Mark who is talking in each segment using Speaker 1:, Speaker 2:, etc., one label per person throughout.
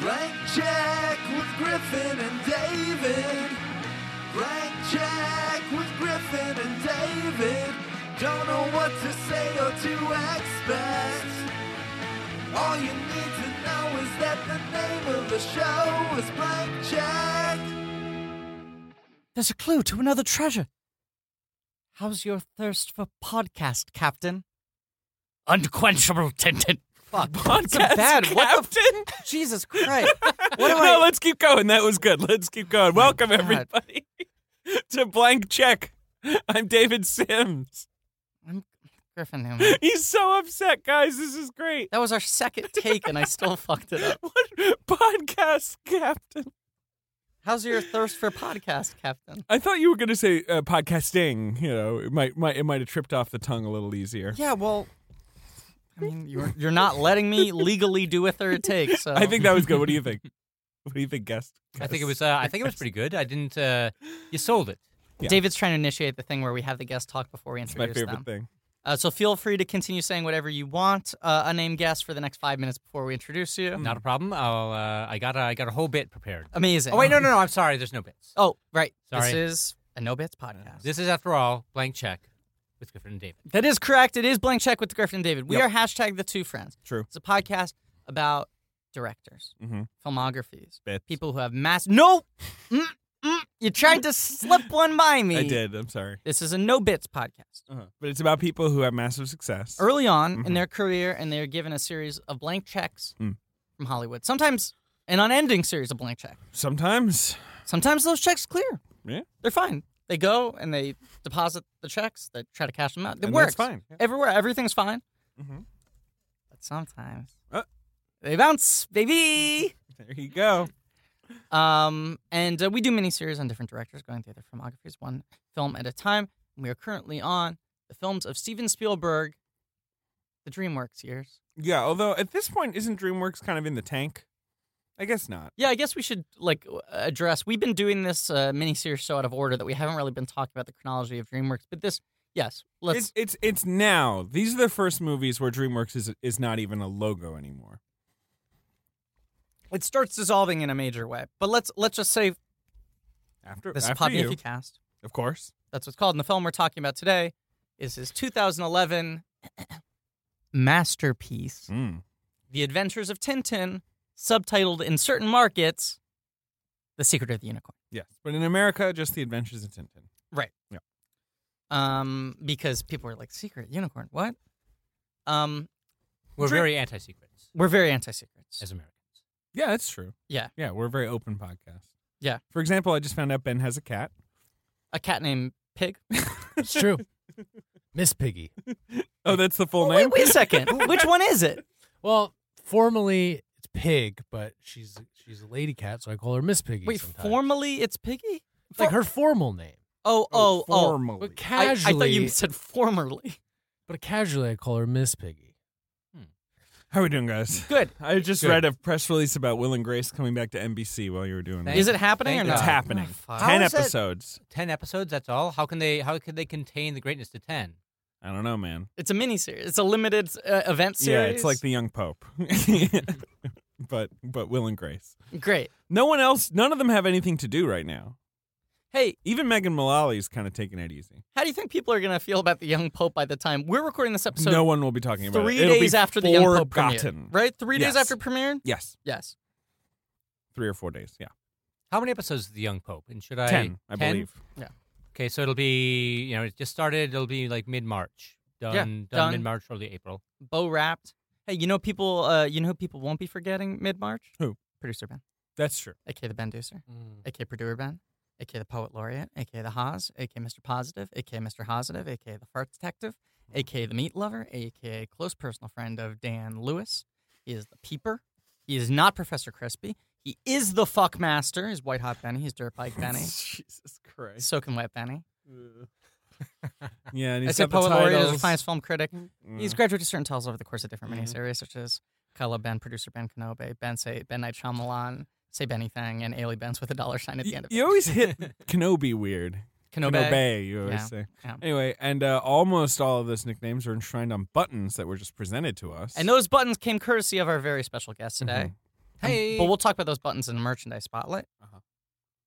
Speaker 1: Blank check with Griffin and David. Blank check with Griffin and David. Don't know what to say or to expect. All you need to know is that the name of the show is Blank Check.
Speaker 2: There's a clue to another treasure. How's your thirst for podcast, Captain? Unquenchable, Tintin. Fuck. Podcast,
Speaker 3: Yes,
Speaker 2: bad. What the
Speaker 3: Captain?
Speaker 2: f- Jesus Christ. What am
Speaker 3: no,
Speaker 2: I?
Speaker 3: let's keep going. That was good. Let's keep going. Welcome
Speaker 2: God.
Speaker 3: everybody to Blank Check. I'm David Sims.
Speaker 2: I'm Griffin Newman.
Speaker 3: He's so upset, guys. This is great.
Speaker 2: That was our second take, and I still fucked it up.
Speaker 3: What podcast captain?
Speaker 2: How's your thirst for podcast, Captain?
Speaker 3: I thought you were going to say uh, podcasting. You know, it might might it might have tripped off the tongue a little easier.
Speaker 2: Yeah, well, I mean, you're you're not letting me legally do a third take, so
Speaker 3: I think that was good. What do you think? What do you think, guest?
Speaker 4: I think it was. Uh, I think it was pretty good. I didn't. Uh, you sold it.
Speaker 3: yeah.
Speaker 2: David's trying to initiate the thing where we have the guest talk before we
Speaker 3: It's my
Speaker 2: introduce
Speaker 3: favorite
Speaker 2: them.
Speaker 3: thing.
Speaker 2: Uh, so feel free to continue saying whatever you want, uh, unnamed guest, for the next five minutes before we introduce you.
Speaker 4: Not a problem. I'll. Uh, I got. A, I got a whole bit prepared.
Speaker 2: Amazing.
Speaker 4: Oh wait, no, no, no. I'm sorry. There's no bits.
Speaker 2: Oh, right.
Speaker 4: Sorry.
Speaker 2: This is a No Bits podcast.
Speaker 4: This is, after all, blank check with Griffin and David.
Speaker 2: that is correct. It is Blank Check with Griffin and David. We
Speaker 3: Yep.
Speaker 2: are hashtag the two friends.
Speaker 3: True.
Speaker 2: It's a podcast about directors,
Speaker 4: Mm-hmm.
Speaker 3: Mhm.
Speaker 2: filmographies,
Speaker 3: Bits.
Speaker 2: people who have mass. No! Mm, mm. you tried to slip one by me.
Speaker 3: I did. I'm sorry.
Speaker 2: This is a No Bits podcast.
Speaker 3: But it's about people who have massive success.
Speaker 2: Uh-huh. early on in
Speaker 3: Mhm.
Speaker 4: Mm-hmm.
Speaker 2: their career and they're given a series of blank checks
Speaker 3: Mm.
Speaker 2: from Hollywood. Sometimes an unending series of blank checks.
Speaker 3: Sometimes.
Speaker 2: Sometimes those checks clear.
Speaker 3: Yeah.
Speaker 2: They're fine. They go and they deposit the checks, they try to cash them out. It
Speaker 3: And
Speaker 2: works.
Speaker 3: that's fine. Yeah.
Speaker 2: Everywhere, everything's fine.
Speaker 3: Mhm.
Speaker 2: But sometimes
Speaker 3: Uh.
Speaker 2: they bounce, baby.
Speaker 3: There you go.
Speaker 2: Um, and uh, we do mini series on different directors going through their filmographies, one film at a time. And we are currently on the films of Steven Spielberg, the DreamWorks years.
Speaker 3: Yeah, although at this point, isn't DreamWorks kind of in the tank? I guess not.
Speaker 2: Yeah, I guess we should like w- address. We've been doing this uh, miniseries so out of order that we haven't really been talking about the chronology of DreamWorks. But this, yes, let's.
Speaker 3: It's, it's it's now. These are the first movies where DreamWorks is is not even a logo anymore.
Speaker 2: it starts dissolving in a major way. But let's let's just say
Speaker 3: After
Speaker 2: this is
Speaker 3: after
Speaker 2: Pop
Speaker 3: you,
Speaker 2: Yankee Cast.
Speaker 3: of course.
Speaker 2: That's what's called. And the film we're talking about today is his 2011 masterpiece,
Speaker 3: Mm.
Speaker 2: The Adventures of Tintin, subtitled in certain markets, The Secret of the Unicorn.
Speaker 3: Yes, but in America, just the Adventures of Tintin.
Speaker 2: Um, because people were like, "Secret Unicorn, what?" Um,
Speaker 4: We're
Speaker 2: Dre-
Speaker 4: very anti-secrets
Speaker 2: we're very anti-secrets.
Speaker 4: as Americans.
Speaker 3: Yeah, that's true.
Speaker 2: Yeah.
Speaker 3: yeah, we're a very open podcast.
Speaker 2: Yeah.
Speaker 3: For example, I just found out Ben has a cat.
Speaker 2: a cat named Pig.
Speaker 5: It's true. Miss Piggy.
Speaker 3: Oh, that's the full
Speaker 2: Oh, wait,
Speaker 3: name.
Speaker 2: wait a second. Which one is it?
Speaker 5: Well, formally it's Pig, but she's she's a lady cat, so I call her Miss Piggy.
Speaker 2: Wait,
Speaker 5: sometimes.
Speaker 2: formally it's Piggy.
Speaker 5: It's like her formal name,
Speaker 2: Oh, oh, oh.
Speaker 3: formally.
Speaker 5: but
Speaker 2: I, I
Speaker 5: casually,
Speaker 2: thought you said formerly.
Speaker 5: but casually I call her Miss Piggy.
Speaker 3: How are we doing, guys?
Speaker 2: Good.
Speaker 3: I just
Speaker 4: Good.
Speaker 3: read a press release about Will and Grace coming back to NBC while you were doing that.
Speaker 2: Is it happening or
Speaker 4: Thank
Speaker 2: not?
Speaker 3: It's
Speaker 4: God.
Speaker 3: happening.
Speaker 2: Oh, fuck.
Speaker 3: Ten
Speaker 4: How is that-
Speaker 3: episodes.
Speaker 4: Ten episodes. That's all. How can they? How can they contain the greatness to ten?
Speaker 3: I don't know, man.
Speaker 2: It's a mini series. It's a limited uh, event series.
Speaker 3: Yeah, it's like the young pope. but but Will and Grace.
Speaker 2: great.
Speaker 3: No one else none of them have anything to do right now.
Speaker 2: Hey,
Speaker 3: Even Megan Mullally's kind of taking it easy.
Speaker 2: how do you think people are gonna feel about the young pope by the time we're recording this episode?
Speaker 3: no one will be talking about
Speaker 2: three
Speaker 3: it. It'll be
Speaker 2: days after the young pope
Speaker 3: forgotten.
Speaker 2: premiere, right? Three days
Speaker 3: Yes.
Speaker 2: after premiere.
Speaker 3: Yes.
Speaker 2: Yes.
Speaker 3: Three or four days. Yeah.
Speaker 4: How many episodes of The Young Pope? And should I?
Speaker 3: Ten, I believe.
Speaker 4: Okay, so it'll be. You know, it just started. It'll be like mid-March. Done. done,
Speaker 2: done.
Speaker 4: mid-March, early April.
Speaker 2: Bo wrapped. Hey, you know people. Uh, you know who people won't be forgetting mid March.
Speaker 3: Who?
Speaker 2: Producer Ben,
Speaker 3: That's true.
Speaker 2: aka the Ben Deucer.
Speaker 3: Mm.
Speaker 2: aka Purdue Ben, aka the Poet Laureate, aka the Haas, aka Mr. Positive, aka Mr. Hositive, aka the Fart Detective,
Speaker 3: Mm.
Speaker 2: aka the Meat Lover, aka close personal friend of Dan Lewis. He is the Peeper. He is not Professor Crispy. He is the Fuck Master. He's White Hot Benny. He's Dirt Bike Benny.
Speaker 3: Jesus Christ.
Speaker 2: Soaking Wet Benny.
Speaker 3: Yeah, and
Speaker 2: I
Speaker 3: he's
Speaker 2: said
Speaker 3: got the
Speaker 2: Poet Laureate is the
Speaker 3: titles.
Speaker 2: finest film critic.
Speaker 3: Mm.
Speaker 2: He's graduated certain titles over the course of different
Speaker 3: Mhm.
Speaker 2: miniseries, such as Kala Ben, producer Ben Kenobe, Ben Say, Ben Night Shyamalan, Say Benny Thing, and Ailey Benz with a dollar sign at the
Speaker 3: You-
Speaker 2: end of it.
Speaker 3: you always hit Kenobi weird.
Speaker 2: Kenobe.
Speaker 3: Kenobe, you always
Speaker 2: Yeah.
Speaker 3: say.
Speaker 2: Yeah.
Speaker 3: Anyway, and uh, almost all of those nicknames are enshrined on buttons that were just presented to us.
Speaker 2: And those buttons came courtesy of our very special guest today, Um,
Speaker 4: Hey.
Speaker 2: but we'll talk about those buttons in the merchandise spotlight.
Speaker 3: Uh-huh.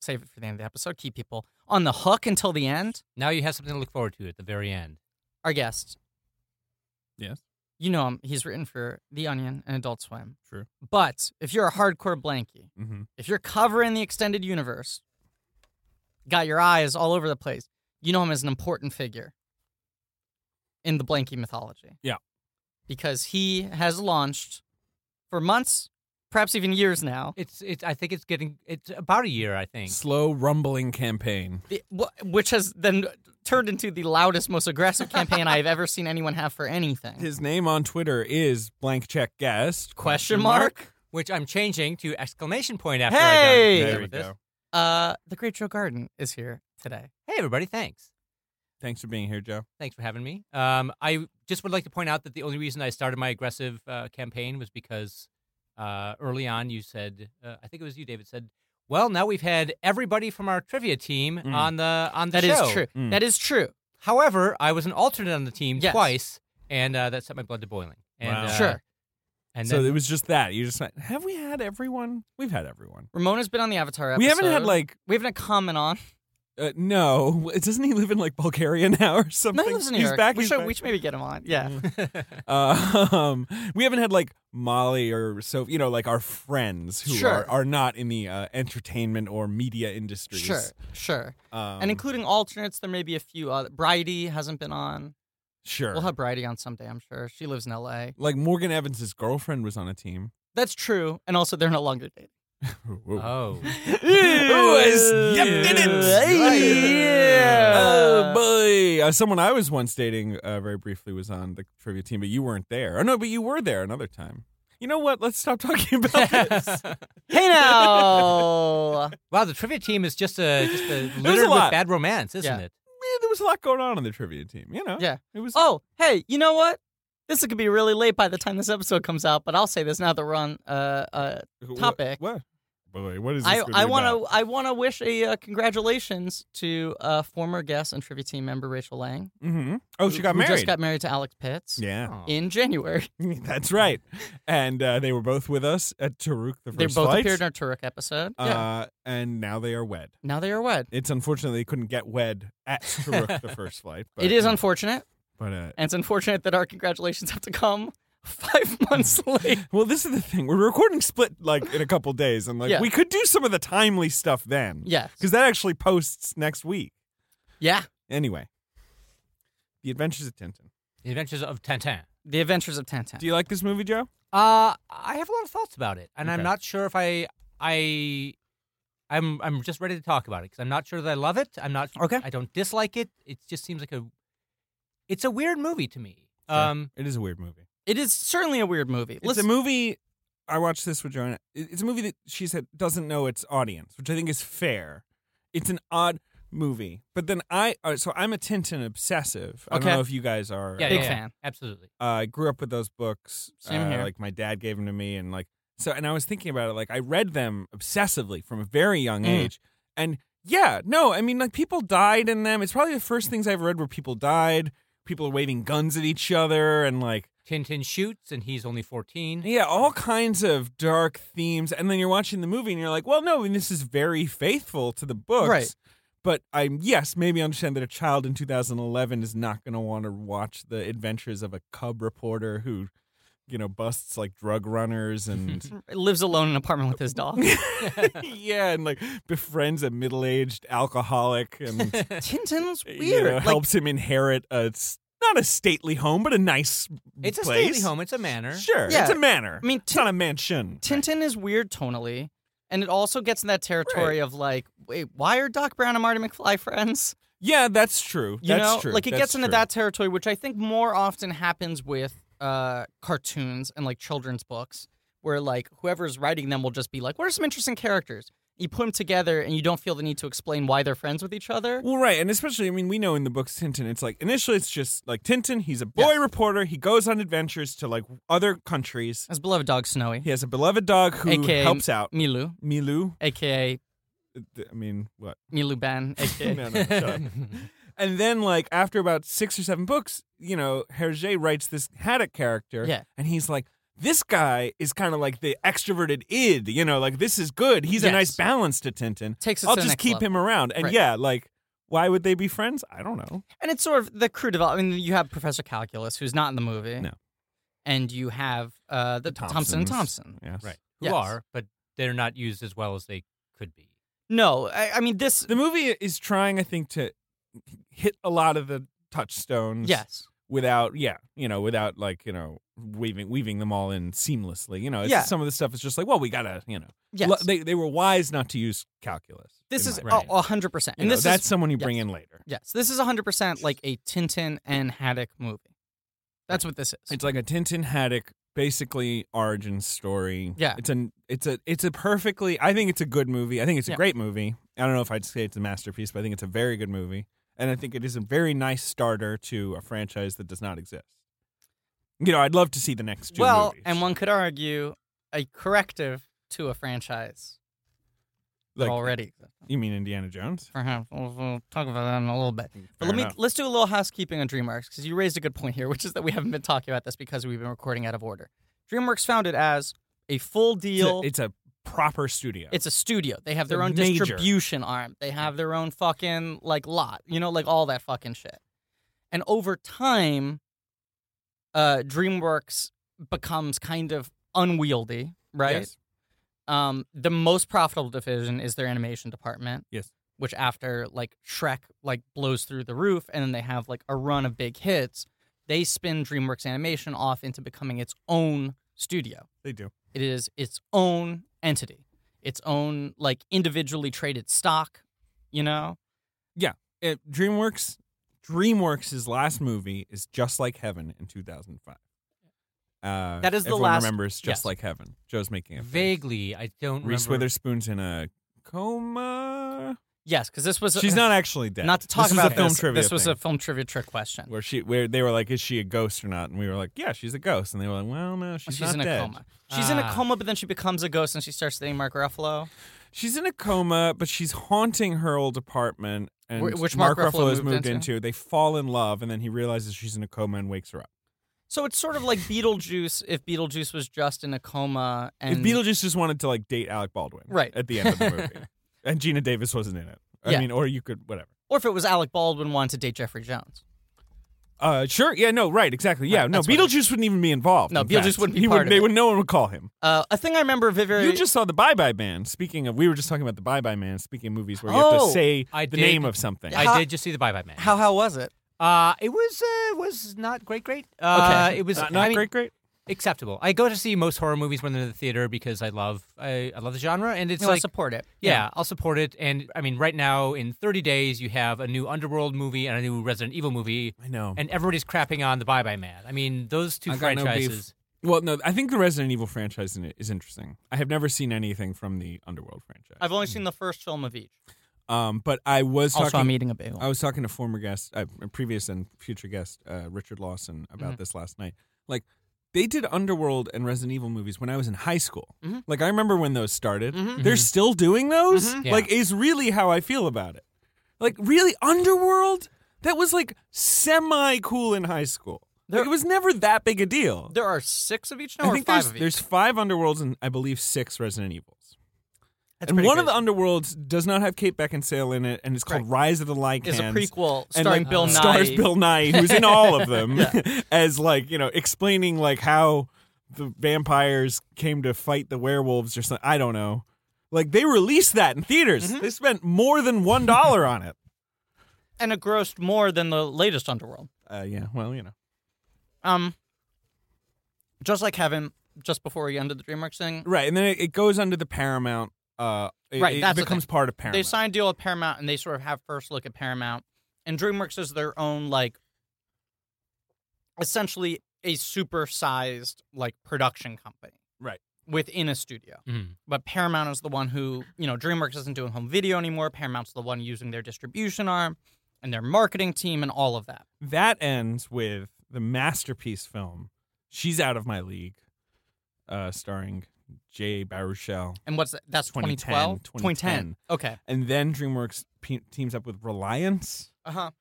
Speaker 2: Save it for the end of the episode. Keep people on the hook until the end.
Speaker 4: Now you have something to look forward to at the very end.
Speaker 2: Our guest.
Speaker 3: Yes.
Speaker 2: You know him. He's written for The Onion and Adult Swim.
Speaker 3: True.
Speaker 2: But if you're a hardcore blankie,
Speaker 3: Mm-hmm.
Speaker 2: if you're covering the extended universe, got your eyes all over the place, you know him as an important figure in the Blanky mythology.
Speaker 3: Yeah.
Speaker 2: Because he has launched for months, perhaps even years now,
Speaker 4: It's it's. I think it's getting. It's about a year. I think.
Speaker 3: Slow rumbling campaign.
Speaker 2: the- wh- which has then turned into the loudest, most aggressive campaign I've ever seen anyone have for anything.
Speaker 3: His name on Twitter is blank check guest
Speaker 2: Question mark?
Speaker 4: Which I'm changing to exclamation point after
Speaker 2: Hey!
Speaker 4: I
Speaker 3: There
Speaker 4: got done
Speaker 3: we
Speaker 4: with this.
Speaker 3: go.
Speaker 2: Uh, the Great Joe Garden is here today.
Speaker 4: Hey everybody, thanks.
Speaker 3: Thanks for being here, Joe.
Speaker 4: Thanks for having me. Um, I just would like to point out that the only reason I started my aggressive uh, campaign was because uh, early on you said, uh, I think it was you, David, said, "Well, now we've had everybody from our trivia team
Speaker 3: Mm.
Speaker 4: on the on the
Speaker 2: Hmm. That is
Speaker 4: show."
Speaker 2: true.
Speaker 3: Mm.
Speaker 2: That is true.
Speaker 4: However, I was an alternate on the team
Speaker 2: Yes.
Speaker 4: twice, and uh, that set my blood to boiling. And,
Speaker 3: Wow.
Speaker 4: uh,
Speaker 2: sure.
Speaker 4: And
Speaker 3: so
Speaker 4: then,
Speaker 3: it was just that. You just went, have we had everyone? We've had everyone.
Speaker 2: Ramona's been on the Avatar episode.
Speaker 3: We haven't had like
Speaker 2: We haven't had comment on.
Speaker 3: uh, no. Doesn't he live in like Bulgaria now or something?
Speaker 2: No, he lives in New
Speaker 3: he's
Speaker 2: York.
Speaker 3: back.
Speaker 2: we,
Speaker 3: he's
Speaker 2: should,
Speaker 3: back. Mm-hmm.
Speaker 2: we should maybe get him on. Yeah.
Speaker 3: Uh, um, we haven't had like Molly or so you know like our friends who
Speaker 2: Sure.
Speaker 3: are, are not in the uh, entertainment or media industries.
Speaker 2: Sure. Sure.
Speaker 3: um,
Speaker 2: and including alternates, there may be a few other. Bridie hasn't been on.
Speaker 3: sure.
Speaker 2: We'll have Bridie on someday, I'm sure. She lives in LA.
Speaker 3: like Morgan Evans' girlfriend was on a team.
Speaker 2: That's true. And also, they're no longer dating.
Speaker 3: Ooh, ooh.
Speaker 4: oh,
Speaker 3: Ooh, I stepped in it. Oh boy! Uh, someone I was once dating uh, very briefly was on the trivia team, but you weren't there. Oh no, but you were there another time. You know what? Let's stop talking about this.
Speaker 2: Hey now.
Speaker 4: wow, the trivia team is just a just a
Speaker 3: was
Speaker 4: littered
Speaker 3: a lot.
Speaker 4: with bad romance, isn't
Speaker 2: Yeah.
Speaker 4: it?
Speaker 3: Man, there was a lot going on on the trivia team. You know.
Speaker 2: Yeah.
Speaker 3: It was.
Speaker 2: oh, hey, you know what? This could be really late by the time this episode comes out, but I'll say this now that we're on. Uh, uh,
Speaker 3: Wh-
Speaker 2: topic.
Speaker 3: What? Boy, what is this
Speaker 2: I
Speaker 3: gonna
Speaker 2: I
Speaker 3: be
Speaker 2: want
Speaker 3: about?
Speaker 2: to I want to wish a uh, congratulations to uh, former guest and trivia team member Rachel Lang.
Speaker 3: Mm-hmm. Oh, she got
Speaker 2: who
Speaker 3: married.
Speaker 2: Just got married to Alex Pitts.
Speaker 3: yeah,
Speaker 4: Oh.
Speaker 2: In January,
Speaker 3: that's right. And uh, they were both with us at Taruk the first
Speaker 2: they both
Speaker 3: flight.
Speaker 2: appeared in our Turok episode. yeah.
Speaker 3: uh, and now they are wed.
Speaker 2: Now they are wed.
Speaker 3: It's unfortunate they couldn't get wed at Taruk the first flight. But,
Speaker 2: it is unfortunate,
Speaker 3: But uh,
Speaker 2: and it's unfortunate that our congratulations have to come five months late.
Speaker 3: well, this is the thing. We're recording split like in a couple days, and like
Speaker 2: Yeah.
Speaker 3: we could do some of the timely stuff then.
Speaker 2: Yes.
Speaker 3: because that actually posts next week.
Speaker 2: Yeah.
Speaker 3: Anyway, The Adventures of Tintin.
Speaker 4: The Adventures of Tintin.
Speaker 2: The Adventures of Tintin.
Speaker 3: Do you like this movie, Joe?
Speaker 4: Uh, I have a lot of thoughts about it, and
Speaker 3: Okay.
Speaker 4: I'm not sure if I, I, I'm, I'm just ready to talk about it because I'm not sure that I love it. I'm not.
Speaker 3: Okay.
Speaker 4: I don't dislike it. It just seems like a, it's a weird movie to me.
Speaker 3: Sure.
Speaker 4: Um,
Speaker 3: It is a weird movie.
Speaker 2: it is certainly a weird movie.
Speaker 3: It's
Speaker 2: Listen,
Speaker 3: a movie. I watched this with Joanna. It- It's a movie that she said doesn't know its audience, which I think is fair. It's an odd movie, but then I uh, so I'm a Tintin obsessive. I
Speaker 2: Okay.
Speaker 3: don't know if you guys are.
Speaker 4: yeah,
Speaker 2: Big
Speaker 4: yeah, yeah,
Speaker 2: fan.
Speaker 4: absolutely.
Speaker 3: Uh, I grew up with those books.
Speaker 2: Same
Speaker 3: uh,
Speaker 2: here.
Speaker 3: Like my dad gave them to me, and like so. And I was thinking about it. Like I read them obsessively from a very young
Speaker 2: Mm.
Speaker 3: age, and yeah, no, I mean like people died in them. It's probably the first things I ever read where people died. People are waving guns at each other, and like
Speaker 4: Tintin shoots, and he's only fourteen.
Speaker 3: yeah, all kinds of dark themes. And then you're watching the movie and you're like, well, no, I mean, this is very faithful to the books.
Speaker 2: Right.
Speaker 3: But I, yes, maybe understand that a child in 2011 is not going to want to watch the adventures of a cub reporter who, you know, busts like drug runners and,
Speaker 2: lives alone in an apartment with his dog.
Speaker 3: yeah, and like befriends a middle aged alcoholic and
Speaker 2: Tintin's weird.
Speaker 3: you know,
Speaker 2: Like,
Speaker 3: helps him inherit a, s- not a stately home, but a nice
Speaker 4: It's a
Speaker 3: place.
Speaker 4: stately home. It's a manor.
Speaker 3: Sure.
Speaker 2: Yeah.
Speaker 3: It's a manor.
Speaker 2: I mean,
Speaker 3: it's not a mansion.
Speaker 2: Tintin is weird tonally, and it also gets in that territory of like, wait, why are Doc Brown and Marty McFly friends?
Speaker 3: Yeah, that's true.
Speaker 2: You
Speaker 3: that's
Speaker 2: know,
Speaker 3: true.
Speaker 2: like it
Speaker 3: That's
Speaker 2: gets into
Speaker 3: true.
Speaker 2: that territory, which I think more often happens with uh, cartoons and like children's books, where like whoever's writing them will just be like, what are some interesting characters? You put them together, and you don't feel the need to explain why they're friends with each other.
Speaker 3: Well, right, and especially, I mean, we know in the books Tintin, it's like initially it's just like Tintin. He's a boy reporter. He goes on adventures to like other countries.
Speaker 2: His beloved dog Snowy,
Speaker 3: He has a beloved dog who
Speaker 2: AKA
Speaker 3: helps out.
Speaker 2: Milu,
Speaker 3: Milu.
Speaker 2: aka
Speaker 3: I mean, what?
Speaker 2: Milu Ben, aka
Speaker 3: No, no, no, shut up. and then, like after about six or seven books, you know, Hergé writes this Haddock character.
Speaker 2: Yeah.
Speaker 3: and he's like. this guy is kind of like the extroverted id, you know, like this is good. He's a nice
Speaker 2: Yes.
Speaker 3: balance to Tintin.
Speaker 2: Takes it
Speaker 3: I'll
Speaker 2: to the
Speaker 3: just
Speaker 2: next
Speaker 3: keep
Speaker 2: level.
Speaker 3: him around. And
Speaker 2: Right.
Speaker 3: yeah, like why would they be friends? I don't know.
Speaker 2: And it's sort of the crew development. I mean, you have Professor Calculus, who's not in the movie.
Speaker 3: No.
Speaker 2: And you have uh, the, Thompson and Thompson.
Speaker 3: Thompsons. Yes.
Speaker 4: Right. Who
Speaker 2: Yes.
Speaker 4: are, but they're not used as well as they could be.
Speaker 2: No, I, I mean this.
Speaker 3: The movie is trying, I think, to hit a lot of the touchstones.
Speaker 2: Yes,
Speaker 3: Without, yeah, you know, without like, you know, weaving weaving them all in seamlessly. You know, it's,
Speaker 2: Yeah.
Speaker 3: some of the stuff is just like, well, we gotta, you know,
Speaker 2: yes.
Speaker 3: Lo- they they were wise not to use calculus.
Speaker 2: this
Speaker 3: in
Speaker 2: is
Speaker 3: my
Speaker 2: a
Speaker 3: opinion.
Speaker 2: a hundred percent.
Speaker 3: You
Speaker 2: And
Speaker 3: know,
Speaker 2: this
Speaker 3: that's
Speaker 2: is
Speaker 3: someone you bring
Speaker 2: yes.
Speaker 3: in later.
Speaker 2: yes, this is a hundred percent like a Tintin and Haddock movie. That's what this is.
Speaker 3: It's like a Tintin Haddock basically origin story.
Speaker 2: Yeah.
Speaker 3: It's an it's a it's a perfectly I think it's a good movie. I think it's a
Speaker 2: Yeah.
Speaker 3: great movie. I don't know if I'd say it's a masterpiece, but I think it's a very good movie. And I think it is a very nice starter to a franchise that does not exist. You know, I'd love to see the next two
Speaker 2: well,
Speaker 3: movies.
Speaker 2: and one could argue a corrective to a franchise
Speaker 3: like,
Speaker 2: that already. exists.
Speaker 3: You mean Indiana Jones?
Speaker 2: Perhaps we'll, we'll talk about that in a little bit. But
Speaker 3: Mm, Fair
Speaker 2: let me
Speaker 3: enough.
Speaker 2: let's do a little housekeeping on DreamWorks because you raised a good point here, which is that we haven't been talking about this because we've been recording out of order. DreamWorks founded as a full
Speaker 3: It's
Speaker 2: deal.
Speaker 3: a, it's a proper studio.
Speaker 2: It's a studio. They have their
Speaker 3: a
Speaker 2: own
Speaker 3: major-
Speaker 2: distribution arm. They have their own fucking like lot, you know, like all that fucking shit. And over time, uh, DreamWorks becomes kind of unwieldy, right?
Speaker 3: Yes.
Speaker 2: Um, the most profitable division is their animation department.
Speaker 3: Yes.
Speaker 2: Which after like Shrek like blows through the roof, and then they have like a run of big hits. They spin DreamWorks Animation off into becoming its own studio.
Speaker 3: They do.
Speaker 2: It is its own entity, its own like individually traded stock. You know,
Speaker 3: It, DreamWorks DreamWorks' last movie is Just Like Heaven in 2005. Uh,
Speaker 2: That is the
Speaker 3: everyone
Speaker 2: last-
Speaker 3: remembers Just
Speaker 2: yes.
Speaker 3: Like Heaven. Joe's making a face.
Speaker 4: Vaguely, I don't
Speaker 3: Reese
Speaker 4: remember.
Speaker 3: Witherspoon's in a coma.
Speaker 2: yes, because this was
Speaker 3: She's not actually dead.
Speaker 2: uh, not to talk
Speaker 3: this
Speaker 2: about
Speaker 3: was a film
Speaker 2: this.
Speaker 3: trivia
Speaker 2: this was
Speaker 3: thing
Speaker 2: a film trivia trick question.
Speaker 3: where she where they were like, is she a ghost or not? And we were like, yeah, she's a ghost. And they were like, well, no, she's,
Speaker 2: She's,
Speaker 3: not
Speaker 2: in a
Speaker 3: dead.
Speaker 2: coma. She's in a
Speaker 4: Ah.
Speaker 2: coma, but then she becomes a ghost and she starts dating Mark Ruffalo.
Speaker 3: She's in a coma, but she's haunting her old apartment. And
Speaker 2: Wh- which
Speaker 3: Mark,
Speaker 2: Mark
Speaker 3: Ruffalo,
Speaker 2: Ruffalo
Speaker 3: has
Speaker 2: moved
Speaker 3: moved into.
Speaker 2: into.
Speaker 3: They fall in love, and then he realizes she's in a coma and wakes her up.
Speaker 2: So it's sort of like Beetlejuice if Beetlejuice was just in a coma and
Speaker 3: if Beetlejuice just wanted to like date Alec Baldwin,
Speaker 2: Right.
Speaker 3: at the end of the movie, and Gina Davis wasn't in it. I
Speaker 2: Yeah.
Speaker 3: mean, or you could whatever.
Speaker 2: or if it was Alec Baldwin wanted to date Jeffrey Jones.
Speaker 3: Uh, sure. Yeah. No. Right. Exactly. Yeah.
Speaker 2: Right,
Speaker 3: no.
Speaker 2: that's what it
Speaker 3: Beetlejuice wouldn't even be involved.
Speaker 2: No,
Speaker 3: in
Speaker 2: Beetlejuice
Speaker 3: fact.
Speaker 2: wouldn't be
Speaker 3: He
Speaker 2: part
Speaker 3: would,
Speaker 2: of
Speaker 3: they
Speaker 2: it.
Speaker 3: would. No one would call him.
Speaker 2: Uh, a thing I remember very
Speaker 3: You just saw the Bye Bye Man. Speaking of, we were just talking about the Bye Bye Man. Speaking of movies where you have to
Speaker 2: Oh,
Speaker 3: say
Speaker 4: I
Speaker 3: the
Speaker 4: did-
Speaker 3: name of something.
Speaker 2: How-
Speaker 4: I did just see the Bye Bye Man.
Speaker 2: how how was it?
Speaker 4: Uh, it was uh, was not great, great. Uh,
Speaker 2: Okay.
Speaker 4: it was
Speaker 3: not not
Speaker 4: I mean,
Speaker 3: great. Great.
Speaker 4: acceptable. I go to see most horror movies when they're in the theater because I love I, I love the genre and it's
Speaker 2: You know,
Speaker 4: like
Speaker 2: support it.
Speaker 4: yeah, I'll support it. And I mean, right now in 30 days you have a new Underworld movie and a new Resident Evil movie,
Speaker 3: I know.
Speaker 4: and everybody's crapping on the Bye Bye Man. I mean, those two
Speaker 3: I got no beef.
Speaker 4: franchises.
Speaker 3: well, no. I think the Resident Evil franchise in it is interesting. I have never seen anything from the Underworld franchise.
Speaker 2: I've only seen the first film of each.
Speaker 3: um, but I was
Speaker 2: Also,
Speaker 3: talking.
Speaker 2: I'm eating a bagel.
Speaker 3: I was talking to former guest, uh, previous and future guest uh, Richard Lawson
Speaker 2: Mm-hmm.
Speaker 3: about this last night. Like they did Underworld and Resident Evil movies when I was in high school.
Speaker 2: Mhm.
Speaker 3: Like I remember when those started.
Speaker 2: Mhm.
Speaker 3: They're
Speaker 4: Mhm.
Speaker 3: still doing those.
Speaker 2: Mhm.
Speaker 4: Yeah.
Speaker 3: Like is really how I feel about it. Like really Underworld that was like semi cool in high school. Like,
Speaker 2: There-
Speaker 3: it was never that big a deal.
Speaker 2: There are six of each now,
Speaker 3: I
Speaker 2: or
Speaker 3: think
Speaker 2: five
Speaker 3: there's
Speaker 2: of each.
Speaker 3: there's five Underworlds and I believe six Resident Evils.
Speaker 2: That's
Speaker 3: and
Speaker 2: pretty
Speaker 3: one
Speaker 2: good.
Speaker 3: of the Underworlds does not have Kate Beckinsale in it, and it's called Rise of the Lycans
Speaker 2: is a prequel
Speaker 3: and
Speaker 2: starring
Speaker 3: like, uh,
Speaker 2: Bill Nye.
Speaker 3: stars Bill Nye, who's in all of them, as like you know explaining like how the vampires came to fight the werewolves or something. I don't know. Like they released that in theaters.
Speaker 2: Mm-hmm.
Speaker 3: They spent more than one dollar on it.
Speaker 2: and it grossed more than the latest Underworld.
Speaker 3: Uh, yeah, well you know.
Speaker 2: Um, just like Heaven, just before we ended the DreamWorks thing,
Speaker 3: Right, and then it, it goes under the Paramount. Uh, it,
Speaker 2: Right,
Speaker 3: it
Speaker 2: that's the
Speaker 3: becomes
Speaker 2: thing.
Speaker 3: part of Paramount.
Speaker 2: they signed a deal with Paramount, and they sort of have first look at Paramount. And DreamWorks is their own like, essentially a supersized like production company,
Speaker 3: Right.
Speaker 2: Within a studio.
Speaker 4: Mhm.
Speaker 2: but Paramount is the one who, you know, DreamWorks isn't doing home video anymore. Paramount's the one using their distribution arm and their marketing team and all of that.
Speaker 3: that ends with the masterpiece film. She's out of my league, uh, starring Jay Baruchel.
Speaker 2: And what's that? That's
Speaker 3: 2010,
Speaker 2: 2012?
Speaker 3: 2010.
Speaker 2: Okay.
Speaker 3: and then DreamWorks pe- teams up with Reliance,
Speaker 2: Uh huh.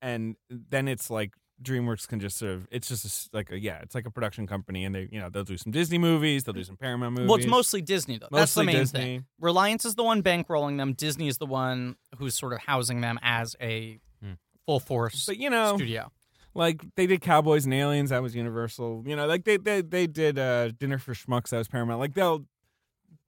Speaker 3: and then it's like DreamWorks can just sort of it's just a s like a yeah, it's like a production company, and they you know they'll do some Disney movies, they'll do some Paramount movies.
Speaker 2: Well, it's mostly Disney though. That's the
Speaker 3: Mostly
Speaker 2: main
Speaker 3: Disney.
Speaker 2: thing. Reliance is the one bankrolling them. Disney is the one who's sort of housing them as a
Speaker 4: Hmm.
Speaker 2: full force
Speaker 3: But you know,
Speaker 2: studio.
Speaker 3: like they did Cowboys and Aliens, that was Universal. You know, like they they they did uh, Dinner for Schmucks, that was Paramount. Like they'll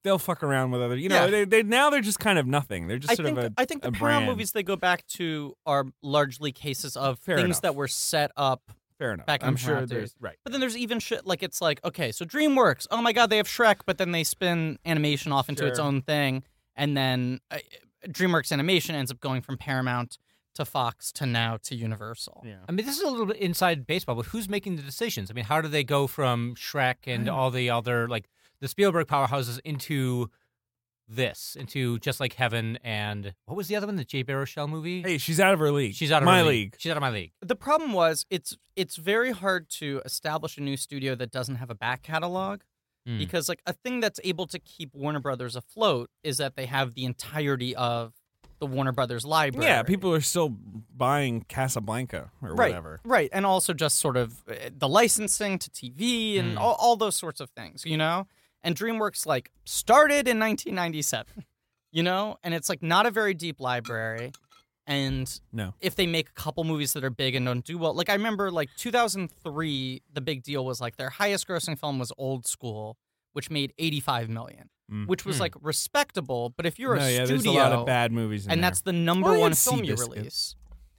Speaker 3: they'll fuck around with other. You know,
Speaker 2: Yeah.
Speaker 3: they they now they're just kind of nothing. They're just
Speaker 2: I
Speaker 3: sort
Speaker 2: think
Speaker 3: of a
Speaker 2: I think the
Speaker 3: a
Speaker 2: Paramount
Speaker 3: brand.
Speaker 2: movies they go back to are largely cases of
Speaker 3: Fair
Speaker 2: things
Speaker 3: enough.
Speaker 2: that were set up.
Speaker 3: fair enough.
Speaker 2: back in
Speaker 3: I'm
Speaker 2: the
Speaker 3: sure
Speaker 2: Paramount
Speaker 3: there's right.
Speaker 2: But then there's even shit like it's like okay, so DreamWorks. Oh my God, they have Shrek, but then they spin animation off into its
Speaker 3: Sure.
Speaker 2: own thing, and then uh, DreamWorks Animation ends up going from Paramount to Fox to now to Universal.
Speaker 3: Yeah.
Speaker 4: I mean, this is a little bit inside baseball, but who's making the decisions? I mean, how do they go from Shrek and
Speaker 2: Mm.
Speaker 4: all the other like the Spielberg powerhouses into this, into just like Heaven and what was the other one, the Jay Baruchel movie?
Speaker 3: Hey, she's out of her league.
Speaker 4: She's out of
Speaker 3: my
Speaker 4: her
Speaker 3: league.
Speaker 4: She's out of my league.
Speaker 2: the problem was it's it's very hard to establish a new studio that doesn't have a back catalog
Speaker 4: Mm.
Speaker 2: because like a thing that's able to keep Warner Brothers afloat is that they have the entirety of the Warner Brothers library.
Speaker 3: Yeah, people are still buying Casablanca or
Speaker 2: right,
Speaker 3: whatever.
Speaker 2: right, and also just sort of uh, the licensing to TV and
Speaker 3: Mm.
Speaker 4: Hmm.
Speaker 2: all, all those sorts of things, you know. And DreamWorks like started in 1997, you know, and it's like not a very deep library, and
Speaker 3: No.
Speaker 2: if they make a couple movies that are big and don't do well. Like I remember like 2003 the big deal was like their highest grossing film was Old School which made 85 million,
Speaker 3: Mm.
Speaker 2: which was
Speaker 4: Hmm.
Speaker 2: like respectable, but if you're
Speaker 3: no,
Speaker 2: a
Speaker 3: yeah,
Speaker 2: studio
Speaker 3: there's a lot of bad movies, in
Speaker 2: and
Speaker 3: there.
Speaker 2: that's the number
Speaker 3: Well, you
Speaker 2: one
Speaker 3: had
Speaker 2: film you
Speaker 3: Seabiscuit.
Speaker 2: release.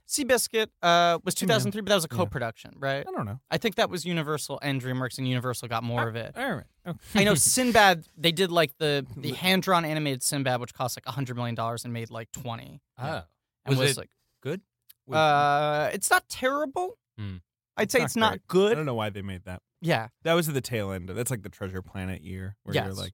Speaker 2: Seabiscuit uh, was 2003, but that was a
Speaker 3: Yeah.
Speaker 2: co-production, right?
Speaker 3: I don't know.
Speaker 2: I think that was Universal and DreamWorks, and Universal got more of it.
Speaker 3: All right. Okay.
Speaker 2: I know Sinbad. They did like the the hand drawn animated Sinbad, which cost like 100 million dollars and made like 20.
Speaker 4: Ah.
Speaker 2: and
Speaker 4: Was
Speaker 2: was
Speaker 4: it
Speaker 2: like
Speaker 4: good?
Speaker 2: uh, it's not terrible.
Speaker 4: Hmm.
Speaker 2: I'd say
Speaker 3: It's
Speaker 2: it's,
Speaker 3: not Uh,
Speaker 2: not,
Speaker 3: I
Speaker 2: good.
Speaker 3: don't know why they made that.
Speaker 2: Yeah,
Speaker 3: That was at the tail end. That's like the Treasure Planet year, where you're
Speaker 2: Yes.
Speaker 3: like,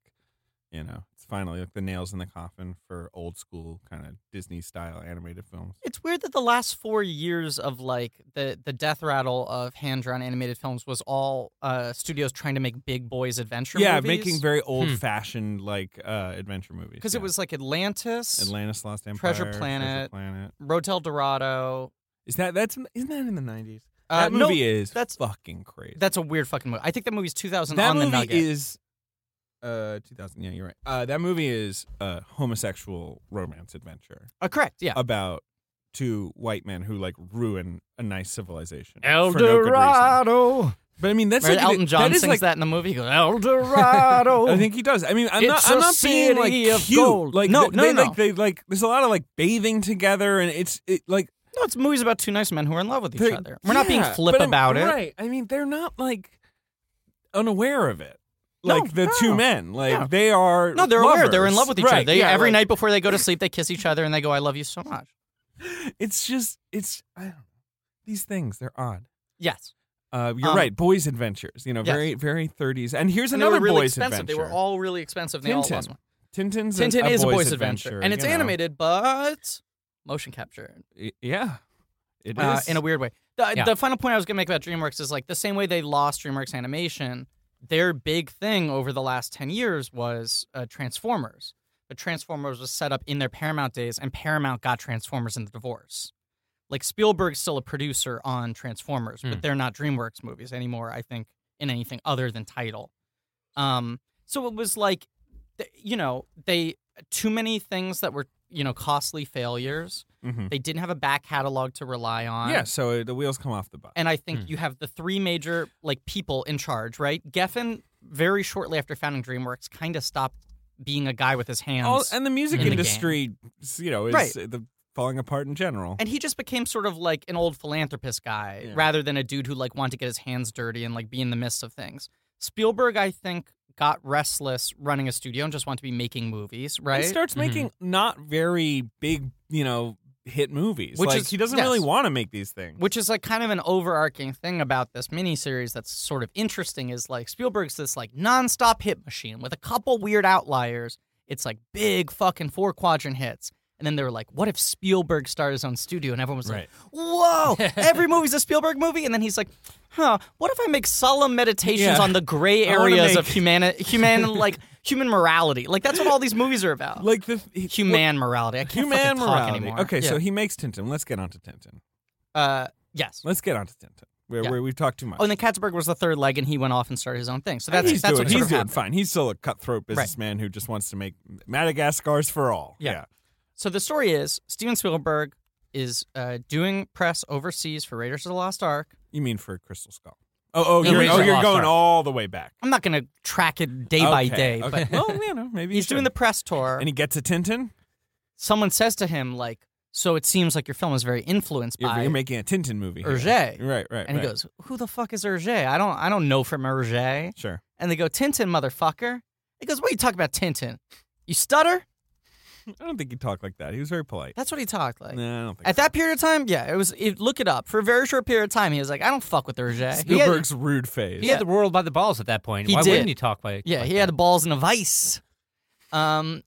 Speaker 3: you know, it's finally like the nails in the coffin for old school kind of Disney style animated films.
Speaker 2: it's weird that the last four years of like the the death rattle of hand drawn animated films was all uh, studios trying to make big boys adventure.
Speaker 3: yeah,
Speaker 2: movies.
Speaker 3: making very old fashioned like uh, adventure movies.
Speaker 2: because
Speaker 3: yeah.
Speaker 2: it was like Atlantis,
Speaker 3: Atlantis Lost Empire,
Speaker 2: Treasure Planet.
Speaker 3: Planet.
Speaker 2: Road to El Dorado.
Speaker 3: Is that that's isn't that in the nineties?
Speaker 2: Uh,
Speaker 3: that movie
Speaker 2: no,
Speaker 3: is
Speaker 2: that's-
Speaker 3: fucking crazy.
Speaker 2: that's a weird fucking movie. I think that movie's 2000
Speaker 3: that
Speaker 2: on
Speaker 3: movie
Speaker 2: the Nugget.
Speaker 3: is uh 2000 yeah you're right uh that movie is a homosexual romance adventure
Speaker 2: Uh, correct, yeah.
Speaker 3: about two white men who like ruin a nice civilization
Speaker 5: El
Speaker 3: for no good reason.
Speaker 5: Dorado.
Speaker 3: but i mean that's
Speaker 2: Right,
Speaker 3: like
Speaker 2: Elton John
Speaker 3: that is
Speaker 2: sings
Speaker 3: like
Speaker 2: that in the movie. He goes, El
Speaker 5: Dorado.
Speaker 3: I think he does. I mean, I'm
Speaker 5: It's
Speaker 3: not. I'm
Speaker 5: a
Speaker 3: not being like
Speaker 5: city of
Speaker 3: cute.
Speaker 5: gold.
Speaker 3: Like
Speaker 2: No,
Speaker 3: they,
Speaker 2: no,
Speaker 3: they,
Speaker 2: no.
Speaker 3: Like they like. There's a lot of like bathing together, and it's it, like
Speaker 2: No, it's movies about two nice men who are in love with each
Speaker 3: They-
Speaker 2: other. We're not being
Speaker 3: yeah,
Speaker 2: flip
Speaker 3: but I'm-
Speaker 2: about it.
Speaker 3: Right. I mean, they're not like unaware of it.
Speaker 2: No,
Speaker 3: Like the
Speaker 2: no,
Speaker 3: two
Speaker 2: no.
Speaker 3: men, like
Speaker 2: Yeah.
Speaker 3: they are.
Speaker 2: No, they're aware. They're in love with each
Speaker 3: lovers.
Speaker 2: other. They,
Speaker 3: Right, yeah,
Speaker 2: every
Speaker 3: like,
Speaker 2: night before they go to sleep, they kiss each other and they go, I love you so much.
Speaker 3: It's just, it's I don't know. These things, they're odd.
Speaker 2: Yes.
Speaker 3: Uh, you're
Speaker 2: Um,
Speaker 3: right. Boys' adventures. You know,
Speaker 2: yes.
Speaker 3: very, very 30s. And here's
Speaker 2: And they
Speaker 3: another
Speaker 2: were really
Speaker 3: boys'
Speaker 2: expensive.
Speaker 3: adventure.
Speaker 2: They were all really expensive. And they all
Speaker 3: Tintin.
Speaker 2: lost one.
Speaker 3: Tintin's a-
Speaker 2: Tintin
Speaker 3: a
Speaker 2: is
Speaker 3: boy's
Speaker 2: a boy's adventure. And it's
Speaker 3: you know.
Speaker 2: animated, but motion captured.
Speaker 3: Y- Yeah, it is
Speaker 2: uh, in a weird way. The,
Speaker 4: Yeah.
Speaker 2: the final point I was going to make about DreamWorks is like the same way they lost DreamWorks Animation, their big thing over the last 10 years was uh, Transformers. But Transformers was set up in their Paramount days, and Paramount got Transformers in the divorce. Like Spielberg's still a producer on Transformers,
Speaker 4: Hmm.
Speaker 2: but they're not DreamWorks movies anymore, I think, in anything other than title. Um, so it was like, th- you know, they too many things that were, you know, costly failures.
Speaker 3: Mhm.
Speaker 2: They didn't have a back catalog to rely on.
Speaker 3: Yeah, so the wheels come off the bus.
Speaker 2: And I think
Speaker 4: Hmm.
Speaker 2: you have the three major like people in charge, right? Geffen, very shortly after founding DreamWorks, kind of stopped being a guy with his hands.
Speaker 3: All, Oh, and the music
Speaker 2: in the
Speaker 3: industry, you know, is uh,
Speaker 2: Right.
Speaker 3: the falling apart in general.
Speaker 2: and he just became sort of like an old philanthropist guy
Speaker 3: Yeah.
Speaker 2: rather than a dude who like wanted to get his hands dirty and like be in the midst of things. Spielberg, I think, got restless running a studio and just wanted to be making movies, right? Mm-hmm.
Speaker 3: He starts
Speaker 4: Mhm.
Speaker 3: making not very big, you know, hit movies.
Speaker 2: Which
Speaker 3: like
Speaker 2: is-
Speaker 3: he doesn't
Speaker 2: yes.
Speaker 3: really want to make these things.
Speaker 2: which is like kind of an overarching thing about this miniseries that's sort of interesting is like Spielberg's this like nonstop hit machine with a couple weird outliers. It's like big fucking four quadrant hits. And then they were like, what if Spielberg started his own studio? And everyone was like, whoa, every movie's a Spielberg movie. And then he's like, huh, what if I make solemn meditations
Speaker 3: Yeah.
Speaker 2: on the gray
Speaker 3: I wanna
Speaker 2: areas of
Speaker 3: make-
Speaker 2: humani- human, like human morality? Like that's what all these movies are about.
Speaker 3: like the he-
Speaker 2: human morality. I can't
Speaker 3: human
Speaker 2: fucking talk
Speaker 3: morality.
Speaker 2: anymore.
Speaker 3: Okay, so
Speaker 2: Yeah.
Speaker 3: he makes Tintin. Let's get on to Tintin.
Speaker 2: Uh, Yes.
Speaker 3: Let's get on to Tintin. Where,
Speaker 2: Yeah.
Speaker 3: where we've talked too much.
Speaker 2: Oh, and then Katzenberg was the third leg, and he went off and started his own thing. So that's
Speaker 3: he's
Speaker 2: that's what
Speaker 3: doing, he's
Speaker 2: sort of
Speaker 3: doing
Speaker 2: happened.
Speaker 3: fine. He's still a cutthroat businessman who just wants to make Madagascar's for all.
Speaker 2: Yeah. So the story is Steven Spielberg is uh, doing press overseas for Raiders of the Lost Ark.
Speaker 3: You mean for Crystal Skull? Oh, oh,
Speaker 2: Yeah,
Speaker 3: you're,
Speaker 2: Raiders
Speaker 3: oh,
Speaker 2: of the
Speaker 3: you're
Speaker 2: Lost
Speaker 3: going
Speaker 2: Ark.
Speaker 3: all the way back.
Speaker 2: I'm not going to track it day by
Speaker 3: Okay,
Speaker 2: day,
Speaker 3: okay.
Speaker 2: but
Speaker 3: well, you know, maybe you
Speaker 2: he's doing
Speaker 3: should.
Speaker 2: the press tour.
Speaker 3: and he gets a Tintin.
Speaker 2: Someone says to him, like, so it seems like your film is very influenced
Speaker 3: You're,
Speaker 2: by
Speaker 3: you're making a Tintin movie. here.
Speaker 2: Hergé.
Speaker 3: Right, right.
Speaker 2: And he
Speaker 3: right.
Speaker 2: goes, who the fuck is Hergé? I don't, I don't know from Hergé.
Speaker 3: sure.
Speaker 2: And they go, Tintin, motherfucker. He goes, what are you talking about, Tintin? You stutter?
Speaker 3: I don't think he talked like that. He was very polite.
Speaker 2: That's what he talked like.
Speaker 3: no, I don't think.
Speaker 2: At that period of time, yeah, it was. It, look it up. For a very short period of time, he was like, "I don't fuck with Hergé." He had-
Speaker 3: Spielberg's rude phase.
Speaker 4: He
Speaker 2: Yeah.
Speaker 4: had the world by the balls at that point.
Speaker 2: He
Speaker 4: Why
Speaker 2: did.
Speaker 4: wouldn't he talk like?
Speaker 2: Yeah,
Speaker 4: like
Speaker 2: he had the balls in a vice. Um,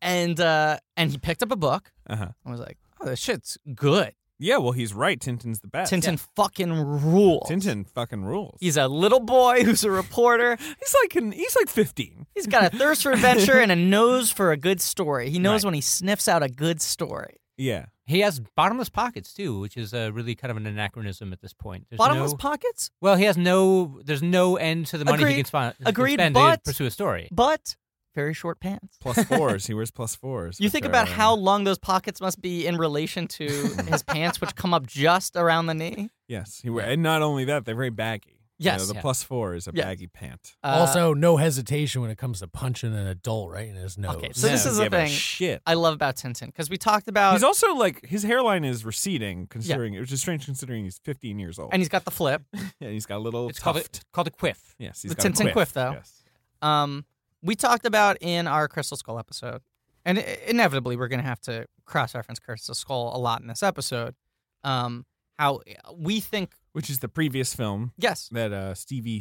Speaker 2: and uh, and he picked up a book
Speaker 3: Uh-huh.
Speaker 2: and was like, "Oh, this shit's good.
Speaker 3: Yeah, well, he's right. Tintin's the best.
Speaker 2: Tintin fucking rules.
Speaker 3: Tintin fucking rules.
Speaker 2: He's a little boy who's a reporter.
Speaker 3: he's like an, he's like 15.
Speaker 2: He's got a thirst for adventure and a nose for a good story. He knows when he sniffs out a good story.
Speaker 3: Yeah.
Speaker 4: He has bottomless pockets too, which is uh, really kind of an anachronism at this point. There's
Speaker 2: Bottomless
Speaker 4: no,
Speaker 2: pockets,
Speaker 4: Well, he has no. There's no end to the money
Speaker 2: Agreed.
Speaker 4: he can, spend. he can
Speaker 2: Agreed,
Speaker 4: spend
Speaker 2: but-
Speaker 4: to pursue a story.
Speaker 2: but very short pants.
Speaker 3: Plus fours. he wears plus fours. uh,
Speaker 2: You
Speaker 3: which
Speaker 2: think
Speaker 3: are-
Speaker 2: about how long those pockets must be in relation to his pants, which come up just around the knee.
Speaker 3: Yes. He wear, and not only that, they're very baggy. You know,
Speaker 2: Yes.
Speaker 3: the
Speaker 4: Yeah.
Speaker 3: plus four is a
Speaker 2: Yes.
Speaker 3: baggy pant.
Speaker 2: Uh,
Speaker 5: also, no hesitation when it comes to punching an adult right in his nose.
Speaker 2: Okay, so this
Speaker 3: No,
Speaker 2: is the
Speaker 3: give a
Speaker 2: thing.
Speaker 3: Shit.
Speaker 2: I uh, love about Tintin because we talked about
Speaker 3: He's also like his hairline is receding, considering which is strange considering he's 15 years old,
Speaker 2: and he's got the flip.
Speaker 3: and he's got a little
Speaker 4: It's called a,
Speaker 3: tuft.
Speaker 4: it's called a quiff.
Speaker 3: yes, he's
Speaker 2: the
Speaker 3: got a
Speaker 2: Tintin quiff, though.
Speaker 3: Yes.
Speaker 2: Um, we talked about in our Crystal Skull episode, and i- inevitably we're going to have to cross-reference Crystal Skull a lot in this episode. Um, how we think,
Speaker 3: which is the previous film
Speaker 2: yes,
Speaker 3: that uh, Stevie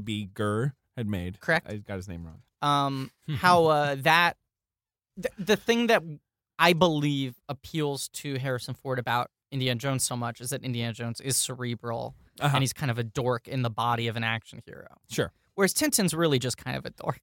Speaker 3: Spielberger had made.
Speaker 2: Correct.
Speaker 3: I got his name wrong.
Speaker 2: um, how uh, that th- the thing that I believe appeals to Harrison Ford about Indiana Jones so much is that Indiana Jones is cerebral
Speaker 3: Uh-huh.
Speaker 2: and he's kind of a dork in the body of an action hero.
Speaker 3: Sure.
Speaker 2: Whereas Tintin's really just kind of a dork.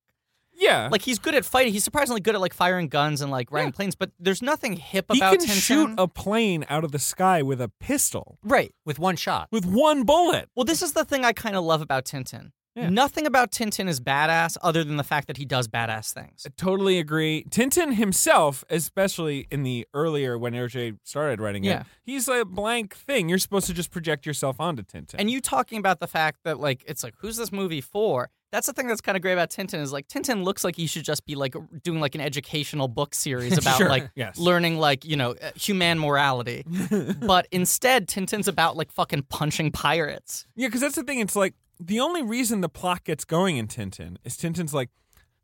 Speaker 3: Yeah.
Speaker 2: Like he's good at fighting. He's surprisingly good at like firing guns and like riding planes, but there's nothing hip
Speaker 3: he
Speaker 2: about
Speaker 3: can
Speaker 2: Tintin.
Speaker 3: shoot a plane out of the sky with a pistol
Speaker 2: right.
Speaker 4: with one shot.
Speaker 3: with one bullet.
Speaker 2: Well, this is the thing I kind of love about Tintin.
Speaker 3: Yeah.
Speaker 2: Nothing about Tintin is badass other than the fact that he does badass things.
Speaker 3: I totally agree. Tintin himself, especially in the earlier when Hergé started writing
Speaker 2: Yeah.
Speaker 3: it, he's a blank thing. You're supposed to just project yourself onto Tintin.
Speaker 2: And you talking about the fact that like it's like who's this movie for? That's the thing that's kind of great about Tintin is like Tintin looks like he should just be like doing like an educational book series about
Speaker 3: Sure,
Speaker 2: like
Speaker 3: yes.
Speaker 2: learning like you know uh, human morality, but instead Tintin's about like fucking punching pirates.
Speaker 3: Yeah, because that's the thing. It's like the only reason the plot gets going in Tintin is Tintin's like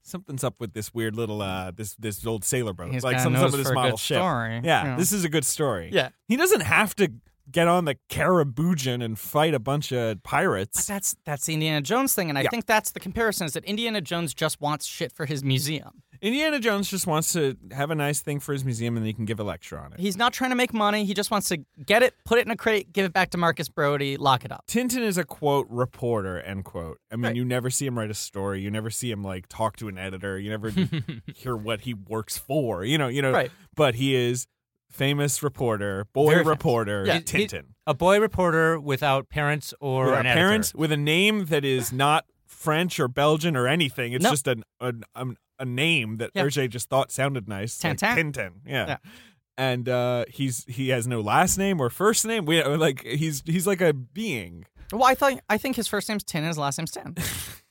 Speaker 3: something's up with this weird little uh this this old sailor boat.
Speaker 2: He's
Speaker 3: like
Speaker 2: got a
Speaker 3: something's up
Speaker 2: nose
Speaker 3: with this
Speaker 2: for a
Speaker 3: model
Speaker 2: good
Speaker 3: ship.
Speaker 2: story,
Speaker 3: Yeah,
Speaker 2: you know.
Speaker 3: this is a good story.
Speaker 2: Yeah.
Speaker 3: he doesn't have to get on the Carabujan and fight a bunch
Speaker 2: But
Speaker 3: of pirates.
Speaker 2: that's that's the Indiana Jones thing, and I
Speaker 3: Yeah.
Speaker 2: think that's the comparison is that Indiana Jones just wants shit for his museum.
Speaker 3: Indiana Jones just wants to have a nice thing for his museum, and then he can give a lecture on it.
Speaker 2: He's not trying to make money. He just wants to get it, put it in a crate, give it back to Marcus Brody, lock it up.
Speaker 3: Tintin is a quote reporter, end quote. I mean,
Speaker 2: Right.
Speaker 3: you never see him write a story. You never see him like talk to an editor. You never hear what he works for. You know, you know.
Speaker 2: Right.
Speaker 3: But he is famous reporter, boy
Speaker 4: Very famous.
Speaker 3: reporter,
Speaker 2: Yeah.
Speaker 4: He- he-
Speaker 3: Tintin.
Speaker 4: a boy reporter without parents or
Speaker 3: With
Speaker 4: an
Speaker 3: a
Speaker 4: editor.
Speaker 3: parent with a name that is not French or Belgian or anything. It's
Speaker 2: No.
Speaker 3: just an, an, um, a name that
Speaker 2: Yeah.
Speaker 3: Hergé just thought sounded nice. like
Speaker 2: Tintin.
Speaker 3: Tintin. Yeah.
Speaker 2: Yeah.
Speaker 3: And uh, he's he has no last name or first name. We like he's he's like a being.
Speaker 2: Well, I thought I think his first name's Tin and his last name's Tin.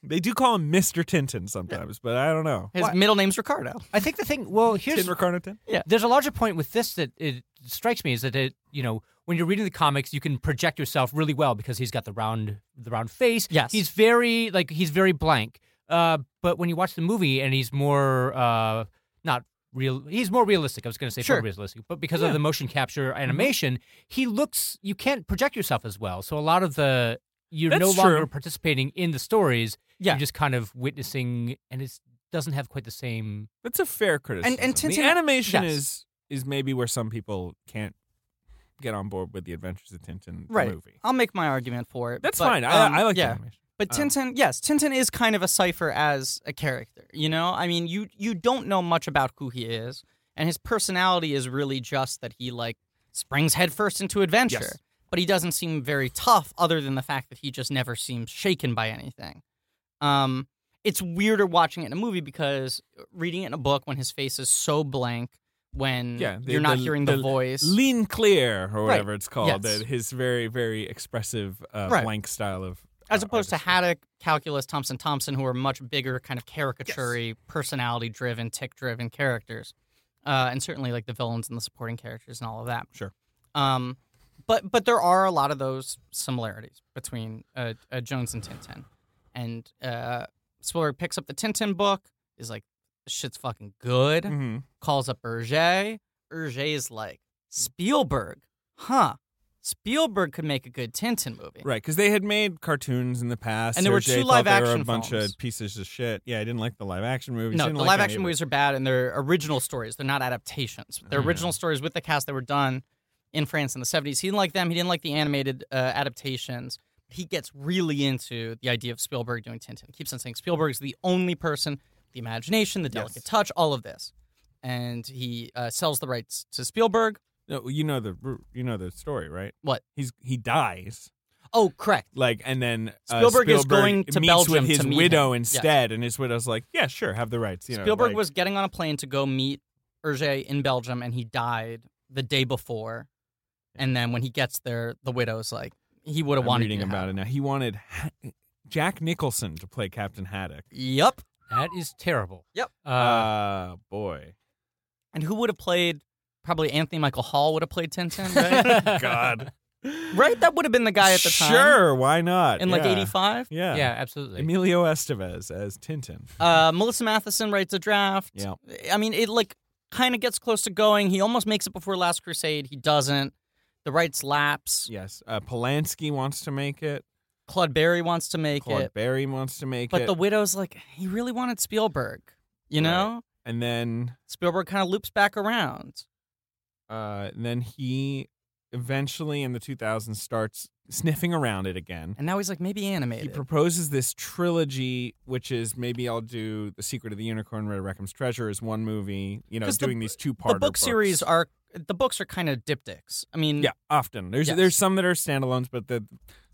Speaker 3: They do call him Mr. Tintin sometimes, but I don't know.
Speaker 2: His middle name's Ricardo.
Speaker 4: I think the thing. Well, here's
Speaker 3: Tin Recarnatin?
Speaker 4: there's a larger point with this that it strikes me is that it you know when you're reading the comics you can project yourself really well because he's got the round the round face
Speaker 2: Yes.
Speaker 4: he's very like he's very blank uh but when you watch the movie and he's more uh not real he's more realistic i was going to say
Speaker 2: Sure. Mm-hmm.
Speaker 4: more realistic but because of the motion capture animation he looks you can't project yourself as well so a lot of the you're
Speaker 3: That's
Speaker 4: no
Speaker 3: true.
Speaker 4: longer participating in the stories
Speaker 2: Yeah.
Speaker 4: you're just kind of witnessing and it doesn't have quite the same
Speaker 3: That's a fair criticism.
Speaker 2: and
Speaker 3: the
Speaker 2: Tintin-
Speaker 3: animation
Speaker 2: yes.
Speaker 3: is is maybe where some people can't get on board with the Adventures of Tintin the
Speaker 2: Right.
Speaker 3: movie.
Speaker 2: I'll make my argument for it.
Speaker 3: That's
Speaker 2: but,
Speaker 3: fine. I,
Speaker 2: um,
Speaker 3: I like the
Speaker 2: yeah.
Speaker 3: animation.
Speaker 2: But
Speaker 3: Um,
Speaker 2: Tintin, yes, Tintin is kind of a cipher as a character. You know, I mean, you you don't know much about who he is, and his personality is really just that he like springs headfirst into adventure. but he doesn't seem very tough other than the fact that he just never seems shaken by anything. Um, it's weirder watching it in a movie because reading it in a book when his face is so blank when
Speaker 3: Yeah, the-
Speaker 2: you're not
Speaker 3: the-
Speaker 2: hearing the,
Speaker 3: the
Speaker 2: voice.
Speaker 3: Lean clear or whatever it's called.
Speaker 2: Yes.
Speaker 3: that his very very expressive uh,
Speaker 2: Right.
Speaker 3: blank style of
Speaker 2: as
Speaker 3: uh,
Speaker 2: opposed to
Speaker 3: artistry.
Speaker 2: Haddock, Calculus, Thompson, Thompson, who are much bigger, kind of caricaturey, personality-driven, tick-driven characters, uh, and certainly like the villains and the supporting characters and all of that.
Speaker 3: Sure.
Speaker 2: Um, but but there are a lot of those similarities between uh, uh, Jones and Tintin, and uh, Spielberg picks up the Tintin book, is like, "This shit's fucking good.
Speaker 3: Mhm.
Speaker 2: Calls up Hergé. Hergé is like, Spielberg, huh? Spielberg could make a good Tintin movie.
Speaker 3: Right, because they had made cartoons in the past,
Speaker 2: And there were
Speaker 3: Sergei
Speaker 2: two
Speaker 3: thought
Speaker 2: live
Speaker 3: they were
Speaker 2: action
Speaker 3: a bunch
Speaker 2: films.
Speaker 3: of pieces of shit. Yeah, I didn't like the live action movies.
Speaker 2: No,
Speaker 3: Didn't
Speaker 2: the
Speaker 3: like
Speaker 2: live
Speaker 3: any
Speaker 2: action
Speaker 3: of it.
Speaker 2: movies are bad, and they're original stories. They're not adaptations. They're
Speaker 3: Mm.
Speaker 2: original stories with the cast that were done in France in the seventies. He didn't like them. He didn't like the animated uh, adaptations. He gets really into the idea of Spielberg doing Tintin. He keeps on saying Spielberg's the only person, the imagination, the delicate touch, all of this, and he uh, sells the rights to Spielberg.
Speaker 3: No, you know the ru- you know the story, right?
Speaker 2: What?
Speaker 3: He's he dies.
Speaker 2: Oh, correct.
Speaker 3: Like and then uh,
Speaker 2: Spielberg is going to
Speaker 3: meets
Speaker 2: Belgium
Speaker 3: with his
Speaker 2: to meet
Speaker 3: widow
Speaker 2: him. Yes.
Speaker 3: instead, and his widow's like, "Yeah, sure, have the rights." You know,
Speaker 2: Spielberg
Speaker 3: like-
Speaker 2: was getting on a plane to go meet Hergé in Belgium, and he died the day before. And then when he gets there, the widow's like, he would have
Speaker 3: I'm
Speaker 2: wanted
Speaker 3: reading
Speaker 2: you to
Speaker 3: about
Speaker 2: have
Speaker 3: it now. He wanted Ha- Jack Nicholson to play Captain Haddock.
Speaker 2: Yep.
Speaker 4: That is terrible.
Speaker 2: Yep.
Speaker 4: Uh,
Speaker 3: Ah, boy,
Speaker 2: And who would have played? Probably Anthony Michael Hall would have played Tintin, right?
Speaker 3: God,
Speaker 2: right? That would have been the guy at the time.
Speaker 3: Sure, why not?
Speaker 2: In like
Speaker 3: Yeah.
Speaker 2: '85.
Speaker 3: Yeah.
Speaker 4: yeah, absolutely.
Speaker 3: Emilio Estevez as Tintin.
Speaker 2: Uh, Melissa Matheson writes a draft.
Speaker 3: Yeah.
Speaker 2: I mean, it like kind of gets close to going. He almost makes it before Last Crusade. He doesn't. The rights lapse.
Speaker 3: Yes, uh, Polanski wants to make it.
Speaker 2: Claude Berry wants to make
Speaker 3: Claude
Speaker 2: it,
Speaker 3: Barry wants to make
Speaker 2: but
Speaker 3: it.
Speaker 2: the widow's like, he really wanted Spielberg. You
Speaker 3: Right.
Speaker 2: know,
Speaker 3: and then
Speaker 2: Spielberg kind of loops back around.
Speaker 3: uh, then he eventually in the 2000s starts sniffing around it again.
Speaker 2: And now he's like, maybe
Speaker 3: He
Speaker 2: animated.
Speaker 3: proposes this trilogy, which is maybe I'll do The Secret of the Unicorn, Red Reckham's Treasure is one movie, you know,
Speaker 2: 'Cause the-
Speaker 3: doing these two part
Speaker 2: the book series are the books are kind of diptychs. I mean,
Speaker 3: Yeah, often. There's
Speaker 2: Yes.
Speaker 3: there's some that are standalones, but the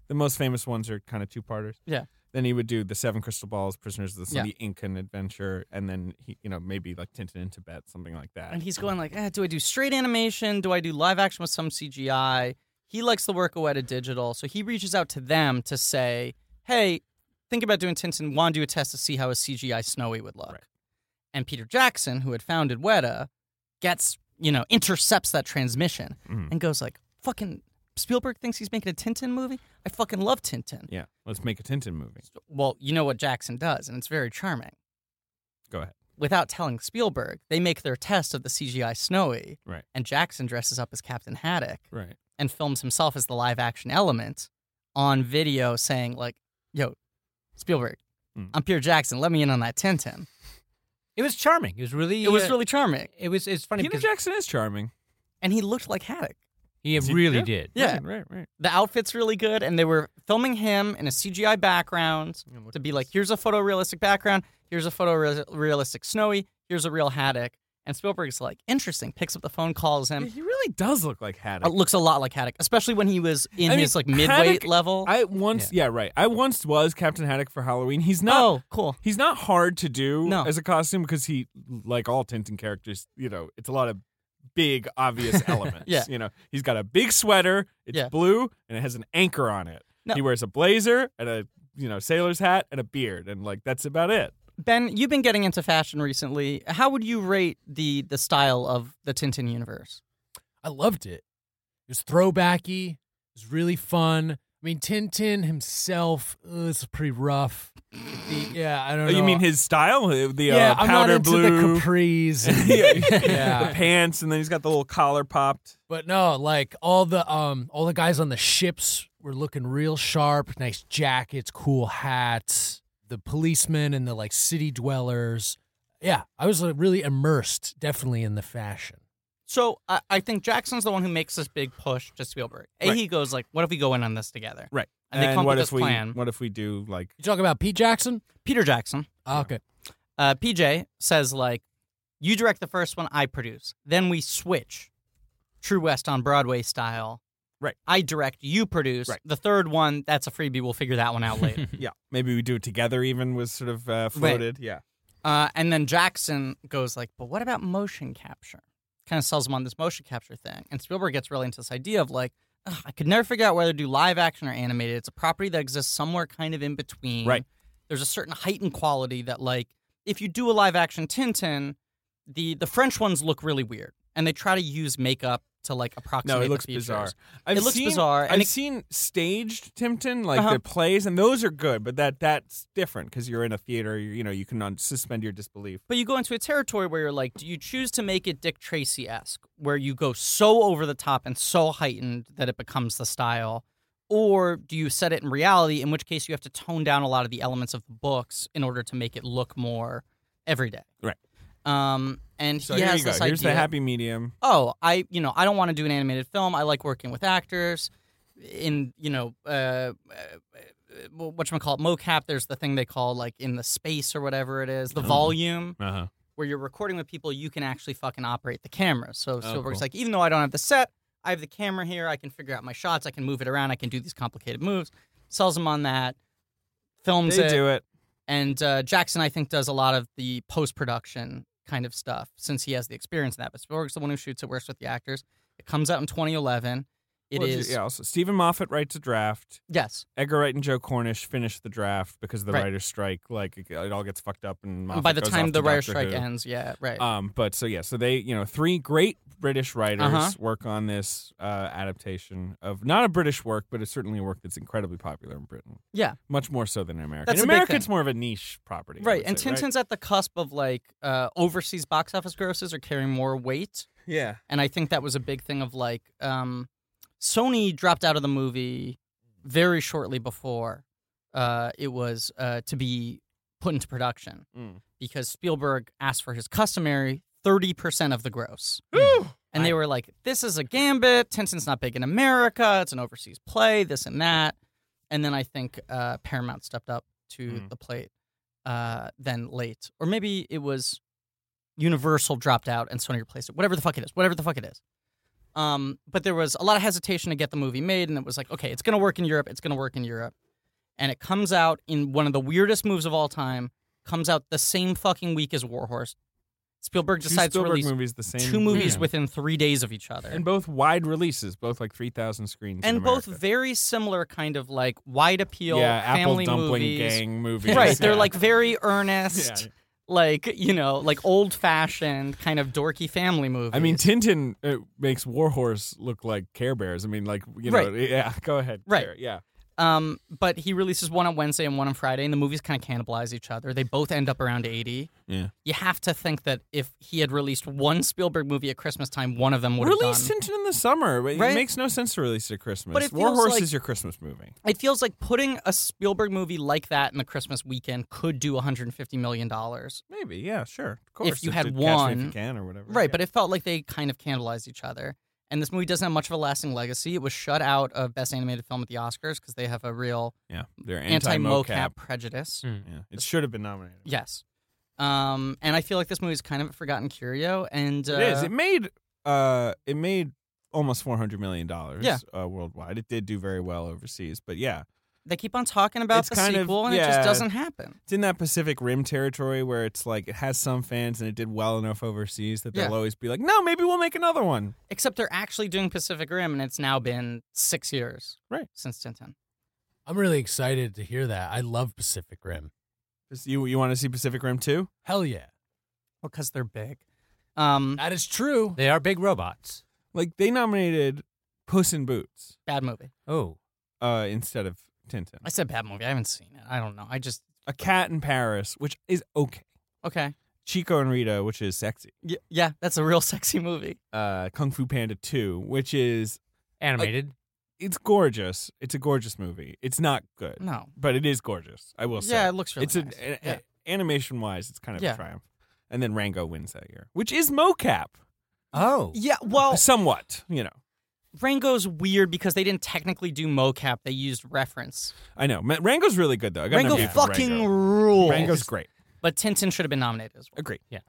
Speaker 3: the most famous ones are kind of two parters.
Speaker 2: Yeah.
Speaker 3: Then he would do the Seven Crystal Balls, Prisoners of the Sun,
Speaker 2: Yeah.
Speaker 3: the Incan Adventure, and then he, you know, maybe like Tintin in Tibet, something like that.
Speaker 2: and he's going like, eh, do I do straight animation? Do I do live action with some CGI? He likes the work away to digital, so he reaches out to them to say, hey, think about doing Tintin. Want to do a test to see how a CGI Snowy would look?
Speaker 3: Right.
Speaker 2: And Peter Jackson, who had founded Weta, gets you know intercepts that transmission
Speaker 3: Mhm.
Speaker 2: and goes like, fucking Spielberg thinks he's making a Tintin movie. I fucking love Tintin.
Speaker 3: Yeah, let's make a Tintin movie.
Speaker 2: well, you know what Jackson does, and it's very charming.
Speaker 3: Go ahead.
Speaker 2: Without telling Spielberg, they make their test of the CGI Snowy,
Speaker 3: Right.
Speaker 2: and Jackson dresses up as Captain Haddock
Speaker 3: Right.
Speaker 2: and films himself as the live action element on video saying, like, yo, Spielberg,
Speaker 3: Mm.
Speaker 2: I'm Peter Jackson, let me in on that Tintin.
Speaker 4: it was charming. It was really.
Speaker 2: It was
Speaker 4: uh,
Speaker 2: really charming.
Speaker 4: It was. It's funny
Speaker 3: Peter
Speaker 4: because
Speaker 3: Jackson is charming.
Speaker 2: And he looked like Haddock.
Speaker 4: he
Speaker 3: Is he
Speaker 4: really
Speaker 3: good?
Speaker 4: did.
Speaker 2: Yeah.
Speaker 3: Right, right, right.
Speaker 2: The outfit's really good, and they were filming him in a CGI background. to be like, here's a photorealistic background, here's a photorealistic Snowy, here's a real Haddock. And Spielberg's like, interesting, picks up the phone, calls
Speaker 3: Yeah,
Speaker 2: him.
Speaker 3: he really does look like Haddock.
Speaker 2: It looks a lot like Haddock, especially when he was in
Speaker 3: I mean,
Speaker 2: his like midweight
Speaker 3: Haddock-
Speaker 2: level.
Speaker 3: I once, yeah. right. I once was Captain Haddock for Halloween. He's not.
Speaker 2: oh, cool.
Speaker 3: He's not hard to do
Speaker 2: No.
Speaker 3: as a costume because he, like all Tintin characters, you know, it's a lot of big, obvious elements.
Speaker 2: Yeah.
Speaker 3: You know, he's got a big sweater. It's
Speaker 2: Yeah.
Speaker 3: blue and it has an anchor on it.
Speaker 2: No.
Speaker 3: He wears a blazer and a you know sailor's hat and a beard and like that's about it.
Speaker 2: Ben, you've been getting into fashion recently. How would you rate the the style of the Tintin universe?
Speaker 5: I loved it. It was throwbacky. It was really fun. I mean, Tintin himself uh, is pretty rough. The- yeah, I don't
Speaker 3: Oh,
Speaker 5: know.
Speaker 3: you mean his style? The the,
Speaker 5: yeah,
Speaker 3: uh, powder
Speaker 5: I'm not into
Speaker 3: blue.
Speaker 5: the capris.
Speaker 3: yeah.
Speaker 5: Yeah.
Speaker 3: The pants and then he's got the little collar popped.
Speaker 5: But no, like all the um all the guys on the ships were looking real sharp, nice jackets, cool hats, the policemen and the like city dwellers. Yeah, I was like, really immersed definitely in the fashion.
Speaker 2: So I, I think Jackson's the one who makes this big push to Spielberg. A,
Speaker 3: Right.
Speaker 2: he goes like, "What if we go in on this together?"
Speaker 3: Right.
Speaker 2: And they come up
Speaker 3: what
Speaker 2: with
Speaker 3: if
Speaker 2: this
Speaker 3: we
Speaker 2: plan.
Speaker 3: what if we do like
Speaker 5: You talking about Pete Jackson?
Speaker 2: Peter Jackson,
Speaker 5: Ah, okay.
Speaker 2: uh, PJ says like, you direct the first one, I produce. Then we switch, True West on Broadway style.
Speaker 3: Right.
Speaker 2: I direct, you produce.
Speaker 3: Right.
Speaker 2: The third one, that's a freebie. We'll figure that one out later.
Speaker 3: Yeah, maybe we do it together. Even was sort of uh, floated. Yeah,
Speaker 2: uh, and then Jackson goes like, "But what about motion capture?" Kind of sells him on this motion capture thing, and Spielberg gets really into this idea of like, "Ugh, I could never figure out whether to do live action or animated. It's a property that exists somewhere kind of in between.
Speaker 3: Right.
Speaker 2: There's a certain heightened quality that like, if you do a live action Tintin, the the French ones look really weird, and they try to use makeup to like approximate.
Speaker 3: no, it
Speaker 2: the
Speaker 3: looks
Speaker 2: features.
Speaker 3: bizarre. I've
Speaker 2: It looks
Speaker 3: seen-
Speaker 2: bizarre, and
Speaker 3: I've
Speaker 2: it-
Speaker 3: seen staged Timpton, like
Speaker 2: Uh-huh.
Speaker 3: the plays, and those are good. But that that's different because you're in a theater. You're, you know, you can un- suspend your disbelief.
Speaker 2: But you go into a territory where you're like, do you choose to make it Dick Tracy esque, where you go so over the top and so heightened that it becomes the style? Or do you set it in reality, in which case you have to tone down a lot of the elements of the books in order to make it look more everyday?
Speaker 3: Right.
Speaker 2: Um, and
Speaker 3: So
Speaker 2: he
Speaker 3: here
Speaker 2: has
Speaker 3: you go.
Speaker 2: this
Speaker 3: Here's
Speaker 2: idea
Speaker 3: the happy medium.
Speaker 2: oh i you know i don't want to do an animated film i like working with actors in you know uh, what you call it mocap there's the thing they call like in the space or whatever it is the volume
Speaker 3: Oh. Uh-huh.
Speaker 2: where you're recording with people you can actually fucking operate the camera so Spielberg's
Speaker 3: Oh, cool.
Speaker 2: like even though i don't have the set i have the camera here i can figure out my shots i can move it around i can do these complicated moves sells him on that films
Speaker 3: They
Speaker 2: it
Speaker 3: do it.
Speaker 2: and uh, Jackson, I think, does a lot of the post production kind of stuff since he has the experience in that. But Spielberg's the one who shoots it, works with the actors. It comes out in 2011. It is
Speaker 3: Well, Yeah. Also, Stephen Moffat writes a draft.
Speaker 2: yes,
Speaker 3: Edgar Wright and Joe Cornish finish the draft because of the
Speaker 2: Right.
Speaker 3: writers' strike. Like it, it all gets fucked up, and Moffat
Speaker 2: by the
Speaker 3: goes
Speaker 2: time
Speaker 3: off
Speaker 2: the
Speaker 3: to
Speaker 2: writer
Speaker 3: Doctor
Speaker 2: strike
Speaker 3: Who.
Speaker 2: ends, yeah, right.
Speaker 3: Um, but so yeah, so they you know three great British writers
Speaker 2: Uh-huh.
Speaker 3: work on this uh, adaptation of not a British work, but it's certainly a work that's incredibly popular in Britain,
Speaker 2: yeah,
Speaker 3: much more so than in America.
Speaker 2: That's the
Speaker 3: in
Speaker 2: big
Speaker 3: America,
Speaker 2: thing.
Speaker 3: it's more of a niche property, I
Speaker 2: right.
Speaker 3: would
Speaker 2: And
Speaker 3: say,
Speaker 2: Tintin's at the cusp of like uh, overseas box office grosses are carrying more weight,
Speaker 3: yeah,
Speaker 2: and I think that was a big thing of like um, Sony dropped out of the movie very shortly before uh, it was uh, to be put into production.
Speaker 3: Mm.
Speaker 2: because Spielberg asked for his customary 30% of the gross. And they were like, this is a gambit. Tencent's not big in America. It's an overseas play, this and that. And then I think uh, Paramount stepped up to
Speaker 3: Mm.
Speaker 2: the plate uh, then late. Or maybe it was Universal dropped out and Sony replaced it. Whatever the fuck it is. Whatever the fuck it is. Um, but there was a lot of hesitation to get the movie made. And it was like, okay, it's going to work in Europe. It's going to work in Europe. And it comes out in one of the weirdest moves of all time. Comes out the same fucking week as Warhorse. Spielberg
Speaker 3: Two
Speaker 2: decides
Speaker 3: Spielberg
Speaker 2: to release
Speaker 3: movies the same
Speaker 2: two movies
Speaker 3: weekend.
Speaker 2: within three days of each other.
Speaker 3: and both wide releases, both like three thousand screens, in
Speaker 2: and both
Speaker 3: America.
Speaker 2: very similar kind of like wide appeal
Speaker 3: yeah, Apple
Speaker 2: family
Speaker 3: Dumpling
Speaker 2: movies.
Speaker 3: Gang movies,
Speaker 2: Right,
Speaker 3: Yeah.
Speaker 2: they're like very earnest,
Speaker 3: Yeah.
Speaker 2: like you know, like old fashioned kind of dorky family movies.
Speaker 3: I mean, Tintin uh makes Warhorse look like Care Bears. I mean, like you know,
Speaker 2: Right.
Speaker 3: yeah. Go ahead,
Speaker 2: Right.
Speaker 3: Care, yeah.
Speaker 2: um, but he releases one on Wednesday and one on Friday, and the movies kind of cannibalize each other. They both end up around eighty.
Speaker 3: Yeah.
Speaker 2: you have to think that if he had released one Spielberg movie at Christmas time, one of them would have done.
Speaker 3: Release Tintin in the summer. but
Speaker 2: Right?
Speaker 3: It makes no sense to release it at Christmas.
Speaker 2: But it feels
Speaker 3: War Horse
Speaker 2: like-
Speaker 3: is your Christmas movie.
Speaker 2: it feels like putting a Spielberg movie like that in the Christmas weekend could do 150 million dollars.
Speaker 3: Maybe, yeah, sure. Of course.
Speaker 2: you
Speaker 3: It's
Speaker 2: had
Speaker 3: a Catch Me if
Speaker 2: one-
Speaker 3: you can or whatever.
Speaker 2: Right,
Speaker 3: yeah.
Speaker 2: but it felt like they kind of cannibalized each other. And this movie doesn't have much of a lasting legacy. It was shut out of Best Animated Film at the Oscars because they have a real
Speaker 3: yeah, they're
Speaker 2: anti
Speaker 3: anti-mocap. Hmm.
Speaker 2: mocap prejudice.
Speaker 3: Yeah, it should have been nominated.
Speaker 2: Yes. Um, and I feel like this movie is kind of a forgotten curio. And uh,
Speaker 3: it is. It made uh, it made almost four hundred million dollars.
Speaker 2: Yeah.
Speaker 3: uh, worldwide. It did do very well overseas, but yeah,
Speaker 2: they keep on talking about
Speaker 3: It's
Speaker 2: the
Speaker 3: kind of-
Speaker 2: sequel, and it
Speaker 3: yeah.
Speaker 2: just doesn't happen.
Speaker 3: it's in that Pacific Rim territory where it's like it has some fans and it did well enough overseas that they'll
Speaker 2: Yeah.
Speaker 3: always be like, no, maybe we'll make another one.
Speaker 2: Except they're actually doing Pacific Rim, and it's now been six years
Speaker 3: Right.
Speaker 2: since Tintin.
Speaker 5: I'm really excited to hear that. I love Pacific Rim.
Speaker 3: You you want to see Pacific Rim too?
Speaker 5: Hell yeah.
Speaker 2: Well, because they're big. Um,
Speaker 5: That is true.
Speaker 4: They are big robots.
Speaker 3: Like they nominated Puss in Boots
Speaker 2: bad movie.
Speaker 4: Oh,
Speaker 3: uh, instead of Tintin.
Speaker 2: I said bad movie. I haven't seen it. I don't know. I just
Speaker 3: A Cat in Paris, which is okay.
Speaker 2: okay.
Speaker 3: Chico and Rita, which is sexy.
Speaker 2: Y- yeah, that's a real sexy movie.
Speaker 3: Uh, Kung Fu Panda 2, which is
Speaker 4: animated.
Speaker 3: it's gorgeous. It's a gorgeous movie. It's not good,
Speaker 2: No.
Speaker 3: but it is gorgeous. I will say.
Speaker 2: Yeah, it looks really
Speaker 3: it's a- eh
Speaker 2: nice.
Speaker 3: a-
Speaker 2: Yeah.
Speaker 3: animation wise, it's kind of
Speaker 2: Yeah.
Speaker 3: a triumph. And then Rango wins that year, which is mocap,
Speaker 5: Oh.
Speaker 2: yeah, well,
Speaker 3: somewhat. You know,
Speaker 2: Rango's weird because they didn't technically do mocap. They used reference.
Speaker 3: I know Ma- Rango's really good though. I got no
Speaker 2: Rango
Speaker 3: beef with
Speaker 2: fucking
Speaker 3: Rango.
Speaker 2: rules.
Speaker 3: Rango's great.
Speaker 2: But Tintin should have been nominated as well.
Speaker 3: Agree.
Speaker 4: Yeah.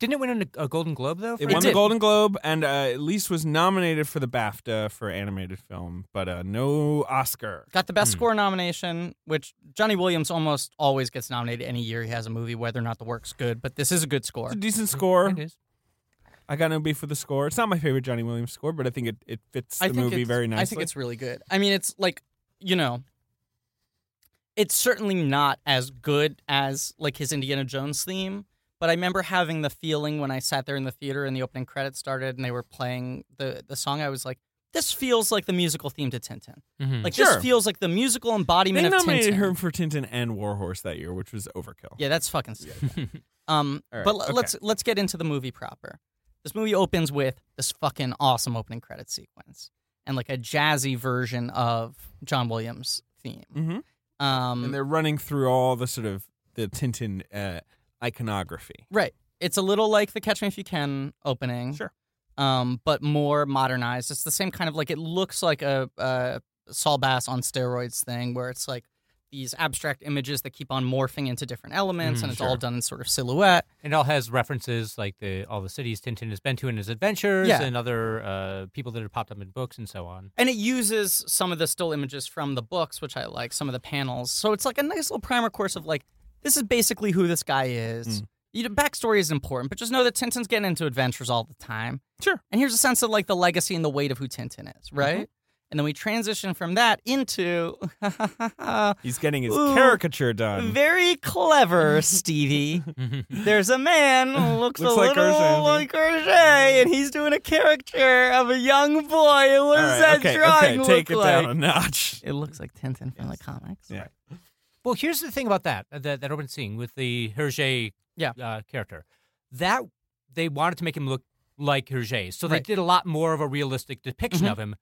Speaker 4: Didn't it win a, a Golden Globe though?
Speaker 3: It
Speaker 4: for-
Speaker 3: won the
Speaker 2: did.
Speaker 3: Golden Globe and uh, at least was nominated for the BAFTA for animated film, but uh, no Oscar.
Speaker 2: Got the best
Speaker 3: Hmm.
Speaker 2: score nomination, which Johnny Williams almost always gets nominated any year he has a movie, whether or not the work's good. But this is a good score.
Speaker 3: It's a decent
Speaker 2: Mm-hmm.
Speaker 3: score.
Speaker 4: It is.
Speaker 3: I got no beef with the score. It's not my favorite Johnny Williams score, but I think it, it fits the
Speaker 2: I think
Speaker 3: movie
Speaker 2: it's-
Speaker 3: very nicely.
Speaker 2: I think it's really good. I mean, it's like you know, it's certainly not as good as like his Indiana Jones theme. But I remember having the feeling when I sat there in the theater and the opening credits started and they were playing the the song. I was like, this feels like the musical theme to Tintin.
Speaker 4: Mhm.
Speaker 2: Like
Speaker 3: Mm-hmm. Sure.
Speaker 2: this feels like the musical embodiment
Speaker 3: they
Speaker 2: of
Speaker 3: nominated
Speaker 2: Tintin.
Speaker 3: her for Tintin and Warhorse that year, which was overkill.
Speaker 2: Yeah, that's fucking sick. um,
Speaker 3: All right,
Speaker 2: but l-
Speaker 3: okay.
Speaker 2: let's let's get into the movie proper. This movie opens with this fucking awesome opening credit sequence and like a jazzy version of John Williams' theme.
Speaker 3: hmm And
Speaker 2: Um,
Speaker 3: they're running through all the sort of the Tintin uh, iconography.
Speaker 2: right, it's a little like the Catch Me If You Can opening,
Speaker 3: Sure.
Speaker 2: um, but more modernized. It's the same kind of like it looks like a, a Saul Bass on steroids thing, where it's like these abstract images that keep on morphing into different elements,
Speaker 4: Mm,
Speaker 2: and it's
Speaker 3: sure.
Speaker 2: all done in sort of silhouette.
Speaker 4: It all has references like the all the cities Tintin has been to in his adventures
Speaker 2: Yeah.
Speaker 4: and other uh, people that have popped up in books and so on.
Speaker 2: And it uses some of the still images from the books, which I like, some of the panels. So it's like a nice little primer course of like, this is basically who this guy is.
Speaker 3: Mm.
Speaker 2: You know, backstory is important, but just know that Tintin's getting into adventures all the time.
Speaker 3: Sure. Uh-huh.
Speaker 2: And here's a sense of like the legacy and the weight of who Tintin is, right? And then we transition from that into
Speaker 3: He's getting his
Speaker 2: Ooh.
Speaker 3: caricature done.
Speaker 2: very clever Stevie. There's a man who looks,
Speaker 3: Looks
Speaker 2: a
Speaker 3: like
Speaker 2: little
Speaker 3: Hergé.
Speaker 2: like Hergé, and he's doing a caricature of a young boy. What
Speaker 3: All
Speaker 2: does that
Speaker 3: right, okay,
Speaker 2: drawing
Speaker 3: okay, take it
Speaker 2: look
Speaker 3: down
Speaker 2: like?
Speaker 3: a notch.
Speaker 2: It looks like Tintin from the comics.
Speaker 3: Yeah.
Speaker 4: Well, here's the thing about that uh, that, that open scene with the Hergé
Speaker 2: Yeah.
Speaker 4: uh, character. That they wanted to make him look like Hergé, so they
Speaker 2: Right.
Speaker 4: did a lot more of a realistic depiction of him.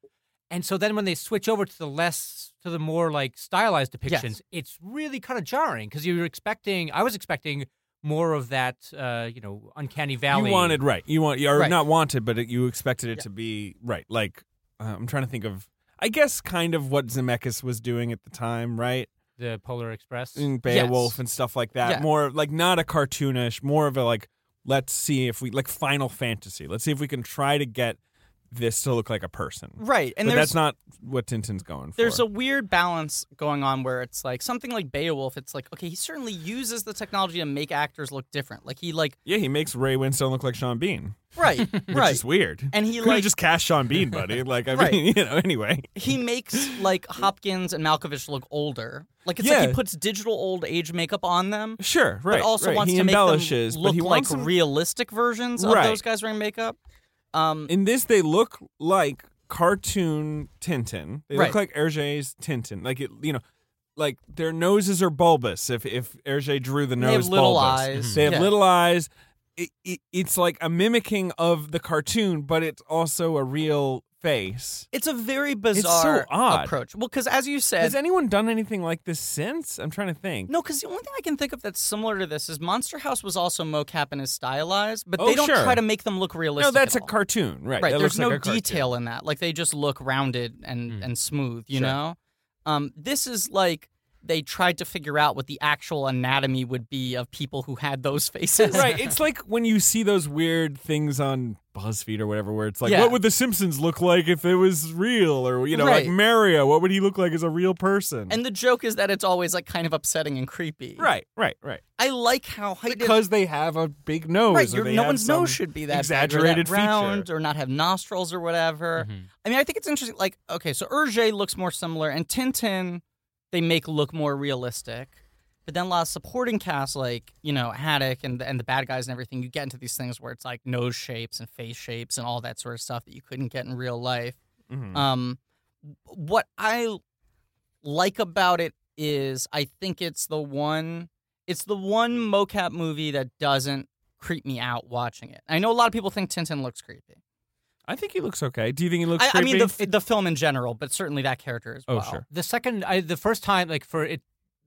Speaker 4: And so then when they switch over to the less to the more like stylized depictions, it's really kind of jarring because you're expecting. I was expecting more of that, uh, you know, uncanny valley.
Speaker 3: You wanted right. You want or
Speaker 2: Right.
Speaker 3: not wanted, but it, you expected it
Speaker 2: Yeah.
Speaker 3: to be right. Like uh, I'm trying to think of. I guess kind of what Zemeckis was doing at the time, right?
Speaker 4: the Polar Express.
Speaker 3: In Beowulf
Speaker 2: Yes.
Speaker 3: and stuff like that.
Speaker 2: Yeah.
Speaker 3: More like not a cartoonish, more of a like let's see if we like Final Fantasy. Let's see if we can try to get this to look like a person.
Speaker 2: Right. And
Speaker 3: but
Speaker 2: there's
Speaker 3: that's not what Tintin's going for.
Speaker 2: there's a weird balance going on where it's like something like Beowulf, it's like, okay, he certainly uses the technology to make actors look different. Like he like
Speaker 3: yeah, he makes Ray Winstone look like Sean Bean,
Speaker 2: Right.
Speaker 3: which
Speaker 2: right.
Speaker 3: is weird.
Speaker 2: And he
Speaker 3: Could've
Speaker 2: like
Speaker 3: just cast Sean Bean, buddy. Like I
Speaker 2: Right.
Speaker 3: mean, you know. Anyway,
Speaker 2: he makes like Hopkins and Malkovich look older. Like it's like
Speaker 3: Yeah.
Speaker 2: he puts digital old age makeup on them.
Speaker 3: sure, right.
Speaker 2: but also
Speaker 3: right.
Speaker 2: wants
Speaker 3: he
Speaker 2: to make them
Speaker 3: embellishes,
Speaker 2: look
Speaker 3: but he
Speaker 2: like
Speaker 3: wants them-
Speaker 2: realistic versions of
Speaker 3: Right.
Speaker 2: those guys wearing makeup. Um,
Speaker 3: in this they look like cartoon Tintin. They
Speaker 2: Right.
Speaker 3: look like Hergé's Tintin. Like it, you know, like their noses are bulbous. If if Hergé drew the
Speaker 2: they have
Speaker 3: nose,
Speaker 2: little
Speaker 3: bulbous.
Speaker 2: eyes.
Speaker 3: They have
Speaker 2: Yeah.
Speaker 3: little eyes. It, it, it's like a mimicking of the cartoon, but it's also a real face.
Speaker 2: It's a very bizarre
Speaker 3: odd.
Speaker 2: approach. Well, because as you said,
Speaker 3: Has anyone done anything like this since? I'm trying to think.
Speaker 2: No, because the only thing I can think of that's similar to this is Monster House was also mocap and is stylized, but
Speaker 3: Oh,
Speaker 2: they don't
Speaker 3: sure.
Speaker 2: try to make them look realistic.
Speaker 3: No, that's
Speaker 2: at
Speaker 3: a
Speaker 2: all.
Speaker 3: cartoon, right?
Speaker 2: Right,
Speaker 3: that
Speaker 2: there's
Speaker 3: looks like
Speaker 2: no
Speaker 3: a cartoon. Hmm.
Speaker 2: detail in that. Like they just look rounded and
Speaker 4: Mm.
Speaker 2: and smooth. You
Speaker 3: Sure.
Speaker 2: know, um, this is like they tried to figure out what the actual anatomy would be of people who had those faces.
Speaker 3: right. It's like when you see those weird things on BuzzFeed or whatever, where it's like,
Speaker 2: Yeah.
Speaker 3: what would the Simpsons look like if it was real? Or, you know,
Speaker 2: Right.
Speaker 3: like Mario, what would he look like as a real person?
Speaker 2: And the joke is that it's always like kind of upsetting and creepy.
Speaker 3: right, right, right.
Speaker 2: I like how heightened.
Speaker 3: Because they have a big nose.
Speaker 2: Right,
Speaker 3: or
Speaker 2: your,
Speaker 3: they
Speaker 2: no
Speaker 3: have
Speaker 2: one's
Speaker 3: some-
Speaker 2: nose should be that big or that
Speaker 3: exaggerated feature. Mm-hmm.
Speaker 2: round or not have nostrils or whatever.
Speaker 4: Mhm.
Speaker 2: I mean, I think it's interesting. Like, okay, so Hergé looks more similar, and Tintin, they make look more realistic. But then a lot of supporting cast, like you know Haddock and and the bad guys and everything, you get into these things where it's like nose shapes and face shapes and all that sort of stuff that you couldn't get in real life.
Speaker 3: Mhm.
Speaker 2: Um, what I like about it is I think it's the one it's the one mocap movie that doesn't creep me out watching it. I know a lot of people think Tintin looks creepy.
Speaker 3: I think he looks okay. Do you think he looks
Speaker 2: I, I
Speaker 3: creepy?
Speaker 2: mean the f- the film in general, but certainly that character as
Speaker 3: Oh,
Speaker 2: well.
Speaker 3: sure.
Speaker 4: the second I, the first time like for it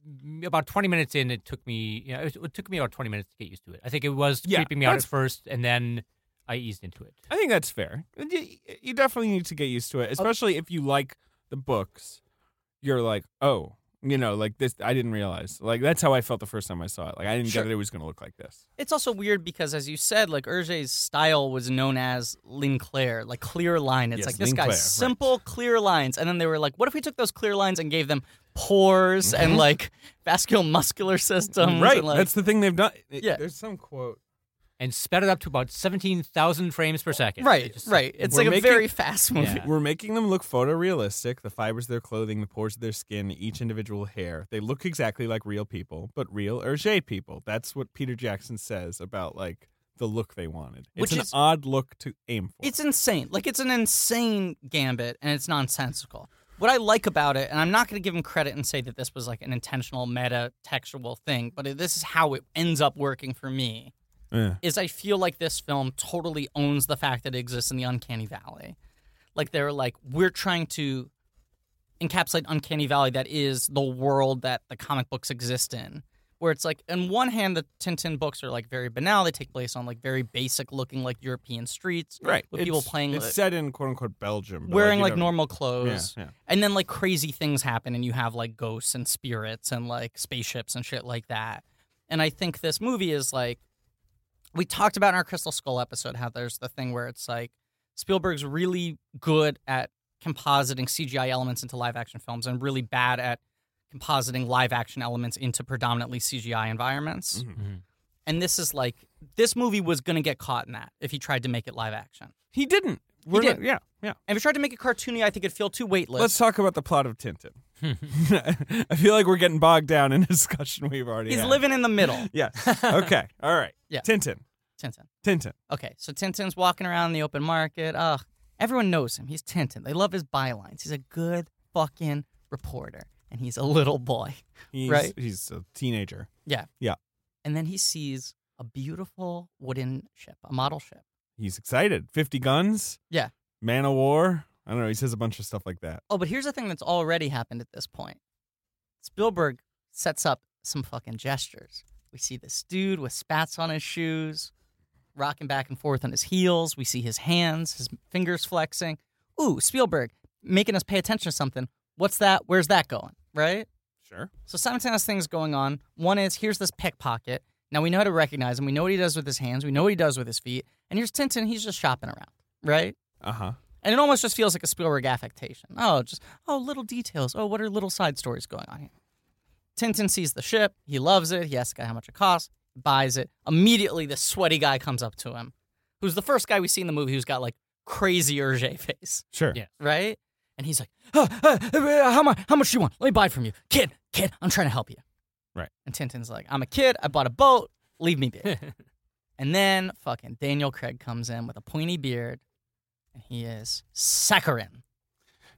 Speaker 4: mm, about 20 minutes in it took me you know, it, it took me about 20 minutes to get used to it i think it was
Speaker 3: Yeah,
Speaker 4: creeping me out at
Speaker 3: that's-
Speaker 4: first and then i eased into it
Speaker 3: I think that's fair. Uh, You, you definitely need to get used to it, especially if you like the books. You're like, oh, You know, like this, I didn't realize. Like that's how I felt the first time I saw it. Like I didn't
Speaker 2: Sure.
Speaker 3: get that it was going to look like this.
Speaker 2: It's also weird because, as you said, like Hergé's style was known as Linclair, like clear line. It's
Speaker 3: Yes,
Speaker 2: like this
Speaker 3: Linclair,
Speaker 2: guy's
Speaker 3: right.
Speaker 2: simple, clear lines. And then they were like, what if we took those clear lines and gave them pores and like vasculomuscular systems?
Speaker 3: Mm-hmm.
Speaker 2: And,
Speaker 3: right.
Speaker 2: Mm-hmm. like,
Speaker 3: that's the thing they've done. It-
Speaker 2: Yeah.
Speaker 3: There's some quote.
Speaker 4: and sped it up to about seventeen thousand frames per second.
Speaker 2: right,
Speaker 4: It just-
Speaker 2: right. It's
Speaker 3: we're
Speaker 2: like a
Speaker 3: making-
Speaker 2: very fast movie.
Speaker 4: Yeah.
Speaker 3: We're making them look photorealistic. The fibers of their clothing, the pores of their skin, each individual hair. They look exactly like real people, but real Hergé people. That's what Peter Jackson says about like the look they wanted.
Speaker 2: Which
Speaker 3: it's an
Speaker 2: is-
Speaker 3: odd look to aim for.
Speaker 2: It's insane. Like it's an insane gambit and it's nonsensical. What I like about it, and I'm not going to give him credit and say that this was like an intentional meta textual thing, but it, this is how it ends up working for me.
Speaker 3: Yeah.
Speaker 2: Is I feel like this film totally owns the fact that it exists in the uncanny valley. Like they're like we're trying to encapsulate uncanny valley that is the world that the comic books exist in. Where it's like, on one hand, the Tintin books are like very banal. They take place on like very basic looking like European streets
Speaker 3: right.
Speaker 2: with people
Speaker 3: It's-
Speaker 2: playing
Speaker 3: It's
Speaker 2: like-
Speaker 3: set in quote unquote Belgium, but,
Speaker 2: wearing
Speaker 3: you
Speaker 2: like
Speaker 3: don't-
Speaker 2: normal
Speaker 3: Yeah,
Speaker 2: clothes.
Speaker 3: yeah.
Speaker 2: And then like crazy things happen and you have like ghosts and spirits and like spaceships and shit like that. And I think this movie is like we talked about in our Crystal Skull episode how there's the thing where it's like Spielberg's really good at compositing CGI elements into live action films and really bad at compositing live action elements into predominantly CGI environments.
Speaker 3: Mhm.
Speaker 4: Mhm.
Speaker 2: And this is like this movie was going to get caught in that if he tried to make it live action.
Speaker 3: He didn't. We're
Speaker 2: did.
Speaker 3: not- yeah, yeah.
Speaker 2: And if you tried to make it cartoony, I think it'd feel too weightless.
Speaker 3: Let's talk about the plot of Tintin. I feel like we're getting bogged down in a discussion we've already
Speaker 2: He's
Speaker 3: had.
Speaker 2: living in the middle,
Speaker 3: Yeah. Okay. All right.
Speaker 2: Yeah.
Speaker 3: Tintin.
Speaker 2: Tintin.
Speaker 3: Tintin.
Speaker 2: Okay, so Tintin's walking around the open market. Ugh, everyone knows him. He's Tintin. They love his bylines. He's a good fucking reporter, and he's a little boy.
Speaker 3: He's,
Speaker 2: Right.
Speaker 3: He's a teenager.
Speaker 2: And then he sees a beautiful wooden ship, a model ship.
Speaker 3: He's excited. 50 guns.
Speaker 2: Yeah.
Speaker 3: Man of War. I don't know. He says a bunch of stuff like that.
Speaker 2: Oh, but here's the thing that's already happened at this point. Spielberg sets up some fucking gestures. We see this dude with spats on his shoes, rocking back and forth on his heels. We see his hands, his fingers flexing. Ooh, Spielberg making us pay attention to something. What's that? Where's that going? Right?
Speaker 3: Sure.
Speaker 2: So simultaneous things going on. One is here's this pickpocket. Now we know how to recognize him. We know what he does with his hands. We know what he does with his feet. And here's Tintin. He's just shopping around, right?
Speaker 3: Uh huh.
Speaker 2: And it almost just feels like a Spielberg affectation. Oh, just oh, little details. Oh, what are little side stories going on here? Tintin sees the ship. He loves it. He asks the guy how much it costs. Buys it immediately. This sweaty guy comes up to him, who's the first guy we see in the movie who's got like crazy Hergé face
Speaker 3: Sure.
Speaker 4: Yeah.
Speaker 2: right? And he's like, "Huh, huh, uh, how much? How much do you want? Let me buy it from you, kid. Kid, I'm trying to help you.
Speaker 3: Right.
Speaker 2: And Tintin's like, I'm a kid. I bought a boat. Leave me be. and then fucking Daniel Craig comes in with a pointy beard, and he is saccharine.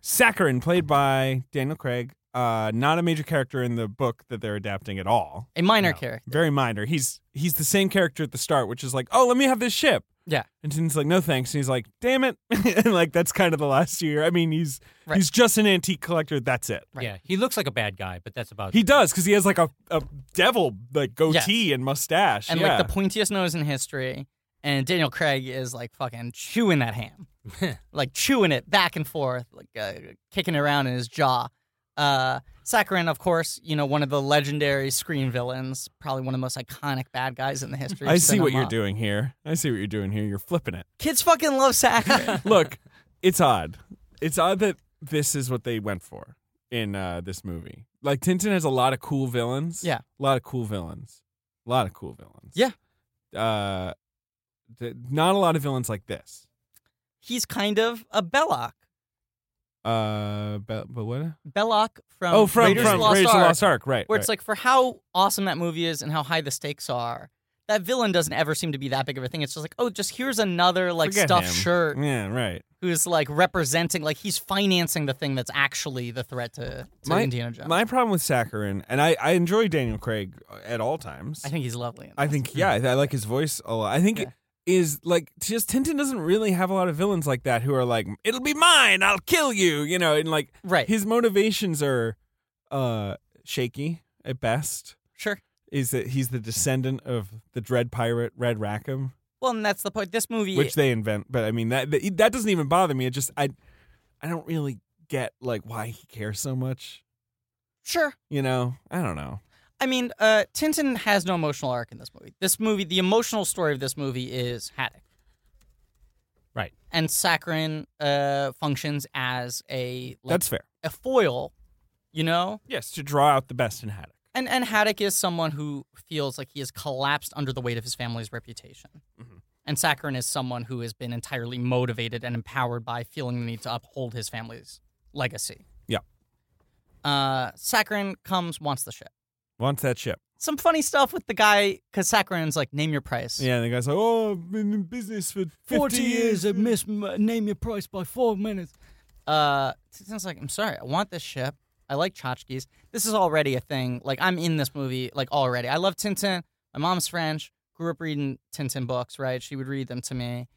Speaker 3: Saccharin, played by Daniel Craig. Uh, not a major character in the book that they're adapting at all.
Speaker 2: A minor
Speaker 3: No.
Speaker 2: character.
Speaker 3: Very minor. He's he's the same character at the start, which is like, oh, let me have this ship.
Speaker 2: Yeah.
Speaker 3: And Tintin's like, no thanks. And he's like, damn it. and like that's kind of the last year. I mean, he's
Speaker 2: Right.
Speaker 3: he's just an antique collector. That's it.
Speaker 2: Right.
Speaker 4: Yeah, he looks like a bad guy, but that's about
Speaker 3: He does because he has like a, a devil like goatee and mustache.
Speaker 2: And
Speaker 3: yeah.
Speaker 2: like the pointiest nose in history. And Daniel Craig is like fucking chewing that ham. like chewing it back and forth, like uh, kicking it around in his jaw. Uh, Saccharin, of course, you know one of the legendary screen villains, probably one of the most iconic bad guys in the history. of
Speaker 3: I see what
Speaker 2: cinema.
Speaker 3: you're doing here. I see what you're doing here. You're flipping it.
Speaker 2: Kids fucking love Saccharin.
Speaker 3: Look, it's odd. It's odd that this is what they went for in uh, this movie. Like Tintin has a lot of cool villains.
Speaker 2: Yeah.
Speaker 3: a lot of cool villains. A lot of cool villains.
Speaker 2: Yeah.
Speaker 3: Uh, th- not a lot of villains like this.
Speaker 2: He's kind of a Belloc.
Speaker 3: Uh, but, but what?
Speaker 2: Belloc from
Speaker 3: oh, from
Speaker 2: Um, Raiders of
Speaker 3: from
Speaker 2: the Lost
Speaker 3: Raiders of the
Speaker 2: Ark,
Speaker 3: Lost Ark, right?
Speaker 2: where it's like for how awesome that movie is and how high the stakes are. That villain doesn't ever seem to be that big of a thing. It's just like, oh, just here's another like
Speaker 3: Forget
Speaker 2: stuffed
Speaker 3: him. Mm.
Speaker 2: shirt
Speaker 3: yeah, right.
Speaker 2: who's like representing, like he's financing the thing that's actually the threat to, to
Speaker 3: My-
Speaker 2: Indiana Jones.
Speaker 3: My problem with Saccharin, and I, I enjoy Daniel Craig at all times.
Speaker 2: I think he's lovely. in
Speaker 3: I
Speaker 2: this.
Speaker 3: think yeah, I, I like his voice a lot. I think
Speaker 2: Yeah.
Speaker 3: it is like just Tintin doesn't really have a lot of villains like that who are like, "It'll be mine, I'll kill you," you know, and like
Speaker 2: right.
Speaker 3: his motivations are uh shaky at best.
Speaker 2: sure.
Speaker 3: Is that he's the descendant of the dread pirate Red Rackham,
Speaker 2: Well, and that's the point. This movie,
Speaker 3: which they invent. But I mean that that doesn't even bother me. It just I I don't really get like why he cares so much.
Speaker 2: Sure.
Speaker 3: You know, I don't know.
Speaker 2: I mean, uh, Tintin has no emotional arc in this movie. This movie, the emotional story of this movie is Haddock.
Speaker 4: Right.
Speaker 2: And Saccharin uh, functions as a like,
Speaker 3: That's fair.
Speaker 2: a foil, you know?
Speaker 3: Yes, to draw out the best in Haddock.
Speaker 2: And and Haddock is someone who feels like he has collapsed under the weight of his family's reputation. And Saccharin is someone who has been entirely motivated and empowered by feeling the need to uphold his family's legacy.
Speaker 3: Yeah.
Speaker 2: Uh, Saccharin comes, wants the ship.
Speaker 3: Wants that ship.
Speaker 2: Some funny stuff with the guy, because Saccharin's like, name your price.
Speaker 3: Yeah, and the guy's like, oh, I've been in business for 50 years.
Speaker 2: I've missed name your price by four minutes. Uh, Tintin's like, I'm sorry, I want this ship. I like tchotchkes. This is already a thing. Like, I'm in this movie, like, already. I love Tintin. My mom's French. Grew up reading Tintin books, right? She would read them to me.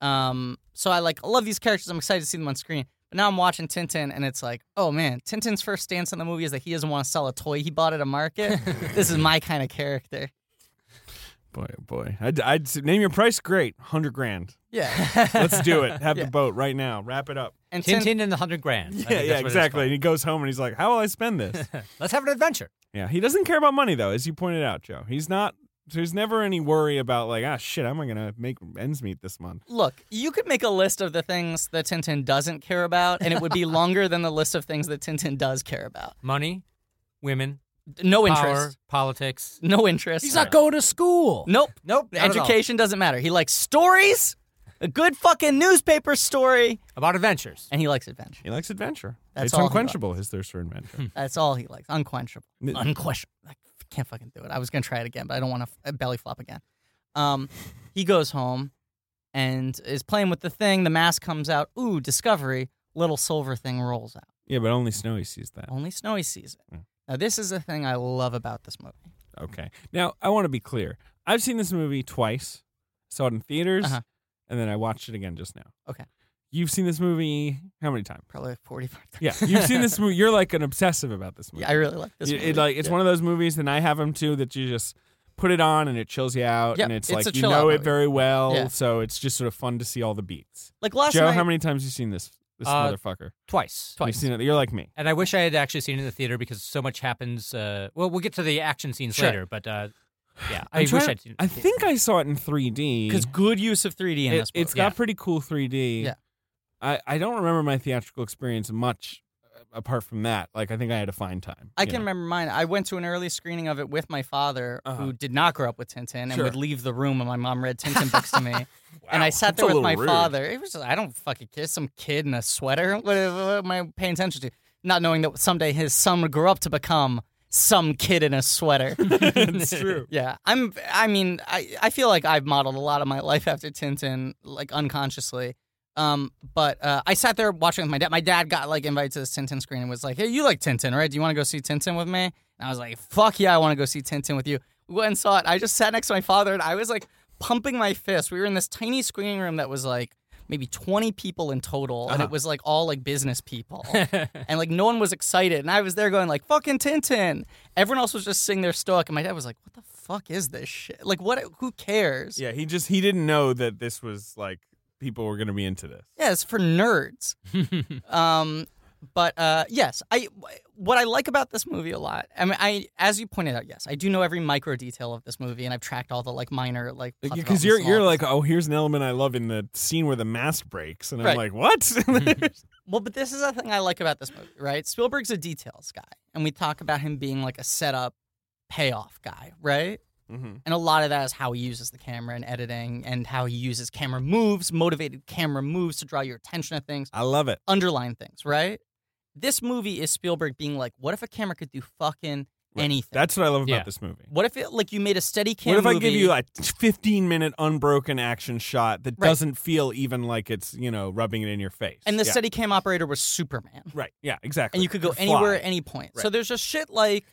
Speaker 2: Um, so I, like, I love these characters. I'm excited to see them on screen. But now I'm watching Tintin, and it's like, oh, man, Tintin's first stance in the movie is that he doesn't want to sell a toy he bought at a market. this is my kind of character.
Speaker 3: Boy, oh boy. I'd, I'd s- name your price. Great. 100 grand.
Speaker 2: Yeah.
Speaker 3: Let's do it. Have the boat right now. Wrap it up.
Speaker 2: And Tin-
Speaker 4: Tintin and the Hundred Grand. I think
Speaker 3: Yeah,
Speaker 4: that's
Speaker 3: yeah,
Speaker 4: what it's
Speaker 3: exactly. And he goes home and he's like, how will I spend this?
Speaker 4: called. Let's have an adventure.
Speaker 3: yeah, he doesn't care about money, though, as you pointed out, Joe. He's not, there's never any worry about, like, ah, shit, am I going to make ends meet this month?
Speaker 2: Look, you could make a list of the things that Tintin doesn't care about, and it would be longer than the list of things that Tintin does care about.
Speaker 4: Money, women,
Speaker 2: No
Speaker 4: power,
Speaker 2: interest.
Speaker 4: politics.
Speaker 2: No interest.
Speaker 5: He's not going to school.
Speaker 2: Nope.
Speaker 4: Nope. not at all.
Speaker 2: Education doesn't matter. He likes stories, a good fucking newspaper story,
Speaker 4: about adventures.
Speaker 2: and he likes adventure.
Speaker 3: He likes adventure.
Speaker 2: That's
Speaker 3: it's
Speaker 2: all he
Speaker 3: unquenchable, his thirst for adventure.
Speaker 2: That's all he likes. Unquenchable.
Speaker 3: N-
Speaker 2: Unquestionable. I can't fucking do it. I was gonna try it again, but I don't want to belly flop again. Um, he goes home and is playing with the thing. The mask comes out. Ooh, discovery. Little silver thing rolls out.
Speaker 3: yeah, but only Snowy sees that.
Speaker 2: Only Snowy sees it.
Speaker 3: Mm.
Speaker 2: Now, this is the thing I love about this movie.
Speaker 3: Okay. Now, I want to be clear. I've seen this movie twice. Saw it in theaters,
Speaker 2: Uh-huh.
Speaker 3: and then I watched it again just now.
Speaker 2: Okay.
Speaker 3: You've seen this movie how many times?
Speaker 2: Probably like 45 times.
Speaker 3: Yeah, you've seen this movie. You're like an obsessive about this movie.
Speaker 2: Yeah, I really like this
Speaker 3: You-
Speaker 2: movie.
Speaker 3: It, like it's
Speaker 2: Yeah.
Speaker 3: one of those movies, and I have them too. That you just put it on and it chills you out,
Speaker 2: Yeah,
Speaker 3: and it's,
Speaker 2: it's a
Speaker 3: like you
Speaker 2: chill-out
Speaker 3: know it
Speaker 2: movie.
Speaker 3: very well.
Speaker 2: Yeah.
Speaker 3: So it's just sort of fun to see all the beats.
Speaker 2: Like last
Speaker 3: Joe,
Speaker 2: night.
Speaker 3: how many times you seen this this
Speaker 4: Uh,
Speaker 3: motherfucker?
Speaker 4: Twice.
Speaker 3: You've seen it. You're like me.
Speaker 4: And I wish I had actually seen it in the theater because so much happens. Uh, well, we'll get to the action scenes
Speaker 2: Sure.
Speaker 4: later, but uh, yeah,
Speaker 3: I'm
Speaker 4: I wish
Speaker 3: trying-
Speaker 4: I'd seen it.
Speaker 3: I think I saw it in 3D
Speaker 2: Because good use of 3D in
Speaker 3: it,
Speaker 2: this movie.
Speaker 3: has got
Speaker 4: Yeah.
Speaker 3: pretty cool 3D.
Speaker 2: Yeah.
Speaker 3: I, I don't remember my theatrical experience much uh, apart from that. Like, I think I had a fine time.
Speaker 2: I
Speaker 3: you
Speaker 2: can
Speaker 3: know.
Speaker 2: remember mine. I went to an early screening of it with my father,
Speaker 3: Uh-huh.
Speaker 2: who did not grow up with Tintin and
Speaker 3: Sure.
Speaker 2: would leave the room when my mom read Tintin books to me. and I
Speaker 3: Wow,
Speaker 2: sat
Speaker 3: that's
Speaker 2: there
Speaker 3: a
Speaker 2: with
Speaker 3: little
Speaker 2: my
Speaker 3: rude.
Speaker 2: father. It was just, I don't fucking care. Some kid in a sweater. What, what am I paying attention to? Not knowing that someday his son would grow up to become some kid in a sweater.
Speaker 3: It's true.
Speaker 2: Yeah, I'm. I mean, I I feel like I've modeled a lot of my life after Tintin, like unconsciously. Um, but uh, I sat there watching with my dad. My dad got like invited to this Tintin screen and was like, "Hey, you like Tintin, right? Do you want to go see Tintin with me?" And I was like, "Fuck yeah, I want to go see Tintin with you." We went and saw it. I just sat next to my father and I was like pumping my fist. We were in this tiny screening room that was like maybe 20 people in total and it was like all like business people and like no one was excited and i was there going like fucking tintin everyone else was just sitting there stoic and my dad was like what the fuck is this shit like what who cares
Speaker 3: Yeah, he just, he didn't know that this was like, people were going to be into this.
Speaker 2: Yeah, it's for nerds. um, but uh, yes, I what I like about this movie a lot. I mean, I as you pointed out, yes, I do know every micro detail of this movie, and I've tracked all the like minor like plot
Speaker 3: Because you're,
Speaker 2: developments and
Speaker 3: you're
Speaker 2: all
Speaker 3: like, oh, here's an element I love in the scene where the mask breaks. And I'm
Speaker 2: Right. Mm-hmm.
Speaker 3: like, what?
Speaker 2: Well, but this is the thing I like about this movie, right? Spielberg's a details guy, and we talk about him being like a setup payoff guy, right?
Speaker 3: Mhm.
Speaker 2: And a lot of that is how he uses the camera and editing and how he uses camera moves, motivated camera moves to draw your attention to things,
Speaker 3: I love it.
Speaker 2: underline things, right? This movie is Spielberg being like, what if a camera could do fucking
Speaker 3: Right.
Speaker 2: anything?
Speaker 3: That's what I love about
Speaker 4: Yeah.
Speaker 3: this movie.
Speaker 2: what if it like you made a steady
Speaker 3: What
Speaker 2: camera
Speaker 3: if I give you a 15 minute unbroken action shot that
Speaker 2: Right.
Speaker 3: doesn't feel even like it's, you know, rubbing it in your face?
Speaker 2: and the
Speaker 3: Yeah.
Speaker 2: steady cam operator was Superman?
Speaker 3: Right. Yeah, exactly.
Speaker 2: and you could go anywhere
Speaker 3: fly.
Speaker 2: at any point. So
Speaker 3: Right.
Speaker 2: there's just shit like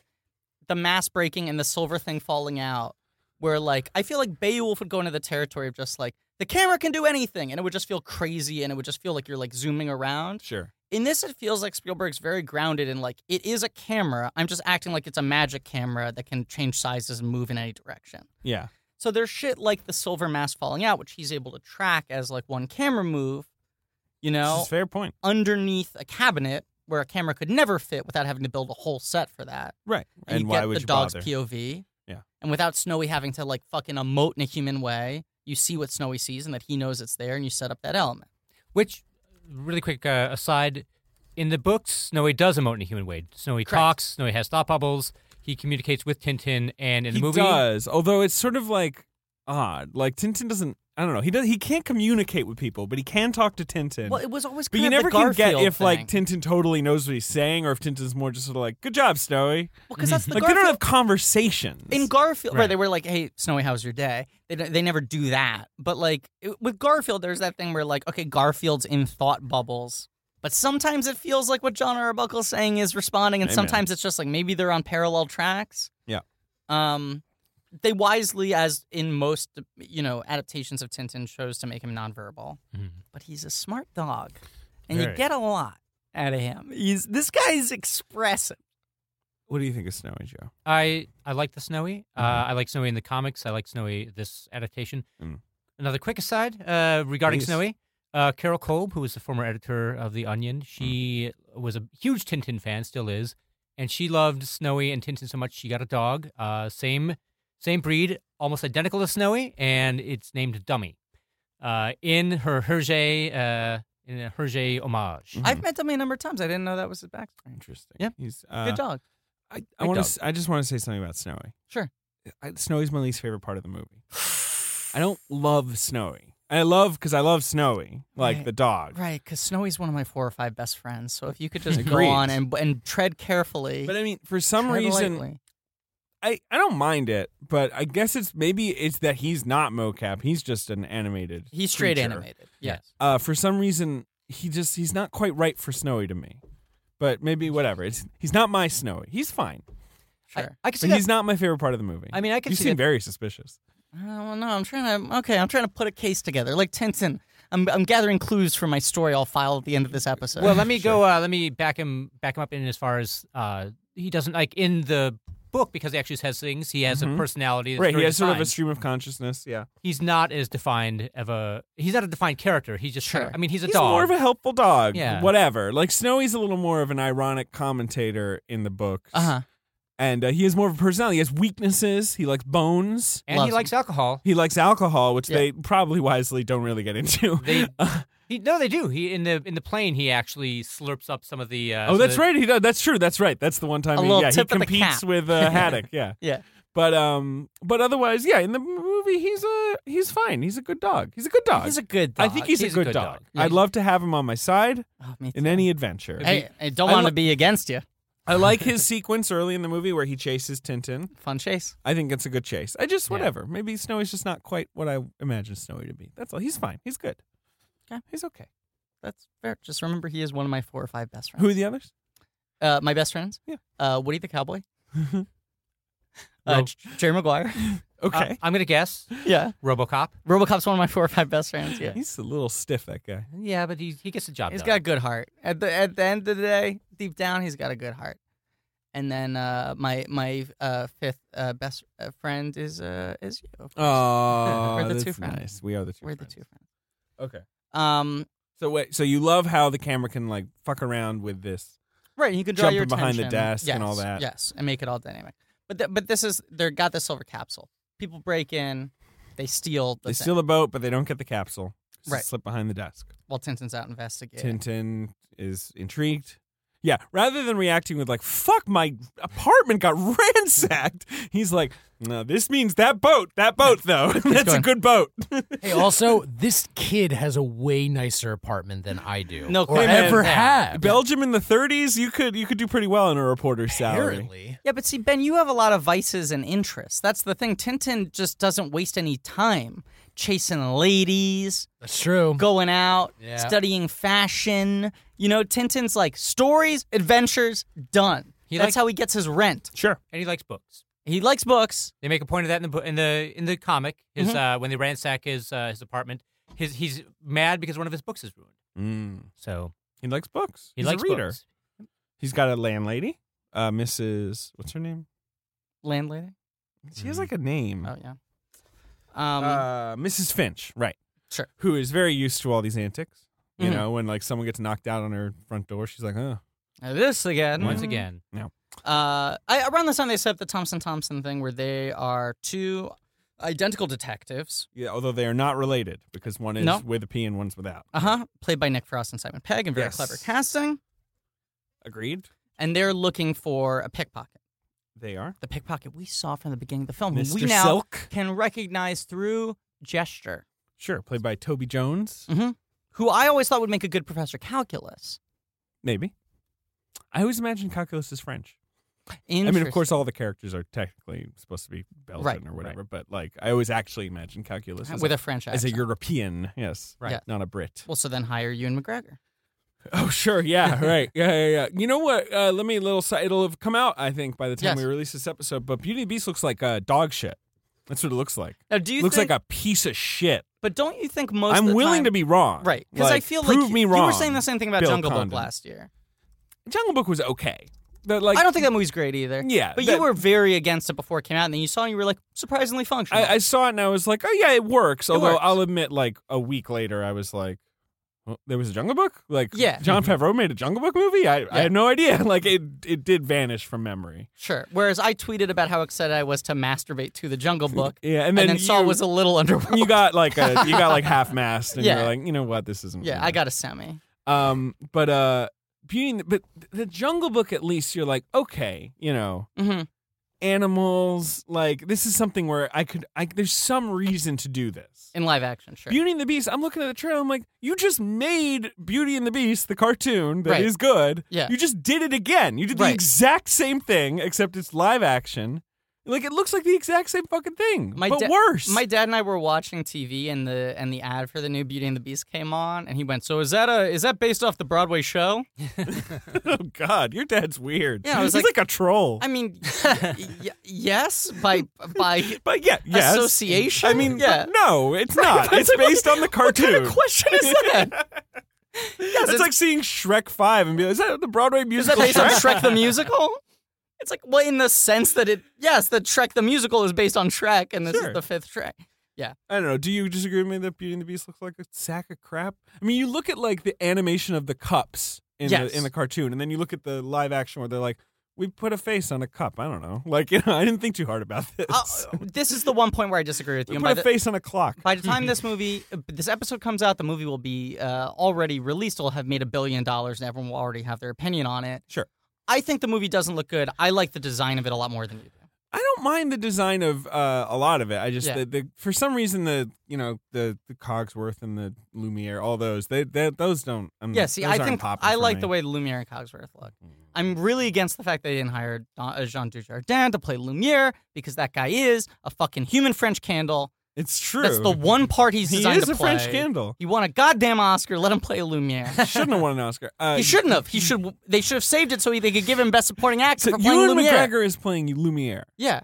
Speaker 2: the mass breaking and the silver thing falling out, where like I feel like Beowulf would go into the territory of just like the camera can do anything, and it would just feel crazy, and it would just feel like you're like zooming around.
Speaker 3: Sure.
Speaker 2: In this, it feels like Spielberg's very grounded in like it is a camera. I'm just acting like it's a magic camera that can change sizes and move in any direction.
Speaker 3: Yeah.
Speaker 2: So there's shit like the silver mass falling out, which he's able to track as like one camera move. You know,
Speaker 3: This is a fair point.
Speaker 2: underneath a cabinet where a camera could never fit without having to build a whole set for that.
Speaker 3: Right.
Speaker 2: And, you
Speaker 3: why
Speaker 2: get
Speaker 3: would
Speaker 2: the
Speaker 3: you
Speaker 2: dog's
Speaker 3: bother?
Speaker 2: POV.
Speaker 3: Yeah.
Speaker 2: And without Snowy having to like fucking emote in a human way, you see what Snowy sees and that he knows it's there, and you set up that element.
Speaker 4: Which, really quick uh, aside, in the books, Snowy does emote in a human way. Snowy
Speaker 2: Correct.
Speaker 4: talks. Snowy has thought bubbles. He communicates with Tintin, and in
Speaker 3: he
Speaker 4: the movie,
Speaker 3: does, although it's sort of like odd. Like Tintin doesn't. I don't know. He does. He can't communicate with people, but he can talk to Tintin.
Speaker 2: Well, it was always
Speaker 3: but
Speaker 2: kind
Speaker 3: you
Speaker 2: of
Speaker 3: never
Speaker 2: the
Speaker 3: can
Speaker 2: Garfield
Speaker 3: get if
Speaker 2: thing.
Speaker 3: like Tintin totally knows what he's saying, or if Tintin's more just sort of like, "Good job, Snowy."
Speaker 2: well, because that's the
Speaker 3: like they
Speaker 2: Garfield
Speaker 3: don't have conversations.
Speaker 2: in Garfield, where
Speaker 4: Right.
Speaker 2: they were like, "Hey, Snowy, how's your day?" They don't- they never do that. But like it- with Garfield, there's that thing where like, okay, Garfield's in thought bubbles, but sometimes it feels like what John Arbuckle's saying is responding, and
Speaker 3: Amen.
Speaker 2: sometimes it's just like maybe they're on parallel tracks.
Speaker 3: Yeah.
Speaker 2: Um, they wisely, as in most you know adaptations of Tintin, chose to make him nonverbal,
Speaker 3: Mm-hmm.
Speaker 4: Mhm.
Speaker 2: but he's a smart dog, and you
Speaker 4: Very.
Speaker 2: get a lot out of him. He's this guy's expressive.
Speaker 3: what do you think of Snowy Joe?
Speaker 4: I I like the Snowy. Uh, I like Snowy in the comics. I like Snowy this adaptation.
Speaker 3: Mm-hmm. Mm.
Speaker 4: Another quick aside uh, regarding
Speaker 3: Please.
Speaker 4: Snowy. Uh, Carol Kolb, who was the former editor of The Onion, she
Speaker 3: Mm.
Speaker 4: was a huge Tintin fan, still is, and she loved Snowy and Tintin so much she got a dog, uh, same same breed, almost identical to Snowy, and it's named Dummy. Uh, in her Hergé, uh, in a Hergé homage.
Speaker 3: Mhm.
Speaker 2: I've met Dummy a number of times. I didn't know that was his backstory.
Speaker 3: Interesting.
Speaker 2: Yep.
Speaker 3: He's
Speaker 2: Good
Speaker 3: uh,
Speaker 2: dog.
Speaker 3: I, I
Speaker 2: Big
Speaker 3: want
Speaker 2: dog.
Speaker 3: to. I just want to say something about Snowy.
Speaker 2: Sure.
Speaker 3: I, Snowy's my least favorite part of the movie. I don't love Snowy. I love because I love Snowy, like
Speaker 2: Right.
Speaker 3: the dog.
Speaker 2: Right, because Snowy's one of my four or five best friends. So if you could just go
Speaker 3: Agreed.
Speaker 2: on and and tread carefully,
Speaker 3: But I mean, for some
Speaker 2: tread
Speaker 3: reason,
Speaker 2: lightly.
Speaker 3: I, I don't mind it, but I guess it's maybe it's that he's not mocap. He's just an animated.
Speaker 2: he's straight
Speaker 3: creature.
Speaker 2: animated. Yes,
Speaker 3: Uh, for some reason, he just he's not quite right for Snowy to me. But maybe whatever. It's he's not my Snowy. He's fine,
Speaker 4: I,
Speaker 2: sure.
Speaker 4: I can see
Speaker 3: but
Speaker 4: that.
Speaker 3: he's not my favorite part of the movie.
Speaker 4: I mean, I can
Speaker 3: you
Speaker 4: see
Speaker 3: seem
Speaker 4: that-
Speaker 3: very suspicious.
Speaker 2: Uh, well, no, I'm trying to. Okay, I'm trying to put a case together, like Tintin. I'm I'm gathering clues for my story. I'll file at the end of this episode.
Speaker 4: Well, let me go. Uh, let me back him back him up in as far as uh, he doesn't like in the book because he actually has things. He has a personality. That's
Speaker 3: Mm-hmm. right. He
Speaker 4: very
Speaker 3: has sort of a
Speaker 4: defined.
Speaker 3: stream of consciousness. Yeah.
Speaker 4: He's not as defined of a. He's not a defined character. He's just.
Speaker 2: Sure.
Speaker 4: I mean, he's a
Speaker 3: he's
Speaker 4: dog.
Speaker 3: more of a helpful dog.
Speaker 4: Yeah.
Speaker 3: Whatever. Like Snowy's a little more of an ironic commentator in the books.
Speaker 2: Uh huh.
Speaker 3: And uh, he has more of a personality. He has weaknesses. He likes bones.
Speaker 4: and
Speaker 2: Loves
Speaker 4: he likes alcohol.
Speaker 3: He likes alcohol, which
Speaker 2: Yeah.
Speaker 3: they probably wisely don't really get into.
Speaker 4: They, he, no, they do. He in the in the plane. He actually slurps up some of the. Uh,
Speaker 3: oh,
Speaker 4: some
Speaker 3: that's
Speaker 4: of the-
Speaker 3: right. He does. That's true. That's right. That's the one time.
Speaker 2: A
Speaker 3: he,
Speaker 2: little
Speaker 3: yeah,
Speaker 2: tip
Speaker 3: he
Speaker 2: of the
Speaker 3: competes
Speaker 2: cap.
Speaker 3: with uh, Haddock. Yeah.
Speaker 2: Yeah.
Speaker 3: But um, but otherwise, yeah. In the movie, he's a he's fine. He's a good dog. He's a good dog.
Speaker 2: He's a good.
Speaker 3: I
Speaker 2: Dog.
Speaker 3: think he's,
Speaker 4: He's
Speaker 3: a good, dog.
Speaker 2: Yeah.
Speaker 3: I'd love to have him on my side
Speaker 2: Oh, me
Speaker 3: in
Speaker 2: too.
Speaker 3: any adventure.
Speaker 2: Hey, I don't
Speaker 3: I
Speaker 2: want
Speaker 3: lo-
Speaker 2: to be against you.
Speaker 3: I like his sequence early in the movie where he chases Tintin.
Speaker 2: Fun chase.
Speaker 3: I think it's a good chase. I just
Speaker 4: Yeah.
Speaker 3: whatever. Maybe Snowy's just not quite what I imagined Snowy to be. That's all. He's fine. He's good.
Speaker 2: Okay.
Speaker 3: He's okay.
Speaker 2: That's fair. Just remember, he is one of my four or five best friends.
Speaker 3: Who are the others?
Speaker 2: Uh, my best friends.
Speaker 3: Yeah.
Speaker 2: Uh, Woody the Cowboy. uh,
Speaker 4: Rob-
Speaker 2: J- Jerry Maguire.
Speaker 4: Uh,
Speaker 3: Okay.
Speaker 4: I'm gonna guess
Speaker 2: yeah.
Speaker 4: RoboCop.
Speaker 2: RoboCop's one of my four or five best friends. Yeah.
Speaker 3: He's a little stiff, that guy.
Speaker 4: Yeah, but he he gets the job
Speaker 2: He's
Speaker 4: done.
Speaker 2: got a good heart. At the at the end of the day, deep down, he's got a good heart. And then uh, my my uh, fifth uh, best uh, friend is uh, is you. of course.
Speaker 3: Oh,
Speaker 2: We're the
Speaker 3: that's
Speaker 2: two friends.
Speaker 3: nice. We are the two.
Speaker 2: We're the
Speaker 3: friends.
Speaker 2: two friends.
Speaker 3: Okay.
Speaker 2: Um,
Speaker 3: So wait. So you love how the camera can like fuck around with this?
Speaker 2: right, you can draw your
Speaker 3: Jumping behind the
Speaker 2: attention.
Speaker 3: desk and all
Speaker 2: Yes,
Speaker 3: that.
Speaker 2: Yes, and make it all dynamic. But th- but this is they're got the silver capsule. People break in, they steal. The
Speaker 3: They
Speaker 2: thing
Speaker 3: steal the boat, but they don't get the capsule. Just
Speaker 2: Right.
Speaker 3: Slip behind the desk.
Speaker 2: while Tintin's out investigating.
Speaker 3: Tintin is intrigued. Yeah, rather than reacting with like "fuck my apartment got ransacked," he's like, "No, this means that boat. That boat though. That's a
Speaker 2: going-
Speaker 3: good boat."
Speaker 5: Hey, also, this kid has a way nicer apartment than I do.
Speaker 2: No
Speaker 5: or
Speaker 2: question.
Speaker 5: ever
Speaker 2: Yeah.
Speaker 5: have.
Speaker 3: Belgium in the 30s, you could you could do pretty well on a reporter's salary.
Speaker 5: Apparently.
Speaker 2: Yeah, but see, Ben, you have a lot of vices and interests. That's the thing. Tintin just doesn't waste any time chasing ladies.
Speaker 5: That's true.
Speaker 2: going out,
Speaker 5: Yeah.
Speaker 2: studying fashion. You know, Tintin's like stories, adventures, done.
Speaker 4: He
Speaker 2: That's
Speaker 4: like-
Speaker 2: how he gets his rent.
Speaker 3: Sure.
Speaker 4: and he likes books.
Speaker 2: He likes books.
Speaker 4: They make a point of that in the bo- in the in the comic. His
Speaker 3: Mm-hmm.
Speaker 4: uh, when they ransack his uh, his apartment, his he's mad because one of his books is ruined.
Speaker 3: Mm.
Speaker 4: So
Speaker 3: He likes books.
Speaker 4: he
Speaker 3: he's
Speaker 4: likes
Speaker 3: a reader.
Speaker 4: books.
Speaker 3: He's got a landlady, uh, Mrs. What's her name?
Speaker 2: Landlady.
Speaker 3: She has like a name.
Speaker 2: Oh yeah. Um,
Speaker 3: uh, Mrs. Finch, right?
Speaker 2: Sure.
Speaker 3: Who is very used to all these antics. You
Speaker 2: Mhm.
Speaker 3: know, when like someone gets knocked out on her front door, she's like, "Oh,
Speaker 2: Now This again.
Speaker 3: Mm-hmm.
Speaker 4: Once again,
Speaker 2: Uh, I, around this time, they set up the Thompson Thompson thing where they are two identical detectives,
Speaker 3: Yeah, although they are not related because one is
Speaker 2: No.
Speaker 3: with a P and one's without.
Speaker 2: uh huh, played by Nick Frost and Simon Pegg, and very
Speaker 3: Yes.
Speaker 2: clever casting.
Speaker 3: Agreed.
Speaker 2: And they're looking for a pickpocket.
Speaker 3: They are.
Speaker 2: The pickpocket we saw from the beginning of the film, who
Speaker 3: Mr.
Speaker 2: we now
Speaker 3: Silk.
Speaker 2: can recognize through gesture.
Speaker 3: Sure. Played by Toby Jones.
Speaker 2: hmm Who I always thought would make a good Professor Calculus.
Speaker 3: Maybe. I always imagine calculus is French. I
Speaker 2: Interesting.
Speaker 3: mean, of course, all the characters are technically supposed to be Belgian
Speaker 2: Right,
Speaker 3: or whatever, but like, I always actually imagine calculus as,
Speaker 2: with
Speaker 3: a,
Speaker 2: a French
Speaker 3: as
Speaker 2: accent.
Speaker 3: a European, yes,
Speaker 4: Right.
Speaker 2: Yeah.
Speaker 3: not a Brit.
Speaker 2: well, so then hire Ewan McGregor.
Speaker 3: Oh, sure, yeah, right, yeah, yeah, yeah. You know what? Uh, let me little. si- It'll have come out, I think, by the
Speaker 2: Yes.
Speaker 3: time we release this episode. But Beauty and the Beast looks like uh, dog shit. That's what it looks like.
Speaker 2: Now, Uh, do you
Speaker 3: looks
Speaker 2: think,
Speaker 3: like a piece of shit.
Speaker 2: But don't you think most?
Speaker 3: I'm
Speaker 2: of the
Speaker 3: willing
Speaker 2: time,
Speaker 3: to be wrong,
Speaker 2: right because I feel like
Speaker 3: prove
Speaker 2: you,
Speaker 3: me
Speaker 2: you
Speaker 3: wrong.
Speaker 2: were saying the same thing about
Speaker 3: Bill
Speaker 2: Jungle
Speaker 3: Condon.
Speaker 2: Book last year.
Speaker 3: Jungle Book was okay. But like,
Speaker 2: I don't think that movie's great either.
Speaker 3: Yeah,
Speaker 2: but
Speaker 3: that-
Speaker 2: you were very against it before it came out, and then you saw it and you were like surprisingly functional.
Speaker 3: I, I saw it and I was like, oh yeah, it works. Although
Speaker 2: works.
Speaker 3: I'll admit, like a week later, I was like, well, there was a Jungle Book. Like,
Speaker 2: Yeah.
Speaker 3: John Favreau made a Jungle Book movie. I, I
Speaker 2: Yeah.
Speaker 3: had no idea. Like, it it did vanish from memory.
Speaker 2: sure. Whereas I tweeted about how excited I was to masturbate to the Jungle Book,
Speaker 3: Yeah, and
Speaker 2: and
Speaker 3: then,
Speaker 2: then, Saul
Speaker 3: you-
Speaker 2: was a little underwhelmed.
Speaker 3: you got like a you got like half mast, and
Speaker 2: Yeah.
Speaker 3: you're like, you know what, this isn't.
Speaker 2: yeah,
Speaker 3: for me."
Speaker 2: I got a semi.
Speaker 3: Um, but uh, Beauty, and the, but the Jungle Book, at least you're like, okay, you know,
Speaker 2: hmm
Speaker 3: animals. Like, this is something where I could. I there's some reason to do this.
Speaker 2: In live action, sure.
Speaker 3: Beauty and the Beast, I'm looking at the trailer, I'm like, you just made Beauty and the Beast, the cartoon that is
Speaker 2: Right.
Speaker 3: good.
Speaker 2: Yeah.
Speaker 3: You just did it again. You did the
Speaker 2: Right.
Speaker 3: exact same thing, except it's live action. Like it looks like the exact same fucking thing.
Speaker 2: My
Speaker 3: but
Speaker 2: da-
Speaker 3: worse.
Speaker 2: My dad and I were watching TV, and the and the ad for the new Beauty and the Beast came on, and he went, "So is that a is that based off the Broadway show?"
Speaker 3: oh God, your dad's weird.
Speaker 2: Yeah, I was
Speaker 3: He's like,
Speaker 2: like-
Speaker 3: a troll.
Speaker 2: I mean, y- y- yes, by by
Speaker 3: but yeah, yes.
Speaker 2: association.
Speaker 3: I mean,
Speaker 2: yeah.
Speaker 3: but no, it's not. It's based on the cartoon.
Speaker 2: question is that? yes,
Speaker 3: It's like seeing Shrek Five and be like, is that the Broadway
Speaker 2: is
Speaker 3: musical?
Speaker 2: that based on
Speaker 3: Shrek?
Speaker 2: Shrek the musical? It's like well, in the sense that it yes, that Shrek the musical is based on Shrek, and this
Speaker 3: Sure.
Speaker 2: is the fifth Shrek.
Speaker 3: I don't know. Do you disagree with me that Beauty and the Beast looks like a sack of crap? I mean, you look at like the animation of the cups in
Speaker 2: Yes.
Speaker 3: the in the cartoon, and then you look at the live action where they're like, "We put a face on a cup." I don't know. Like, you know, I didn't think too hard about this.
Speaker 2: Uh, this is the one point where I disagree with you.
Speaker 3: we
Speaker 2: and
Speaker 3: put
Speaker 2: by
Speaker 3: a
Speaker 2: the-
Speaker 3: face on a clock.
Speaker 2: By the time this movie, uh, this episode comes out, the movie will be uh, already released. It'll have made a billion dollars, and everyone will already have their opinion on it.
Speaker 3: Sure.
Speaker 2: I think the movie doesn't look good. I like the design of it a lot more than you do.
Speaker 3: I don't mind the design of uh, a lot of it. I just
Speaker 2: Yeah.
Speaker 3: the, the, for some reason the you know the, the Cogsworth and the Lumiere, all those they, they those don't. I'm,
Speaker 2: Yeah, see,
Speaker 3: Mm.
Speaker 2: I
Speaker 3: those aren't
Speaker 2: think
Speaker 3: popping
Speaker 2: I
Speaker 3: for
Speaker 2: like
Speaker 3: me. Mm.
Speaker 2: the way Lumiere and Cogsworth look. I'm really against the fact they didn't hire Don- uh, Jean Dujardin to play Lumiere because that guy is a fucking human French candle.
Speaker 3: it's true.
Speaker 2: That's the one part he's
Speaker 3: he
Speaker 2: designed
Speaker 3: is
Speaker 2: to
Speaker 3: a
Speaker 2: play.
Speaker 3: French candle.
Speaker 2: He won a goddamn Oscar. Let him play Lumiere.
Speaker 3: Shouldn't have won an Oscar. Uh,
Speaker 2: he shouldn't have. He should. They should have saved it so he- they could give him Best Supporting Actor
Speaker 3: So
Speaker 2: for playing
Speaker 3: Ewan
Speaker 2: Lumiere.
Speaker 3: McGregor is playing Lumiere.
Speaker 2: Yeah.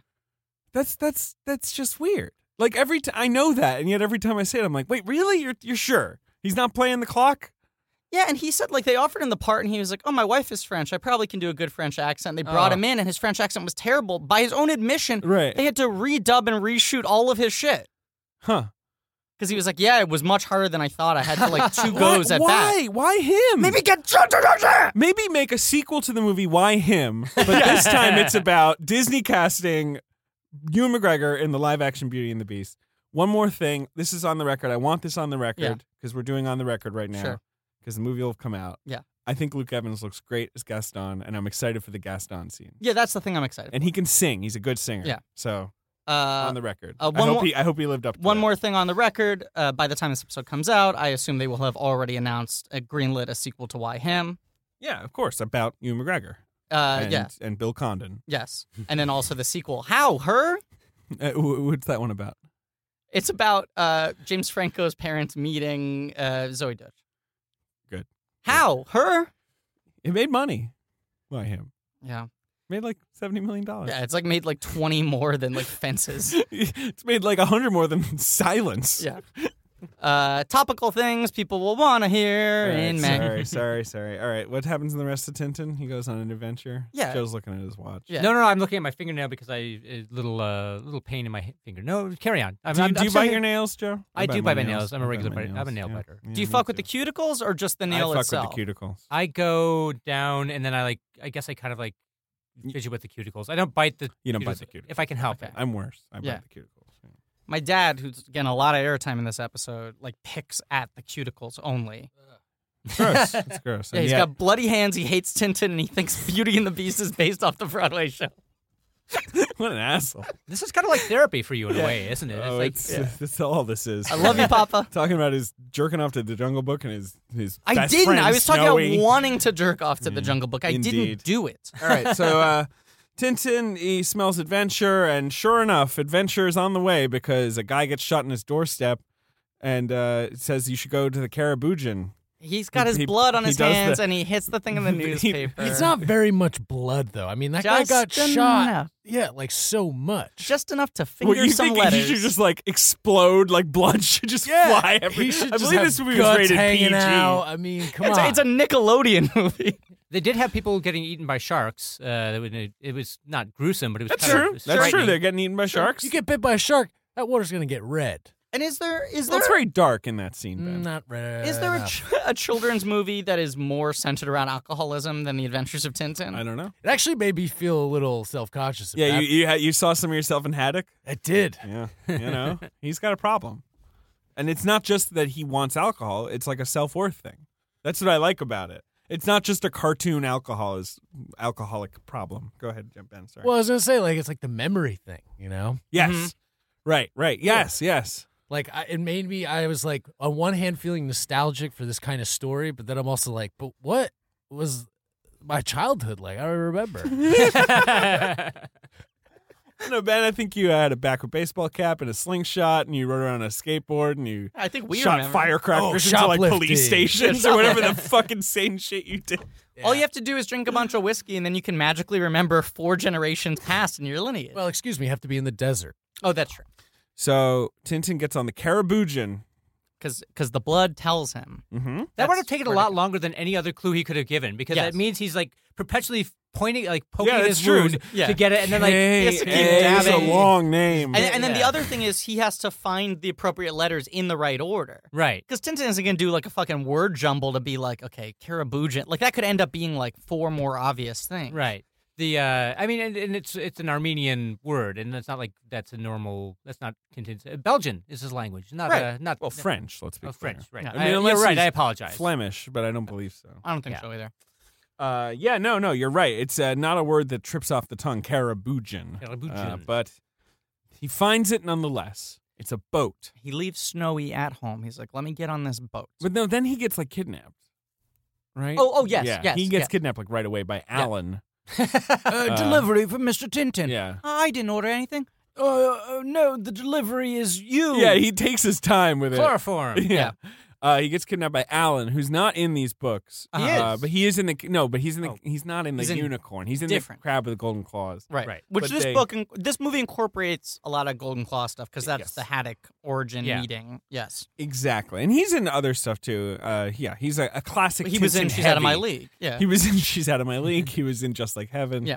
Speaker 3: That's that's that's just weird. Like every time I know that, and yet every time I say it, I'm like, wait, really? You're you're sure he's not playing the clock?
Speaker 2: Yeah, and he said like they offered him the part, and he was like, "Oh, my wife is French. I probably can do a good French accent." They brought
Speaker 3: Oh.
Speaker 2: him in, and his French accent was terrible. By his own admission,
Speaker 3: Right.
Speaker 2: they had to redub and reshoot all of his shit
Speaker 3: Huh?
Speaker 2: because he was like, "Yeah, it was much harder than I thought. I had to like two
Speaker 3: Why?
Speaker 2: goes at
Speaker 3: why?
Speaker 2: that."
Speaker 3: Why him?
Speaker 2: Maybe get
Speaker 3: Maybe make a sequel to the movie Why Him, but this time it's about Disney casting Ewan McGregor in the live action Beauty and the Beast. One more thing. This is on the record. I want this on the record because we're doing on the record right now
Speaker 2: Sure.
Speaker 3: because the movie will have come out.
Speaker 2: Yeah.
Speaker 3: I think Luke Evans looks great as Gaston, and I'm excited for the Gaston scene.
Speaker 2: yeah, that's the thing I'm excited.
Speaker 3: and he can sing. He's a good singer.
Speaker 2: Yeah.
Speaker 3: So
Speaker 2: for.
Speaker 3: on
Speaker 2: Uh,
Speaker 3: the record,
Speaker 2: uh,
Speaker 3: I
Speaker 2: one
Speaker 3: hope
Speaker 2: more-
Speaker 3: he I hope he lived up. to
Speaker 2: one
Speaker 3: that.
Speaker 2: more thing on the record. Uh, by the time this episode comes out, I assume they will have already announced a greenlit a sequel to Why Him.
Speaker 3: Yeah, of course, about Ewan McGregor.
Speaker 2: Uh,
Speaker 3: and,
Speaker 2: yeah.
Speaker 3: and Bill Condon.
Speaker 2: Yes. And then also the sequel. How her?
Speaker 3: Uh, wh- what's that one about?
Speaker 2: It's about uh, James Franco's parents meeting uh, Zoe Dutch.
Speaker 3: Good.
Speaker 2: How? Her?
Speaker 3: It made money. Why him?
Speaker 2: Yeah.
Speaker 3: Made like seventy million dollars.
Speaker 2: Yeah, it's like made like 20 more than like fences.
Speaker 3: it's made like a hundred more than Silence.
Speaker 2: Yeah. uh, topical things people will want to hear in Mag.
Speaker 3: sorry, sorry, sorry. All right, what happens in the rest of Tintin? He goes on an adventure.
Speaker 2: Yeah.
Speaker 3: Joe's looking at his watch.
Speaker 2: Yeah.
Speaker 4: No, no, no, I'm looking at my fingernail because I a little uh, little pain in my h- finger. No, carry on. I'm,
Speaker 3: Do you,
Speaker 4: I'm,
Speaker 3: do
Speaker 4: I'm
Speaker 3: you
Speaker 4: still
Speaker 3: bite
Speaker 4: here.
Speaker 3: your nails, Joe?
Speaker 4: I do
Speaker 3: bite
Speaker 4: bite my nails. I'm
Speaker 3: I
Speaker 4: a
Speaker 3: bite
Speaker 4: regular
Speaker 3: my
Speaker 4: bite- I'm a
Speaker 3: nails,
Speaker 4: nail
Speaker 3: yeah.
Speaker 4: biter.
Speaker 3: Yeah,
Speaker 2: Do you
Speaker 3: me
Speaker 2: fuck with
Speaker 3: too.
Speaker 2: the cuticles or just the nail
Speaker 3: I fuck
Speaker 2: itself?
Speaker 3: with the cuticles.
Speaker 4: I go down and then I like. I guess I kind of like fidget with the cuticles. I don't bite the.
Speaker 3: You don't bite the
Speaker 4: If I can help
Speaker 2: Okay.
Speaker 4: it.
Speaker 3: I'm worse. I
Speaker 2: Yeah.
Speaker 3: bite the cuticles. yeah.
Speaker 2: My dad, who's getting a lot of airtime in this episode, like picks at the cuticles only.
Speaker 3: It's gross. It's gross.
Speaker 2: Yeah,
Speaker 3: And
Speaker 2: he's
Speaker 3: yet-
Speaker 2: got bloody hands. He hates Tintin, and he thinks Beauty and the Beast is based off the Broadway show.
Speaker 3: what an asshole.
Speaker 4: This is kind of like therapy for you in a way, isn't it?
Speaker 3: Oh,
Speaker 4: it's
Speaker 3: it's,
Speaker 4: like
Speaker 3: it's all this is.
Speaker 2: I love you, Papa.
Speaker 3: Talking about his jerking off to the Jungle Book and his his.
Speaker 2: I
Speaker 3: best
Speaker 2: didn't.
Speaker 3: Friend,
Speaker 2: I was talking
Speaker 3: Snowy.
Speaker 2: about wanting to jerk off to the Jungle Book. I
Speaker 3: Indeed.
Speaker 2: didn't do it.
Speaker 3: All right, so uh, Tintin he smells adventure, and sure enough, adventure is on the way because a guy gets shot in his doorstep and uh, says you should go to the Cariboujan.
Speaker 2: He's got
Speaker 3: He-
Speaker 2: his
Speaker 3: he-
Speaker 2: blood on
Speaker 3: he
Speaker 2: his
Speaker 3: does
Speaker 2: hands,
Speaker 3: the-
Speaker 2: and he hits the thing in the
Speaker 3: He-
Speaker 2: newspaper.
Speaker 5: It's not very much blood, though. I mean, that
Speaker 2: just
Speaker 5: guy got
Speaker 2: enough,
Speaker 5: shot. Yeah, like so much.
Speaker 2: just enough to finger
Speaker 3: Well, you
Speaker 2: some
Speaker 3: think
Speaker 2: letters.
Speaker 3: you should just like explode, like blood should just
Speaker 5: yeah,
Speaker 3: fly. Every-
Speaker 5: he should
Speaker 3: I
Speaker 5: just
Speaker 3: believe
Speaker 5: have
Speaker 3: this movie was
Speaker 5: guts
Speaker 3: rated
Speaker 5: hanging
Speaker 3: PG.
Speaker 5: out. I mean, come
Speaker 2: it's,
Speaker 5: on.
Speaker 2: a, it's a Nickelodeon movie.
Speaker 4: they did have people getting eaten by sharks. Uh, that would- it was not gruesome, but it was
Speaker 3: That's
Speaker 4: kind
Speaker 3: true.
Speaker 4: Of
Speaker 3: That's true.
Speaker 4: frightening.
Speaker 3: They're getting eaten by sharks.
Speaker 5: you get bit by a shark, that water's gonna get red.
Speaker 2: And is there is
Speaker 3: well,
Speaker 2: there
Speaker 3: it's very dark in that scene, Ben.
Speaker 5: Not red.
Speaker 2: Mm. is there a,
Speaker 5: enough.
Speaker 2: ch- a children's movie that is more centered around alcoholism than The Adventures of Tintin?
Speaker 3: I don't know.
Speaker 5: It actually made me feel a little self-conscious. of
Speaker 3: Yeah,
Speaker 5: that.
Speaker 3: you you, ha- you saw some of yourself in Haddock.
Speaker 5: it did.
Speaker 3: Yeah, you know, he's got a problem, and it's not just that he wants alcohol; it's like a self worth thing. That's what I like about it. It's not just a cartoon alcohol is alcoholic problem. Go ahead, jump in. Sorry.
Speaker 5: Well, I was gonna say like it's like the memory thing, you know.
Speaker 3: yes,
Speaker 2: Mhm.
Speaker 3: right, right. Yes, yes.
Speaker 5: Like I, it made me. I was like on one hand feeling nostalgic for this kind of story, but then I'm also like, but what was my childhood like? I don't remember.
Speaker 3: No, Ben, I think you had a backward baseball cap and a slingshot, and you rode around on a skateboard, and you
Speaker 2: I think we
Speaker 3: shot
Speaker 2: remember.
Speaker 3: firecrackers
Speaker 5: Oh,
Speaker 3: into like
Speaker 5: shoplifting.
Speaker 3: police stations or whatever the fucking sane shit you did.
Speaker 2: All you have to do is drink a bunch of whiskey, and then you can magically remember four generations past in your lineage.
Speaker 5: well, excuse me, you have to be in the desert.
Speaker 2: oh, that's true.
Speaker 3: So Tintin gets on the Cariboujan.
Speaker 2: Because the blood tells him.
Speaker 3: Mm-hmm.
Speaker 4: That would have
Speaker 2: That's
Speaker 4: taken a
Speaker 2: critical.
Speaker 4: lot longer than any other clue he could have given because
Speaker 2: Yes.
Speaker 4: that means he's like perpetually f- pointing, like poking
Speaker 3: Yeah,
Speaker 4: at
Speaker 3: that's
Speaker 4: his
Speaker 3: true.
Speaker 4: wound
Speaker 2: Yeah.
Speaker 4: to get it, and then like
Speaker 3: K-
Speaker 4: he has to keep
Speaker 3: A is a
Speaker 4: dabbing.
Speaker 3: long name.
Speaker 2: And, and then the
Speaker 4: Yeah.
Speaker 2: other thing is he has to find the appropriate letters in the right order.
Speaker 4: Right.
Speaker 2: Because Tintin isn't going to do like a fucking word jumble to be like, okay, Karabujan. Like that could end up being like four more obvious things.
Speaker 4: Right. The uh, I mean, and, and it's it's an Armenian word, and it's not like that's a normal. That's not contin- uh, Belgian is his language, not
Speaker 2: Right.
Speaker 4: uh, not
Speaker 3: Well,
Speaker 4: not-
Speaker 3: French. Let's be
Speaker 4: Oh,
Speaker 3: clear.
Speaker 4: French, right?
Speaker 2: Yeah.
Speaker 4: I,
Speaker 3: I mean, unless
Speaker 4: you're right.
Speaker 3: he's
Speaker 4: I apologize.
Speaker 3: Flemish, but I don't believe so.
Speaker 2: I don't think
Speaker 4: Yeah.
Speaker 2: so either.
Speaker 3: Uh, yeah, no, no, you're right. It's uh, not a word that trips off the tongue, Cariboujan. Uh,
Speaker 4: Karabujan.
Speaker 3: but he finds it nonetheless. It's a boat.
Speaker 2: He leaves Snowy at home. He's like, let me get on this boat.
Speaker 3: But no, then he gets like kidnapped. Right?
Speaker 2: Oh, oh, yes,
Speaker 3: yeah,
Speaker 2: yes,
Speaker 3: He gets
Speaker 2: yeah.
Speaker 3: kidnapped like right away by Alan.
Speaker 2: Uh, delivery for Mr. Tintin.
Speaker 3: Yeah.
Speaker 2: I didn't order anything.
Speaker 5: Uh, no, the delivery is you.
Speaker 3: Yeah, he takes his time with it.
Speaker 4: Chloroform.
Speaker 3: Yeah. Uh, he gets kidnapped by Alan, who's not in these books.
Speaker 2: He
Speaker 3: Uh,
Speaker 2: is.
Speaker 3: but he is in the no, but he's in the
Speaker 4: Oh.
Speaker 3: he's not in the
Speaker 2: He's in
Speaker 3: unicorn. He's in
Speaker 2: different.
Speaker 3: the crab with the golden claws.
Speaker 2: Right.
Speaker 4: Right.
Speaker 2: Which
Speaker 3: But
Speaker 2: this
Speaker 3: they-
Speaker 2: book, in- this movie incorporates a lot of Golden Claw stuff because that's
Speaker 3: Yes.
Speaker 2: the Haddock origin
Speaker 4: Yeah.
Speaker 2: meeting. Yes.
Speaker 3: Exactly, and he's in other stuff too. Uh, yeah, he's a, a classic.
Speaker 2: he was in
Speaker 3: Tintin
Speaker 2: She's Out of My
Speaker 3: heavy.
Speaker 2: League. Yeah.
Speaker 3: He was in She's Out of My League. He was in Just Like Heaven.
Speaker 2: Yeah.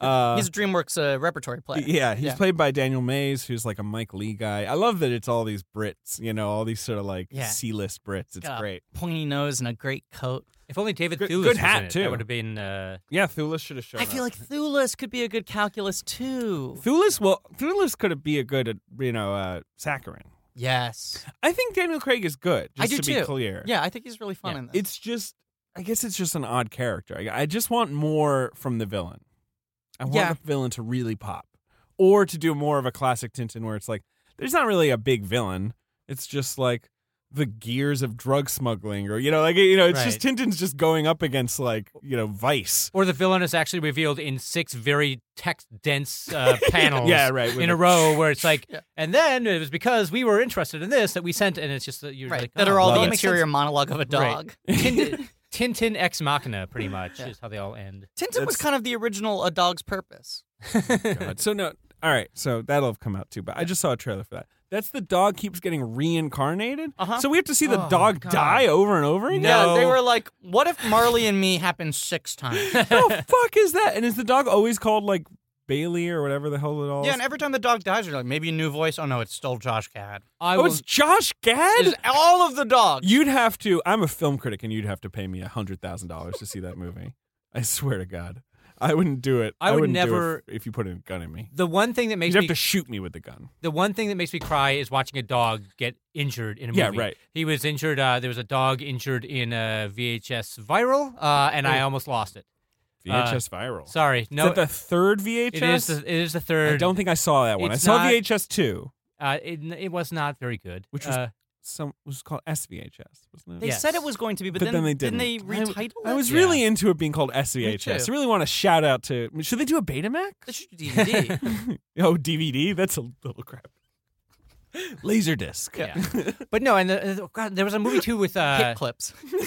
Speaker 3: uh,
Speaker 2: He's a DreamWorks uh, repertory player.
Speaker 3: yeah. He's
Speaker 2: yeah.
Speaker 3: played by Daniel Mays, who's like a Mike Lee guy. I love that it's all these Brits, you know, all these sort of like
Speaker 2: Yeah.
Speaker 3: C-list Brits. It's
Speaker 2: Got a
Speaker 3: great.
Speaker 2: Pointy nose and a great coat.
Speaker 4: If only David
Speaker 3: Good-
Speaker 4: Thewlis
Speaker 3: good
Speaker 4: was
Speaker 3: hat,
Speaker 4: in it,
Speaker 3: too.
Speaker 4: That would have been. Uh,
Speaker 3: Yeah, Thulis should have shown.
Speaker 2: I feel
Speaker 3: up.
Speaker 2: like Thulis could be a good calculus too.
Speaker 3: Thulis. Well, Thulis could be a good, uh, you know, uh, saccharin.
Speaker 2: Yes.
Speaker 3: I think Daniel Craig is good. Just
Speaker 2: I do
Speaker 3: to
Speaker 2: too.
Speaker 3: be clear,
Speaker 2: Yeah, I think he's really fun
Speaker 4: Yeah.
Speaker 2: in this.
Speaker 3: It's just, I guess it's just an odd character. I, I just want more from the villain. I want
Speaker 2: Yeah.
Speaker 3: the villain to really pop, or to do more of a classic Tintin where it's like there's not really a big villain. It's just like the gears of drug smuggling, or you know, like you know, it's just Tintin's just going up against like you know vice.
Speaker 4: or the villain is actually revealed in six very text dense uh, panels.
Speaker 3: Yeah, right. with
Speaker 4: in
Speaker 3: a-
Speaker 4: a row where it's like,
Speaker 2: Yeah.
Speaker 4: and then it was because we were interested in this that we sent, and it's just that you're
Speaker 2: right.
Speaker 4: like,
Speaker 2: that
Speaker 4: oh,
Speaker 2: are all
Speaker 3: love
Speaker 2: the
Speaker 3: it.
Speaker 2: interior monologue of a dog.
Speaker 4: Tintin, Tintin ex machina, pretty much
Speaker 2: Yeah.
Speaker 4: is how they all end.
Speaker 2: Tintin was
Speaker 3: That's-
Speaker 2: kind of the original A Dog's Purpose.
Speaker 3: God. So no, all right. So that'll have come out too. But I just saw a trailer for that. That's the dog keeps getting reincarnated.
Speaker 2: Uh-huh.
Speaker 3: So we have to see the
Speaker 5: Oh,
Speaker 3: dog
Speaker 5: God.
Speaker 3: die over and over again.
Speaker 2: Yeah, they were like, what if Marley and me happened six times?
Speaker 3: How the fuck is that? And is the dog always called like Bailey or whatever the hell it all?
Speaker 2: yeah,
Speaker 3: is?
Speaker 2: and every time the dog dies, you're like, maybe a new voice. Oh no, it's still Josh Gad.
Speaker 4: I
Speaker 3: oh,
Speaker 4: will,
Speaker 3: it's Josh Gad.
Speaker 2: It is all of the dogs.
Speaker 3: You'd have to. I'm a film critic, and you'd have to pay me a hundred thousand dollars to see that movie. I swear to God, I wouldn't do it.
Speaker 4: I would
Speaker 3: wouldn't do it
Speaker 4: never-
Speaker 3: if, if you put a gun in me.
Speaker 4: the one thing that makes
Speaker 3: You'd
Speaker 4: me
Speaker 3: have to shoot me with the gun.
Speaker 4: the one thing that makes me cry is watching a dog get injured in a
Speaker 3: Yeah,
Speaker 4: movie.
Speaker 3: right.
Speaker 4: He was injured. Uh, there was a dog injured in uh, a VHS viral, uh, and I almost lost it.
Speaker 3: VHS viral.
Speaker 4: Sorry,
Speaker 3: is
Speaker 4: no.
Speaker 3: that the third VHS?
Speaker 4: it is. The, it is the
Speaker 3: I
Speaker 4: third.
Speaker 3: don't think I saw that one. I
Speaker 4: It's
Speaker 3: saw
Speaker 4: not-
Speaker 3: VHS two,
Speaker 4: Uh, it, it was not very good.
Speaker 3: Which was-
Speaker 4: uh,
Speaker 3: some was called SVHS, wasn't it?
Speaker 2: they
Speaker 4: Yes.
Speaker 2: said it was going to be, but, then,
Speaker 3: they
Speaker 2: didn't.
Speaker 3: didn't.
Speaker 2: they retitle
Speaker 3: I,
Speaker 2: it?
Speaker 3: I was
Speaker 2: Yeah.
Speaker 3: really into it being called
Speaker 2: Me
Speaker 3: SVHS.
Speaker 2: too.
Speaker 3: I really want to shout out to. Should they do a Betamax?
Speaker 2: They should do DVD.
Speaker 3: oh, DVD. That's a little crap. Laserdisc.
Speaker 4: yeah. but no, and the, uh, God, there was a movie too with uh,
Speaker 2: Hit clips.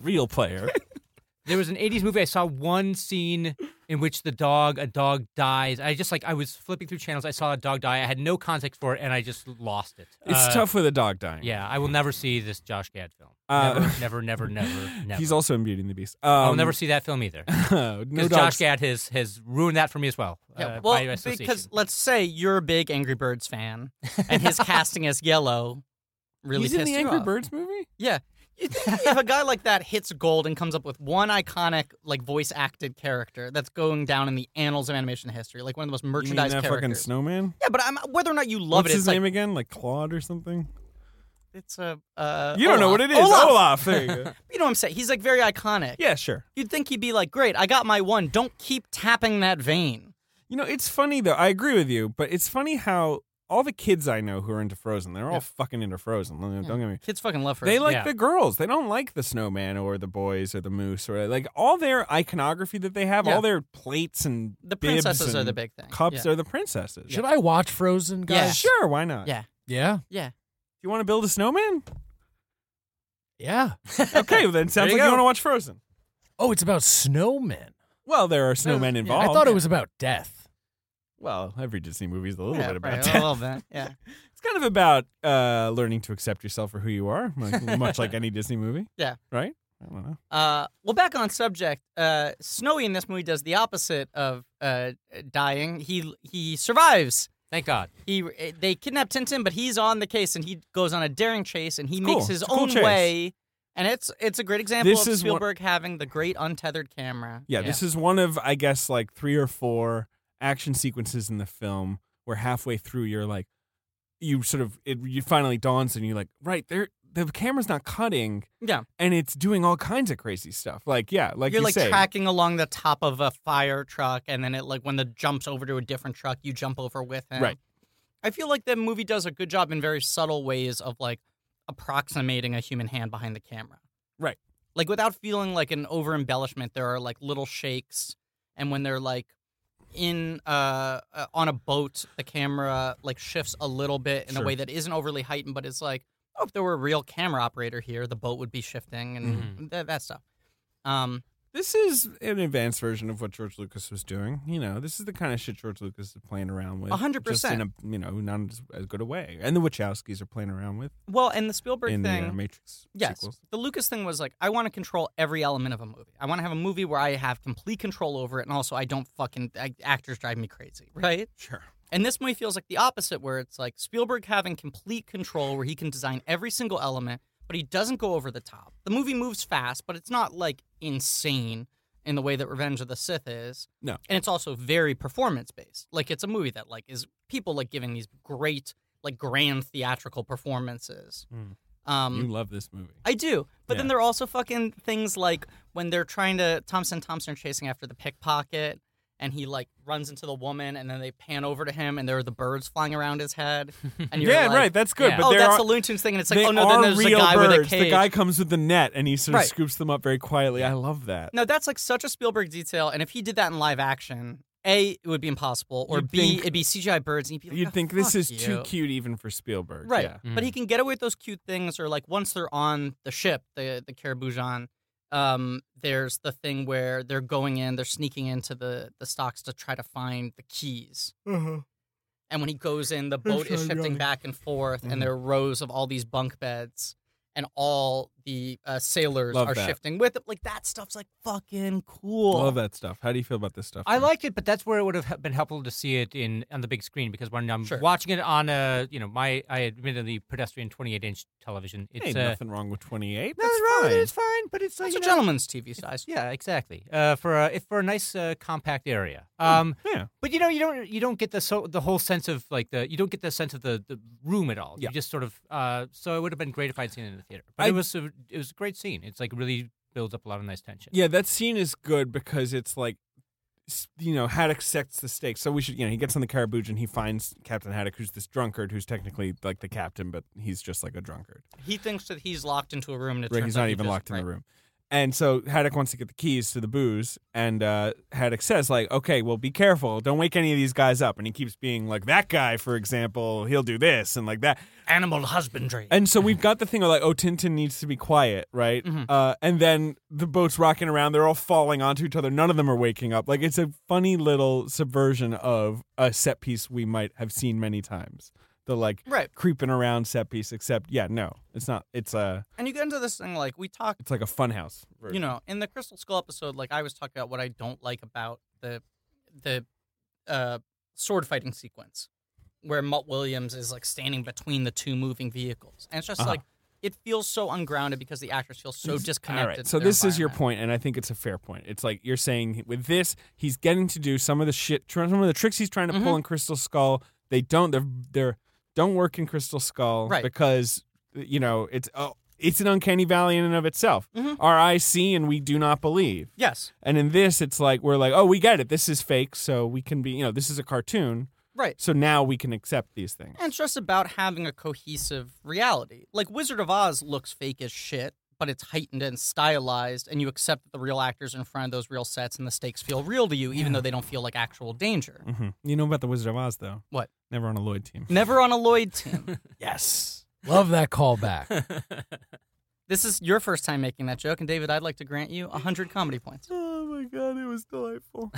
Speaker 3: Real player.
Speaker 4: there was an 80s movie i saw one scene in which the dog a dog dies i just like i was flipping through channels i saw a dog die i had no context for it and i just lost it
Speaker 3: It's
Speaker 4: Uh,
Speaker 3: tough with a dog dying.
Speaker 4: yeah i will never see this josh gad film
Speaker 3: Uh,
Speaker 4: never, never never never never
Speaker 3: He's also in Beauty and the Beast. Um,
Speaker 4: i'll never see that film either
Speaker 3: no
Speaker 4: because
Speaker 3: dogs.
Speaker 4: josh gad has has ruined that for me as well
Speaker 2: Yeah,
Speaker 4: uh, by
Speaker 2: well,
Speaker 4: association.
Speaker 2: because let's say you're a big Angry Birds fan, and his casting as Yellow really
Speaker 3: He's
Speaker 2: pissed
Speaker 3: in the
Speaker 2: you
Speaker 3: Angry
Speaker 2: off.
Speaker 3: Birds movie.
Speaker 2: Yeah. You think if a guy like that hits gold and comes up with one iconic, like voice acted character that's going down in the annals of animation history, like one of the most
Speaker 3: You mean
Speaker 2: merchandised
Speaker 3: that fucking
Speaker 2: characters.
Speaker 3: snowman?
Speaker 2: yeah, but I'm, whether or not you love
Speaker 3: What's
Speaker 2: it, it's
Speaker 3: his name
Speaker 2: like
Speaker 3: again? Like Claude or something?
Speaker 2: it's a. Uh,
Speaker 3: You don't know
Speaker 2: Olaf.
Speaker 3: what it is.
Speaker 2: Olaf.
Speaker 3: Olaf. There you go.
Speaker 2: You know what I'm saying? He's like very iconic.
Speaker 3: yeah, sure.
Speaker 2: You'd think he'd be like, "Great, I got my one. Don't keep tapping that vein."
Speaker 3: You know, it's funny though. I agree with you, but it's funny how all the kids I know who are into Frozen, they're all fucking into Frozen. Don't get me.
Speaker 2: Kids fucking love her.
Speaker 3: They like
Speaker 4: Yeah.
Speaker 3: the girls. They don't like the snowman or the boys or the moose or like all their iconography that they have,
Speaker 2: Yeah.
Speaker 3: all their plates and
Speaker 2: The
Speaker 3: bibs
Speaker 2: princesses are
Speaker 3: and
Speaker 2: the big thing.
Speaker 3: Cups
Speaker 2: Yeah.
Speaker 3: are the princesses. Uh,
Speaker 5: Should I watch Frozen,
Speaker 2: Yeah.
Speaker 5: guys?
Speaker 3: Sure, why not?
Speaker 2: Yeah.
Speaker 5: Yeah.
Speaker 2: yeah.
Speaker 3: You want to build a snowman?
Speaker 5: Yeah.
Speaker 3: Okay, then sounds
Speaker 4: you
Speaker 3: like you
Speaker 4: go.
Speaker 3: want to watch Frozen.
Speaker 5: Oh, it's about snowmen.
Speaker 3: Well, there are snowmen involved.
Speaker 5: I
Speaker 4: Oh,
Speaker 5: thought it was about death.
Speaker 3: Well, every Disney movie is a little
Speaker 2: yeah,
Speaker 3: bit about
Speaker 2: right,
Speaker 3: that.
Speaker 2: A little bit. Yeah.
Speaker 3: It's kind of about uh, learning to accept yourself for who you are, like, much like any Disney movie.
Speaker 2: Yeah.
Speaker 3: Right? I don't know.
Speaker 2: Uh, well, back on subject, uh, Snowy in this movie does the opposite of uh, dying. He he survives.
Speaker 4: thank god
Speaker 2: He they kidnap Tintin, but he's on the case, and he goes on a daring chase, and he
Speaker 3: It's
Speaker 2: makes
Speaker 3: cool.
Speaker 2: his
Speaker 3: It's a cool
Speaker 2: own
Speaker 3: chase.
Speaker 2: way. And it's it's a great example
Speaker 3: This
Speaker 2: of
Speaker 3: is one-
Speaker 2: Spielberg having the great untethered camera.
Speaker 3: Yeah, this is one of, I guess, like three or four action sequences in the film where halfway through you're like, you sort of, it you finally dawns and you're like, right, there, the camera's not cutting
Speaker 2: yeah.
Speaker 3: and it's doing all kinds of crazy stuff. Like, yeah, like
Speaker 2: You're
Speaker 3: you
Speaker 2: like
Speaker 3: say,
Speaker 2: tracking along the top of a fire truck, and then it like when the jumps over to a different truck, you jump over with him.
Speaker 3: Right.
Speaker 2: I feel like the movie does a good job in very subtle ways of like approximating a human hand behind the camera.
Speaker 3: Right.
Speaker 2: Like without feeling like an over embellishment, there are like little shakes, and when they're like in uh, uh on a boat, the camera like shifts a little bit in
Speaker 3: Sure.
Speaker 2: a way that isn't overly heightened, but it's like oh, if there were a real camera operator here, the boat would be shifting and
Speaker 3: Mm-hmm.
Speaker 2: tha- that stuff. Um,
Speaker 3: This is an advanced version of what George Lucas was doing. You know, this is the kind of shit George Lucas is playing around with.
Speaker 2: A hundred
Speaker 3: just in
Speaker 2: percent.
Speaker 3: a- You know, not as- as good a way. And the Wachowskis are playing around with
Speaker 2: well, and the Spielberg
Speaker 3: in
Speaker 2: thing,
Speaker 3: the uh, Matrix
Speaker 2: Yes.
Speaker 3: sequels.
Speaker 2: The Lucas thing was like, I want to control every element of a movie. I want to have a movie where I have complete control over it, and also I don't fucking I, actors drive me crazy, right?
Speaker 3: Sure.
Speaker 2: And this movie feels like the opposite, where it's like Spielberg having complete control, where he can design every single element, but he doesn't go over the top. The movie moves fast, but it's not like insane in the way that Revenge of the Sith is.
Speaker 3: No.
Speaker 2: and it's also very performance based. Like it's a movie that like is people like giving these great like grand theatrical performances. Um,
Speaker 3: you love this movie.
Speaker 2: I do. But then
Speaker 3: Yeah.
Speaker 2: there are also fucking things like when they're trying to Thompson Thompson are chasing after the pickpocket and he like runs into the woman and then they pan over to him and there are the birds flying around his head. And you're
Speaker 3: yeah,
Speaker 2: like,
Speaker 3: right. That's good.
Speaker 4: yeah.
Speaker 3: But
Speaker 2: oh,
Speaker 3: there
Speaker 2: that's
Speaker 3: are,
Speaker 2: the Looney Tunes thing, and it's like,
Speaker 3: they
Speaker 2: oh no,
Speaker 3: are
Speaker 2: then there's
Speaker 3: real
Speaker 2: a guy
Speaker 3: birds.
Speaker 2: with a cage.
Speaker 3: The guy comes with the net and he sort of
Speaker 2: Right.
Speaker 3: scoops them up very quietly. I love that.
Speaker 2: No, that's like such a Spielberg detail, and if he did that in live action, a it would be impossible, or
Speaker 3: You'd
Speaker 2: b
Speaker 3: think-
Speaker 2: it'd be CGI birds, and you'd be like,
Speaker 3: You'd
Speaker 2: "Oh,
Speaker 3: think this
Speaker 2: fuck
Speaker 3: is
Speaker 2: you.
Speaker 3: too cute even for Spielberg.
Speaker 2: Right.
Speaker 3: Yeah.
Speaker 2: But he can get away with those cute things, or like once they're on the ship, the the Carabujan, um, there's the thing where
Speaker 4: Mm-hmm.
Speaker 2: they're going in, they're sneaking into the the stocks to try to find the keys. And when he goes in, the boat is shifting back and forth,
Speaker 3: Mm-hmm.
Speaker 2: and there are rows of all these bunk beds, and all the uh, sailors
Speaker 3: Love
Speaker 2: are
Speaker 3: that.
Speaker 2: shifting with it. Like that stuff's like fucking cool.
Speaker 3: Love that stuff. How do you feel about this stuff?
Speaker 4: I
Speaker 3: Frank?
Speaker 4: liked it, but that's where it would have he- been helpful to see it in on the big screen because when I'm
Speaker 2: Sure.
Speaker 4: watching it on a you know my I admittedly pedestrian 28 inch television, it's
Speaker 3: Ain't
Speaker 4: uh,
Speaker 3: nothing wrong with 28.
Speaker 4: nothing
Speaker 3: That's
Speaker 4: wrong with it,
Speaker 3: fine.
Speaker 4: It's fine, but it's like
Speaker 2: That's a
Speaker 4: you know,
Speaker 2: gentleman's TV size.
Speaker 4: Yeah, exactly. Uh, for a if for a nice uh, compact area.
Speaker 3: Hmm.
Speaker 4: Um,
Speaker 3: Yeah.
Speaker 4: but you know you don't you don't get the so the whole sense of like the you don't get the sense of the, the room at all.
Speaker 3: Yeah.
Speaker 4: You just sort of uh, so it would have been great if I'd seen it in the theater. But
Speaker 3: I-
Speaker 4: it was a, it was a great scene. It's like really builds up a lot of nice tension.
Speaker 3: Yeah, that scene is good because it's like, s- you know, Haddock sets the stakes. So we should, you know, he gets on the carabouge and he finds Captain Haddock, who's this drunkard, who's technically like the captain, but he's just like a drunkard.
Speaker 2: He thinks that he's locked into a room, and it
Speaker 3: Right?
Speaker 2: turns
Speaker 3: He's
Speaker 2: out
Speaker 3: not
Speaker 2: he
Speaker 3: even
Speaker 2: doesn't,
Speaker 3: locked in
Speaker 2: right?
Speaker 3: the room. And so Haddock wants to get the keys to the booze, and uh, Haddock says, like, okay, well, be careful. Don't wake any of these guys up. And he keeps being like, that guy, for example, he'll do this and like that.
Speaker 2: Animal husbandry.
Speaker 3: And so we've got the thing of like, oh, Tintin needs to be quiet, right? Uh, and then the boat's rocking around. They're all falling onto each other. None of them are waking up. Like, it's a funny little subversion of a set piece we might have seen many times. The like
Speaker 2: Right.
Speaker 3: creeping around set piece, except, yeah, no, it's not. It's a,
Speaker 2: And you get into this thing like we talked,
Speaker 3: it's like a funhouse.
Speaker 2: you know, in the Crystal Skull episode. Like I was talking about what I don't like about the the uh, sword fighting sequence, where Mutt Williams is like standing between the two moving vehicles, and it's just
Speaker 3: Uh-huh.
Speaker 2: like it feels so ungrounded because the actors feel so disconnected.
Speaker 3: All right.
Speaker 2: to
Speaker 3: So
Speaker 2: their
Speaker 3: this is your
Speaker 2: environment.
Speaker 3: point, and I think it's a fair point. It's like you're saying with this, he's getting to do some of the shit, tr- some of the tricks he's trying to
Speaker 2: Mm-hmm.
Speaker 3: pull in Crystal Skull. They don't. They're they're don't work in Crystal Skull
Speaker 2: Right.
Speaker 3: because you know it's oh, it's an uncanny valley in and of itself.
Speaker 2: Mm-hmm.
Speaker 3: Our eyes see and we do not believe.
Speaker 2: Yes,
Speaker 3: And in this, it's like we're like, oh, we get it. This is fake, so we can be. You know, this is a cartoon,
Speaker 2: right.
Speaker 3: so now we can accept these things.
Speaker 2: And it's just about having a cohesive reality. Like Wizard of Oz looks fake as shit, but it's heightened and stylized, and you accept that the real actors in front of those real sets and the stakes feel real to you, even though they don't feel like actual danger.
Speaker 3: hmm You know about the Wizard of Oz, though.
Speaker 2: What?
Speaker 3: Never on a Lloyd team.
Speaker 2: Never on a Lloyd team.
Speaker 3: Yes.
Speaker 5: Love that callback.
Speaker 2: this is your first time making that joke, and David, I'd like to grant you 100 comedy points.
Speaker 3: Oh my god, it was delightful.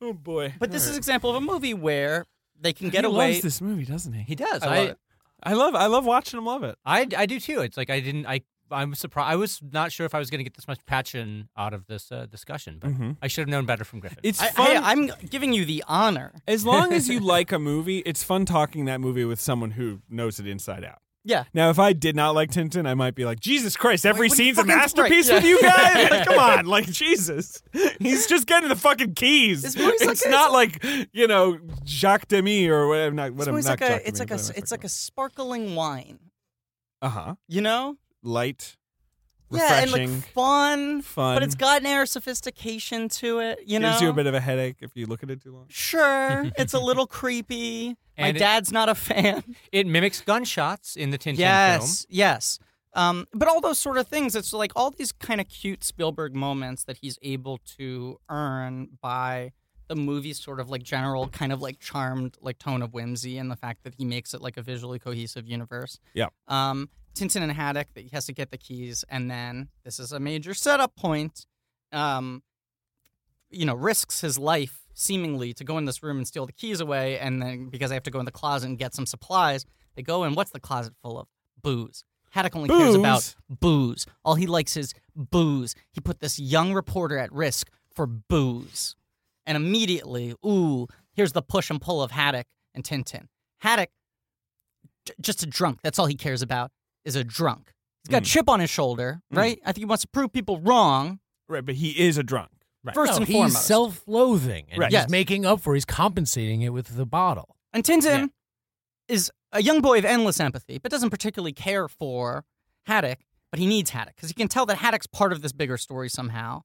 Speaker 3: oh boy.
Speaker 2: But this is an example of a movie where they can get
Speaker 3: he
Speaker 2: away.
Speaker 3: loves this movie, doesn't he?
Speaker 4: he does.
Speaker 2: I love it.
Speaker 3: I
Speaker 4: I
Speaker 3: love I love watching him love it.
Speaker 4: I, I do too. It's like I didn't. I I'm surprised. I was not sure if I was going to get this much passion out of this uh, discussion, but
Speaker 2: Mm-hmm.
Speaker 3: Mhm.
Speaker 4: I should have known better from Griffin.
Speaker 3: It's
Speaker 2: I,
Speaker 3: fun.
Speaker 2: I, am giving you the honor.
Speaker 3: as long as you like a movie, it's fun talking that movie with someone who knows it inside out.
Speaker 2: Yeah.
Speaker 3: Now, if I did not like Tintin, I might be like, Jesus Christ, every
Speaker 2: Wait, what
Speaker 3: scene's a
Speaker 2: fucking- right,
Speaker 3: masterpiece
Speaker 2: yeah.
Speaker 3: with you guys. Like, come on, like Jesus, he's just getting the fucking keys.
Speaker 2: This movie's like
Speaker 3: it's
Speaker 2: a-
Speaker 3: not like you know Jacques Demy or whatever. Not,
Speaker 2: This
Speaker 3: whatever
Speaker 2: movie's like
Speaker 3: not Jacques
Speaker 2: a, it's like a, it's like a sparkling wine.
Speaker 3: uh huh
Speaker 2: You know?
Speaker 3: light,
Speaker 2: Yeah, and
Speaker 3: refreshing.
Speaker 2: like fun,
Speaker 3: Fun.
Speaker 2: but it's got an air of sophistication to it. You know,
Speaker 3: gives you a bit of a headache if you look at it too long.
Speaker 2: sure, it's a little creepy. My
Speaker 4: And it-
Speaker 2: dad's not a fan.
Speaker 4: it mimics gunshots in the Tintin film.
Speaker 2: yes, yes. Um, but all those sort of things, it's like all these kind of cute Spielberg moments that he's able to earn by the movie's sort of like general kind of like charmed like tone of whimsy and the fact that he makes it like a visually cohesive universe.
Speaker 3: Yeah.
Speaker 2: Um, Tintin and Haddock that he has to get the keys, and then this is a major setup point. Um, you know, risks his life seemingly to go in this room and steal the keys away, and then because I have to go in the closet and get some supplies, they go in. What's the closet full of? Booze. Haddock only cares about booze. All he likes is booze. He put this young reporter at risk for booze. And immediately, ooh, here's the push and pull of Haddock and Tintin. Haddock, j- just a drunk. That's all he cares about is a drunk. He's got a chip on his shoulder, right? I think he wants to prove people wrong.
Speaker 3: Right, but he is a drunk. Right.
Speaker 2: First
Speaker 5: No,
Speaker 2: and
Speaker 5: he's
Speaker 2: foremost,
Speaker 5: self-loathing and
Speaker 3: Right.
Speaker 5: he's
Speaker 2: Yes.
Speaker 5: making up for. He's compensating it with the bottle.
Speaker 2: and Tintin is a young boy of endless empathy, but doesn't particularly care for Haddock. But he needs Haddock because he can tell that Haddock's part of this bigger story somehow,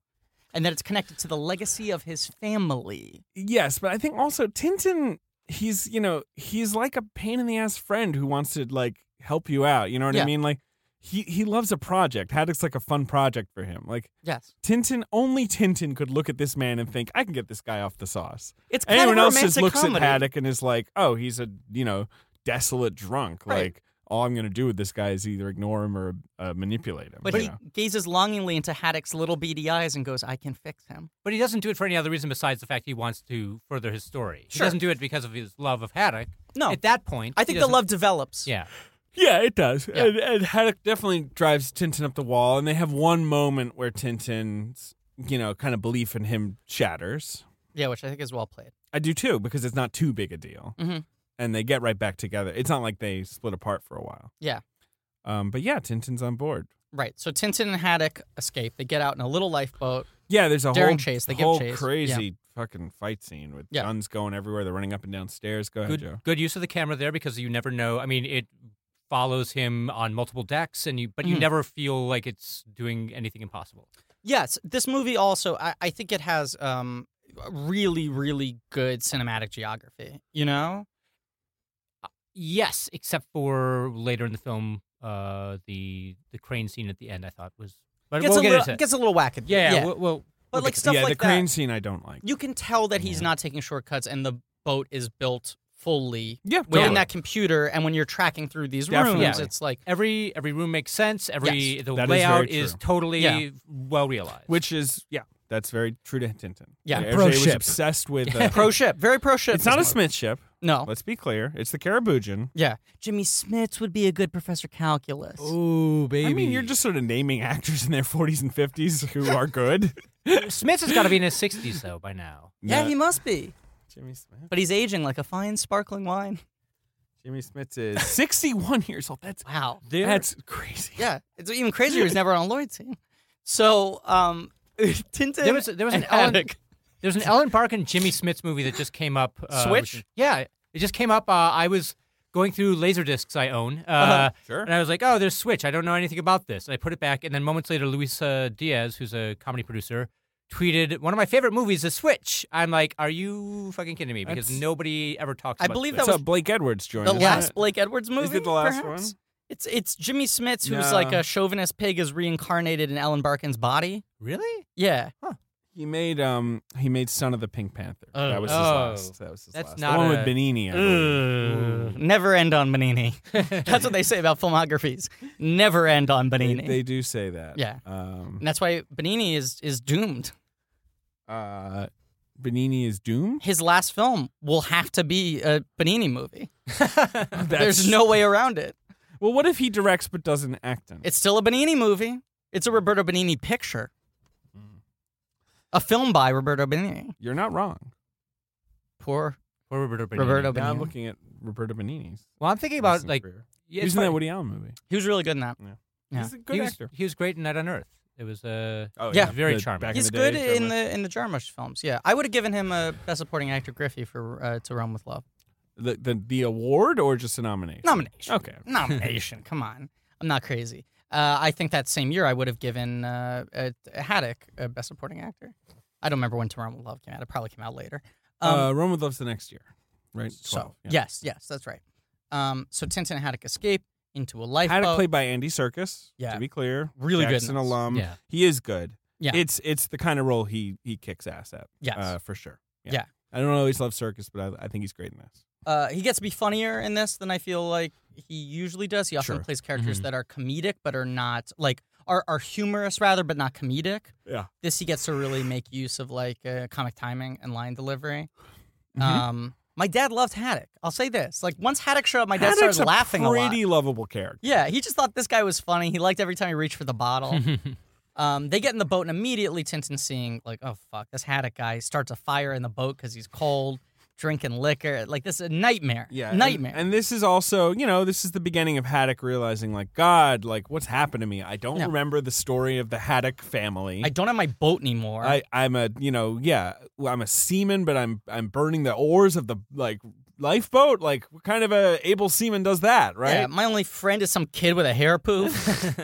Speaker 2: and that it's connected to the legacy of his family.
Speaker 3: Yes, but I think also Tintin, he's you know he's like a pain in the ass friend who wants to like help you out. You know what I
Speaker 2: Yeah.
Speaker 3: mean? Like he he loves a project. Haddock's like a fun project for him. Like
Speaker 2: Yes,
Speaker 3: Tintin, only Tintin could look at this man and think, I can get this guy off the sauce.
Speaker 2: it's kind
Speaker 3: Anyone
Speaker 2: of a
Speaker 3: else just
Speaker 2: romantic
Speaker 3: looks
Speaker 2: comedy.
Speaker 3: at Haddock and is like, oh, he's a you know desolate drunk.
Speaker 2: Right.
Speaker 3: Like all I'm going to do with this guy is either ignore him or uh, manipulate him.
Speaker 2: But
Speaker 3: you
Speaker 2: he
Speaker 3: know?
Speaker 2: gazes longingly into Haddock's little beady eyes and goes, I can fix him.
Speaker 4: But he doesn't do it for any other reason besides the fact he wants to further his story.
Speaker 2: Sure.
Speaker 4: He doesn't do it because of his love of Haddock.
Speaker 2: No.
Speaker 4: At that point,
Speaker 2: I
Speaker 4: he
Speaker 2: think the
Speaker 4: doesn't-
Speaker 2: love develops.
Speaker 4: Yeah.
Speaker 3: Yeah, it does. And, and Haddock definitely drives Tintin up the wall, and they have one moment where Tintin's, you know, kind of belief in him shatters.
Speaker 2: Yeah, which I think is well played.
Speaker 3: I do too, because it's not too big a deal.
Speaker 2: Mhm.
Speaker 3: And they get right back together. It's not like they split apart for a while.
Speaker 2: Yeah.
Speaker 3: Um, but yeah, Tintin's on board.
Speaker 2: Right. So Tintin and Haddock escape. They get out in a little lifeboat.
Speaker 3: Yeah, there's a
Speaker 2: Daring
Speaker 3: whole,
Speaker 2: chase, they give
Speaker 3: whole
Speaker 2: chase.
Speaker 3: crazy fucking fight scene with
Speaker 2: Yeah.
Speaker 3: guns going everywhere. They're running up and down stairs. Go ahead, Joe.
Speaker 4: Good, good use of the camera there because you never know. I mean, it follows him on multiple decks, and you but you
Speaker 2: Mhm.
Speaker 4: never feel like it's doing anything impossible.
Speaker 2: Yes, this movie also, I, I think it has um, really, really good cinematic geography, you know?
Speaker 4: Yes, except for later in the film, uh, the the crane scene at the end. I thought was, but
Speaker 2: gets,
Speaker 4: we'll
Speaker 2: a
Speaker 4: get
Speaker 2: little,
Speaker 4: into it.
Speaker 2: gets a little wacky.
Speaker 4: yeah, yeah. We'll, we'll-
Speaker 2: but
Speaker 4: we'll
Speaker 2: like
Speaker 4: get to
Speaker 2: stuff
Speaker 3: yeah,
Speaker 2: like
Speaker 3: the crane
Speaker 2: that.
Speaker 3: scene I don't like.
Speaker 2: You can tell that he's
Speaker 4: Yeah.
Speaker 2: not taking shortcuts and the boat is built fully
Speaker 3: yeah,
Speaker 2: within
Speaker 3: totally.
Speaker 2: that computer. And when you're tracking through these
Speaker 3: Definitely.
Speaker 2: rooms,
Speaker 4: Yeah.
Speaker 2: it's like,
Speaker 4: every every room makes sense. Every
Speaker 2: Yes,
Speaker 4: the
Speaker 3: that is
Speaker 4: layout
Speaker 3: very
Speaker 4: is
Speaker 3: true.
Speaker 4: totally
Speaker 2: Yeah.
Speaker 4: well realized.
Speaker 3: Which is yeah, that's very true to Tintin.
Speaker 2: Yeah,
Speaker 3: Hergé
Speaker 5: pro
Speaker 3: was
Speaker 5: ship.
Speaker 3: obsessed with. Uh,
Speaker 2: pro ship, very pro ship.
Speaker 3: it's not a
Speaker 2: this movie.
Speaker 3: Smith ship.
Speaker 2: No.
Speaker 3: Let's be clear. It's the Caraboujan.
Speaker 2: Yeah. Jimmy Smits would be a good Professor Calculus.
Speaker 5: Ooh, baby.
Speaker 3: I mean, you're just sort of naming actors in their 40s and 50s who are good.
Speaker 4: Smith has got to be in his sixties though by now.
Speaker 2: Yeah, he must be.
Speaker 3: Jimmy Smith.
Speaker 2: But he's aging like a fine sparkling wine.
Speaker 3: Jimmy Smith is 61 years old. That's
Speaker 2: Wow.
Speaker 3: that's crazy.
Speaker 2: Yeah. It's even crazier he's never on Lloyd's team. So, um, Tintin
Speaker 4: There was there was an
Speaker 2: and
Speaker 4: Ellen,
Speaker 2: Haddock.
Speaker 4: there's an Ellen Park and Jimmy Smith's movie that just came up. Uh,
Speaker 2: Switch?
Speaker 4: which- yeah, it just came up. Uh, I was going through laser discs I own. Uh,
Speaker 3: Sure.
Speaker 4: And I was like, oh, there's Switch. I don't know anything about this. And I put it back. And then moments later, Luisa Diaz, who's a comedy producer, tweeted, one of my favorite movies is Switch. I'm like, are you fucking kidding me? Because
Speaker 3: That's-
Speaker 4: nobody ever talks
Speaker 2: I
Speaker 4: about
Speaker 2: believe
Speaker 4: Switch.
Speaker 2: that
Speaker 3: That's
Speaker 2: was
Speaker 3: how Blake Edwards joined
Speaker 2: the
Speaker 3: us.
Speaker 2: last
Speaker 4: Uh,
Speaker 2: Blake Edwards movie.
Speaker 3: Is it the last
Speaker 2: perhaps?
Speaker 3: one?
Speaker 2: It's it's Jimmy Smits who's
Speaker 3: No.
Speaker 2: like a chauvinist pig is reincarnated in Ellen Barkin's body.
Speaker 4: Really?
Speaker 2: Yeah.
Speaker 3: He made um he made Son of the Pink Panther.
Speaker 2: Oh.
Speaker 3: that was his
Speaker 4: Oh.
Speaker 3: last. That was his
Speaker 4: That's
Speaker 3: last.
Speaker 4: not
Speaker 3: the one
Speaker 4: a-
Speaker 3: with Benini. I believe.
Speaker 4: Ooh.
Speaker 2: Never end on Benini. That's what they say about filmographies. Never end on
Speaker 3: They,
Speaker 2: Benini.
Speaker 3: they do say that.
Speaker 2: Yeah.
Speaker 3: Um,
Speaker 2: and that's why Benini is is doomed.
Speaker 3: uh, Benini is doomed.
Speaker 2: His last film will have to be a Benini movie.
Speaker 3: That's-
Speaker 2: There's no way around it.
Speaker 3: Well, what if he directs but doesn't act in it?
Speaker 2: It's still a Benini movie. It's a Roberto Benini picture.
Speaker 3: Mm.
Speaker 2: A film by Roberto Benini.
Speaker 3: You're not wrong.
Speaker 2: Poor
Speaker 4: Or Roberto Benigni.
Speaker 2: Roberto
Speaker 3: Now I'm
Speaker 2: Benini.
Speaker 3: looking at Roberto Benini's.
Speaker 4: Well, I'm thinking about,
Speaker 3: recent
Speaker 4: like,
Speaker 3: career. he
Speaker 4: yeah, it's
Speaker 3: was in that
Speaker 4: funny.
Speaker 3: Woody Allen movie.
Speaker 2: He was really good in that. Yeah.
Speaker 3: He's a good
Speaker 4: he was,
Speaker 3: actor.
Speaker 4: he was great in Night on Earth. It was, uh,
Speaker 3: Oh,
Speaker 2: Yeah.
Speaker 4: he was very
Speaker 3: The-
Speaker 4: charming.
Speaker 3: back in
Speaker 2: He's
Speaker 3: the
Speaker 2: good
Speaker 3: day,
Speaker 2: in
Speaker 3: Jarmusch.
Speaker 2: the in the Jarmusch films. Yeah, I would have given him a Best Supporting Actor Griffey for uh, To Rome with Love
Speaker 3: The, the the award or just a nomination?
Speaker 2: nomination.
Speaker 3: Okay.
Speaker 2: Nomination. Come on, I'm not crazy. Uh, I think that same year I would have given uh, uh, Haddock a Best Supporting Actor. I don't remember when To Rome with Love came out. It probably came out later. Um,
Speaker 3: uh, Rome with Love's the next year, right?
Speaker 2: so
Speaker 3: 12, yeah.
Speaker 2: yes, yes, that's right. Um, so Tintin and Haddock escape into a lifeboat.
Speaker 3: Haddock played by Andy Circus.
Speaker 2: uh, Yeah.
Speaker 3: To be clear,
Speaker 2: Really good
Speaker 3: Jackson
Speaker 2: in this.
Speaker 3: alum.
Speaker 4: Yeah.
Speaker 3: He is good.
Speaker 2: Yeah.
Speaker 3: It's it's the kind of role he he kicks ass at.
Speaker 2: Yes.
Speaker 3: Uh, for sure.
Speaker 2: Yeah.
Speaker 3: I don't always love Circus, but I, I think he's great in this.
Speaker 2: uh, he gets to be funnier in this than I feel like he usually does. He often
Speaker 3: Sure.
Speaker 2: plays characters that are comedic but are not like are are humorous rather but not comedic.
Speaker 3: Yeah.
Speaker 2: This he gets to really make use of like uh, comic timing and line delivery.
Speaker 3: Mhm.
Speaker 2: Um, my dad loved Haddock. I'll say this: like once Haddock showed up, my dad
Speaker 3: Haddock's
Speaker 2: started laughing a
Speaker 3: a
Speaker 2: lot.
Speaker 3: pretty lovable character.
Speaker 2: Yeah, he just thought this guy was funny. He liked every time he reached for the bottle. um, they get in the boat and immediately Tintin seeing like, oh fuck, this Haddock guy starts a fire in the boat because he's cold, drinking liquor. Like this is a nightmare.
Speaker 3: Yeah, and-
Speaker 2: nightmare.
Speaker 3: And, this is also, you know, this is the beginning of Haddock realizing, like, God, like, what's happened to me? I don't
Speaker 2: No.
Speaker 3: remember the story of the Haddock family.
Speaker 2: I don't have my boat anymore.
Speaker 3: I, I'm a, you know, yeah, well, I'm a seaman, but I'm I'm burning the oars of the like lifeboat. Like, what kind of a able seaman does that,
Speaker 2: Yeah,
Speaker 3: right?
Speaker 2: my only friend is some kid with a hair poof.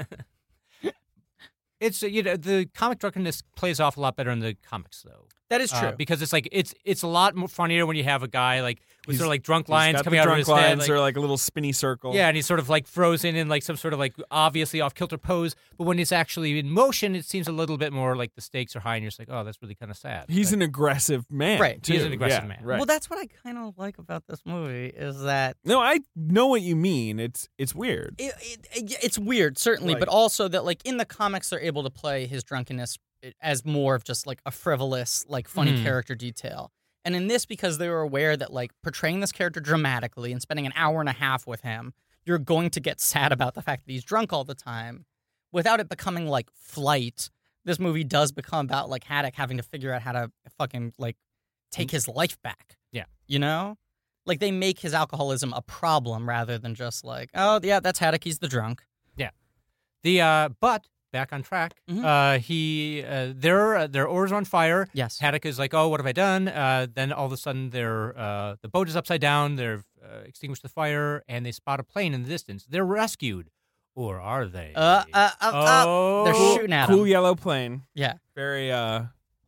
Speaker 4: it's uh, you know the comic drunkenness plays off a lot better in the comics though.
Speaker 6: That is
Speaker 4: uh,
Speaker 6: true.
Speaker 4: because it's like it's it's a lot more funnier when you have a guy like with
Speaker 3: He's-
Speaker 4: sort of like drunk
Speaker 3: He's
Speaker 4: lines
Speaker 3: got
Speaker 4: coming
Speaker 3: the
Speaker 4: out of
Speaker 3: drunk
Speaker 4: his
Speaker 3: lines
Speaker 4: head, like-
Speaker 3: or like a little spinny circle.
Speaker 4: yeah, and he's sort of like frozen in like some sort of like obviously off kilter pose. But when it's actually in motion, it seems a little bit more like the stakes are high, and you're just like, oh, that's really kind of sad.
Speaker 3: He's
Speaker 4: But-
Speaker 3: an aggressive man.
Speaker 2: Right,
Speaker 4: he is an
Speaker 3: too.
Speaker 4: aggressive
Speaker 3: Yeah,
Speaker 4: man.
Speaker 3: Right.
Speaker 2: Well, that's what I kind of like about this movie is that
Speaker 3: no, I know what you mean. It's it's weird.
Speaker 2: it, it, it- it's weird, certainly,
Speaker 3: Like-
Speaker 2: but also that like in the comics they're able to play his drunkenness as more of just like a frivolous, like funny
Speaker 4: Mhm.
Speaker 2: character detail. And in this, because they were aware that like portraying this character dramatically and spending an hour and a half with him, you're going to get sad about the fact that he's drunk all the time. Without it becoming like flight, this movie does become about like Haddock having to figure out how to fucking like take his life back.
Speaker 4: Yeah.
Speaker 2: You know? like they make his alcoholism a problem rather than just like, oh yeah, that's Haddock. He's the drunk.
Speaker 4: the uh, but back on track.
Speaker 2: Mhm.
Speaker 3: Mm-hmm.
Speaker 4: Uh, he uh, their uh, their oars are on fire.
Speaker 2: Yes.
Speaker 4: Haddock is like, oh, what have I done? Uh, then all of a sudden, their uh, the boat is upside down. They've uh, extinguished the fire, and they spot a plane in the distance. They're rescued, or are they?
Speaker 2: Uh, uh, uh, uh.
Speaker 4: oh,
Speaker 2: They're shooting at
Speaker 3: cool
Speaker 2: him.
Speaker 3: yellow plane.
Speaker 2: Yeah.
Speaker 3: Very uh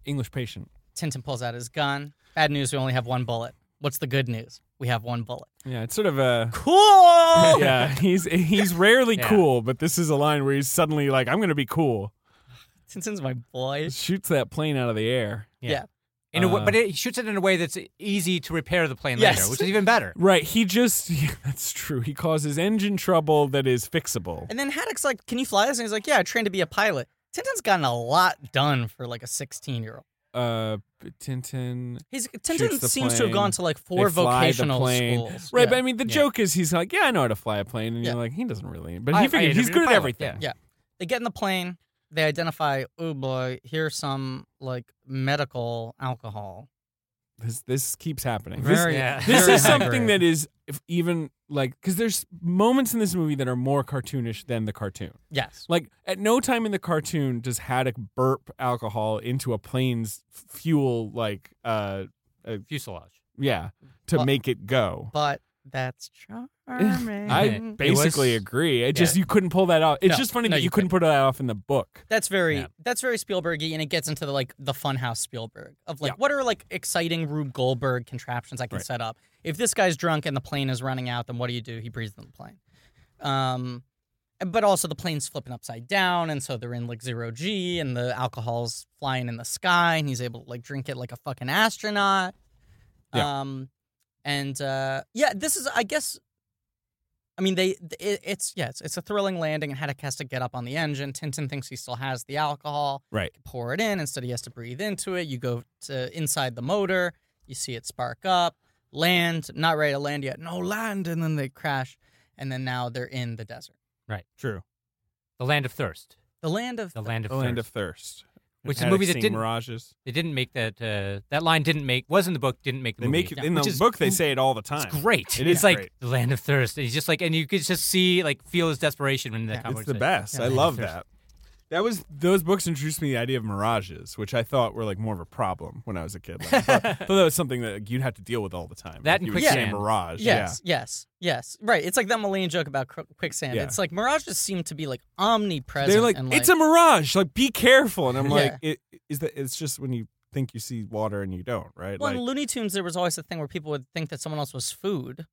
Speaker 3: English patient.
Speaker 2: Tintin pulls out his gun. Bad news. We only have one bullet. What's the good news? We have one bullet.
Speaker 3: Yeah, it's sort of a
Speaker 2: Cool.
Speaker 3: yeah. He's he's rarely
Speaker 4: Yeah.
Speaker 3: cool, but this is a line where he's suddenly like, "I'm gonna be cool."
Speaker 2: Tintin's my boy.
Speaker 3: Shoots that plane out of the air.
Speaker 4: in a way,
Speaker 3: uh,
Speaker 4: but it, he shoots it in a way that's e, easy to repair the plane
Speaker 2: Yes.
Speaker 4: later, which is even better.
Speaker 3: Right. He just yeah, that's true. He causes engine trouble that is fixable.
Speaker 2: And then Haddock's like, "Can you fly this?" And he's like, "Yeah, I trained to be a pilot." Tintin's gotten a lot done for like a 16 year old.
Speaker 3: Uh, Tintin.
Speaker 2: He's
Speaker 3: Shoots
Speaker 2: Tintin
Speaker 3: the
Speaker 2: seems to have gone
Speaker 3: plane.
Speaker 2: to like four
Speaker 3: They fly the
Speaker 2: vocational
Speaker 3: plane.
Speaker 2: schools.
Speaker 3: Right,
Speaker 2: Yeah.
Speaker 3: but I mean, the
Speaker 4: Yeah.
Speaker 3: joke is he's like, yeah, I know how to fly a plane, and
Speaker 2: Yeah.
Speaker 3: you're like, he doesn't really, but
Speaker 4: I-
Speaker 3: he
Speaker 4: I
Speaker 3: figured he's
Speaker 4: interviewed a
Speaker 3: good at
Speaker 4: pilot,
Speaker 3: everything.
Speaker 2: yeah. they get in the plane. They identify, oh boy, here's some like medical alcohol.
Speaker 3: This this keeps happening. This-
Speaker 2: Very,
Speaker 4: yeah.
Speaker 3: this
Speaker 2: very
Speaker 3: is
Speaker 2: high
Speaker 3: something
Speaker 2: grade.
Speaker 3: that is if even like because there's moments in this movie that are more cartoonish than the cartoon.
Speaker 2: yes,
Speaker 3: Like at no time in the cartoon does Haddock burp alcohol into a plane's f- fuel. Like uh,
Speaker 4: Fuselage.
Speaker 3: yeah, to
Speaker 2: Well-
Speaker 3: make it go.
Speaker 2: but that's charming.
Speaker 3: I basically
Speaker 4: was-
Speaker 3: agree. It just you couldn't pull that off. It's
Speaker 2: No,
Speaker 3: just funny
Speaker 2: no,
Speaker 3: that
Speaker 2: you
Speaker 3: you couldn't put that off in the book.
Speaker 2: that's very
Speaker 4: Yeah.
Speaker 2: that's very Spielbergy, and it gets into the like the Funhouse Spielberg of like
Speaker 3: Yeah.
Speaker 2: what are like exciting Rube Goldberg contraptions I can
Speaker 3: Right.
Speaker 2: set up. If this guy's drunk and the plane is running out, then what do you do? He breathes in the plane. Um, but also the plane's flipping upside down, and so they're in like zero g, and the alcohol's flying in the sky, and he's able to like drink it like a fucking astronaut.
Speaker 3: Yeah.
Speaker 2: Um, and uh, yeah, this is I guess. I mean, they it, it's yeah, it's, it's a thrilling landing, and Haddock has to get up on the engine. Tintin thinks he still has the alcohol.
Speaker 3: Right.
Speaker 2: Pour it in. Instead, he has to breathe into it. You go to inside the motor. You see it spark up. Land. Not ready to land yet. No land, and then they crash, and then now they're in the desert.
Speaker 3: True.
Speaker 4: The land of thirst.
Speaker 2: The land of
Speaker 4: The land of
Speaker 3: The
Speaker 4: thirst.
Speaker 3: Land of Thirst,
Speaker 4: Which is a
Speaker 3: Haddock
Speaker 4: movie that
Speaker 3: seeing
Speaker 4: didn't-
Speaker 3: mirages.
Speaker 4: They didn't make that. Uh, that line didn't make. Was in the book. Didn't make the
Speaker 3: They
Speaker 4: movie.
Speaker 3: make it in the
Speaker 4: which is
Speaker 3: book. They say it all the
Speaker 4: It's
Speaker 3: time.
Speaker 4: great.
Speaker 3: It
Speaker 4: it's
Speaker 3: is
Speaker 4: like
Speaker 3: great.
Speaker 4: the land of thirst. And he's just like, and you could just see, like, feel his desperation when that
Speaker 2: Yeah.
Speaker 3: It's
Speaker 4: conversation.
Speaker 3: the best.
Speaker 2: Yeah,
Speaker 3: I
Speaker 2: Land
Speaker 3: love
Speaker 4: of Thirst.
Speaker 3: that. That was those books introduced me to the idea of mirages, which I thought were like more of a problem when I was a kid. Like, I thought, I thought that was something that like, you'd have to deal with all the time.
Speaker 4: That
Speaker 3: Like,
Speaker 4: and
Speaker 3: you would say
Speaker 4: quicksand.
Speaker 3: mirage.
Speaker 2: Yes, yes, yes. Right. It's like that Malayan joke about cr- quicksand.
Speaker 3: Yeah.
Speaker 2: It's like mirages seem to be like
Speaker 3: yeah.
Speaker 2: omnipresent.
Speaker 3: They're like,
Speaker 2: and,
Speaker 3: it's a mirage. Like, be careful. And I'm
Speaker 2: Yeah.
Speaker 3: like, it, is that? It's just when you think you see water and you don't, right?
Speaker 2: Well, in
Speaker 3: like,
Speaker 2: Looney Tunes, there was always a thing where people would think that someone else was food.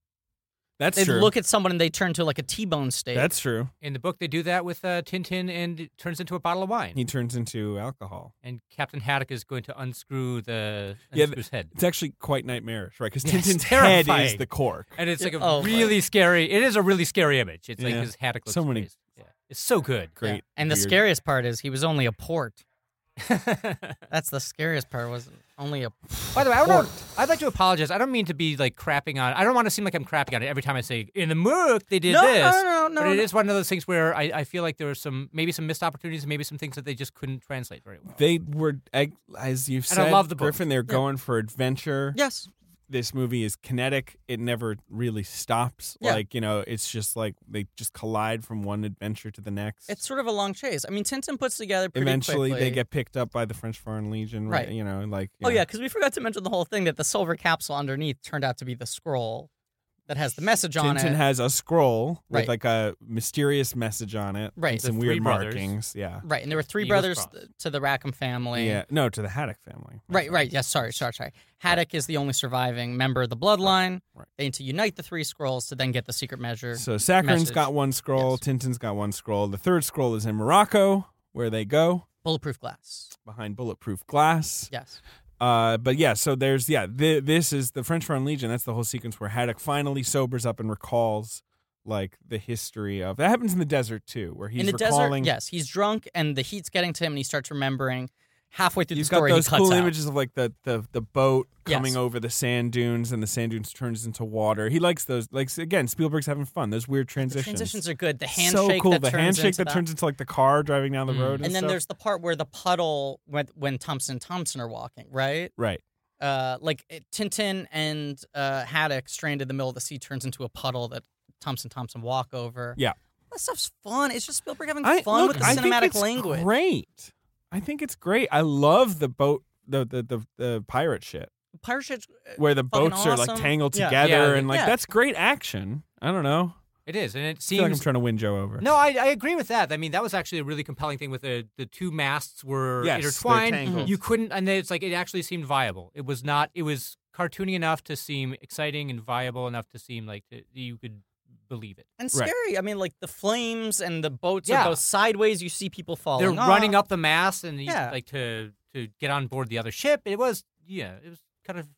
Speaker 3: that's
Speaker 2: They'd
Speaker 3: true.
Speaker 2: look at someone and they turn to like a T-bone steak.
Speaker 3: that's true.
Speaker 4: In the book, they do that with uh, Tintin, and it turns into a bottle of wine.
Speaker 3: He turns into alcohol.
Speaker 4: and Captain Haddock is going to unscrew the
Speaker 3: Yeah,
Speaker 4: unscrew his head.
Speaker 3: It's actually quite nightmarish, right? Because
Speaker 4: Yeah, it's
Speaker 3: Tintin's head is
Speaker 4: terrifying.
Speaker 3: the cork.
Speaker 4: And it's like a
Speaker 2: Oh, my.
Speaker 4: really scary. It is a really scary image. It's like
Speaker 3: Yeah.
Speaker 4: his Haddock.
Speaker 3: So many-
Speaker 4: Face. Yeah. It's so good.
Speaker 2: Yeah.
Speaker 3: Great.
Speaker 2: And the
Speaker 3: weird-
Speaker 2: scariest part is he was only a port.
Speaker 4: By
Speaker 2: That's the scariest part. Was only a.
Speaker 4: the way, I would, I'd like to apologize. I don't mean to be like crapping on. I don't want to seem like I'm crapping on it every time I say in the book they did
Speaker 2: no,
Speaker 4: this.
Speaker 2: no, no, no,
Speaker 4: but
Speaker 2: no.
Speaker 4: it is one of those things where I, I feel like there were some maybe some missed opportunities, maybe some things that they just couldn't translate very well.
Speaker 3: They were, I- as you've
Speaker 4: And I
Speaker 3: said,
Speaker 4: love the book.
Speaker 3: Griffin. They're going for adventure.
Speaker 2: Yes.
Speaker 3: this movie is kinetic. It never really stops.
Speaker 2: Yeah.
Speaker 3: Like, you know, it's just like they just collide from one adventure to the next.
Speaker 2: It's sort of a long chase. I mean, Tintin puts together pretty
Speaker 3: Eventually,
Speaker 2: quickly.
Speaker 3: they get picked up by the French Foreign Legion.
Speaker 2: Right.
Speaker 3: You know, like. you
Speaker 2: Oh
Speaker 3: know.
Speaker 2: yeah, because we forgot to mention the whole thing that the silver capsule underneath turned out to be the scroll that has the message on
Speaker 3: Tintin
Speaker 2: it.
Speaker 3: has a scroll with
Speaker 2: Right.
Speaker 3: like a mysterious message on it.
Speaker 2: Right.
Speaker 3: and
Speaker 2: The
Speaker 3: some
Speaker 4: three
Speaker 3: weird
Speaker 4: brothers.
Speaker 3: markings. Yeah.
Speaker 2: right, and there were three
Speaker 4: Eagles
Speaker 2: brothers
Speaker 4: Cross.
Speaker 2: th- to the Rackham family.
Speaker 3: Yeah. No, to the Haddock family.
Speaker 2: Right, right. Yes, sorry, sorry, sorry. Haddock is the only surviving member of the bloodline.
Speaker 3: Right.
Speaker 2: They need to unite the three scrolls to then get the secret measure.
Speaker 3: So Saccharin's
Speaker 2: Message.
Speaker 3: got one scroll.
Speaker 2: Yes.
Speaker 3: Tintin's got one scroll. The third scroll is in Morocco, where they go
Speaker 2: Bulletproof glass.
Speaker 3: behind bulletproof glass.
Speaker 2: Yes.
Speaker 3: Uh, but yeah, so there's yeah, th- this is the French Foreign Legion. That's the whole sequence where Haddock finally sobers up and recalls like the history of that happens in the desert too, where he's
Speaker 2: In the
Speaker 3: recalling.
Speaker 2: desert, yes, he's drunk and the heat's getting to him and he starts remembering halfway through
Speaker 3: You've
Speaker 2: the
Speaker 3: got
Speaker 2: story
Speaker 3: those
Speaker 2: he cuts
Speaker 3: cool
Speaker 2: out.
Speaker 3: images of like the, the, the boat
Speaker 2: Yes.
Speaker 3: coming over the sand dunes and the sand dunes turns into water. He likes those. Like again, Spielberg's having fun. Those weird
Speaker 2: The
Speaker 3: transitions.
Speaker 2: transitions are good. The handshake
Speaker 3: so cool.
Speaker 2: that
Speaker 3: the
Speaker 2: turns
Speaker 3: handshake
Speaker 2: into
Speaker 3: that, turns into like the car driving down the
Speaker 4: Mm.
Speaker 3: road, and,
Speaker 2: And then
Speaker 3: stuff.
Speaker 2: there's the part where the puddle when when Thompson and Thompson are walking, right?
Speaker 3: right.
Speaker 2: Uh, like it- Tintin and uh, Haddock stranded in the middle of the sea turns into a puddle that Thompson and Thompson walk over.
Speaker 3: Yeah.
Speaker 2: That stuff's fun. It's just Spielberg having
Speaker 3: I-
Speaker 2: fun
Speaker 3: look,
Speaker 2: with the
Speaker 3: I think
Speaker 2: cinematic
Speaker 3: it's
Speaker 2: language.
Speaker 3: Great. I think it's great. I love the boat, the the the, the pirate shit,
Speaker 2: Pirate ship's uh,
Speaker 3: where the
Speaker 2: Fucking
Speaker 3: boats are like
Speaker 2: awesome.
Speaker 3: tangled
Speaker 2: Yeah.
Speaker 3: together,
Speaker 4: Yeah,
Speaker 3: and like
Speaker 2: yeah.
Speaker 3: that's great action. I don't know.
Speaker 4: It is, and it
Speaker 3: I feel like I'm
Speaker 4: seems.
Speaker 3: trying to win Joe over.
Speaker 4: no, I, I agree with that. I mean, that was actually a really compelling thing with the the two masts were
Speaker 3: Yes, they're
Speaker 4: intertwined.
Speaker 3: tangled.
Speaker 4: You couldn't, and then it's like it actually seemed viable. It was not. It was cartoony enough to seem exciting and viable enough to seem like to, you could believe it.
Speaker 2: and
Speaker 3: Right.
Speaker 2: scary. I mean, like the flames and the boats
Speaker 4: Yeah.
Speaker 2: are both sideways. You see people falling.
Speaker 4: They're
Speaker 2: off.
Speaker 4: running up the mast and you-
Speaker 2: Yeah.
Speaker 4: like to to get on board the other ship. It was yeah, it was kind of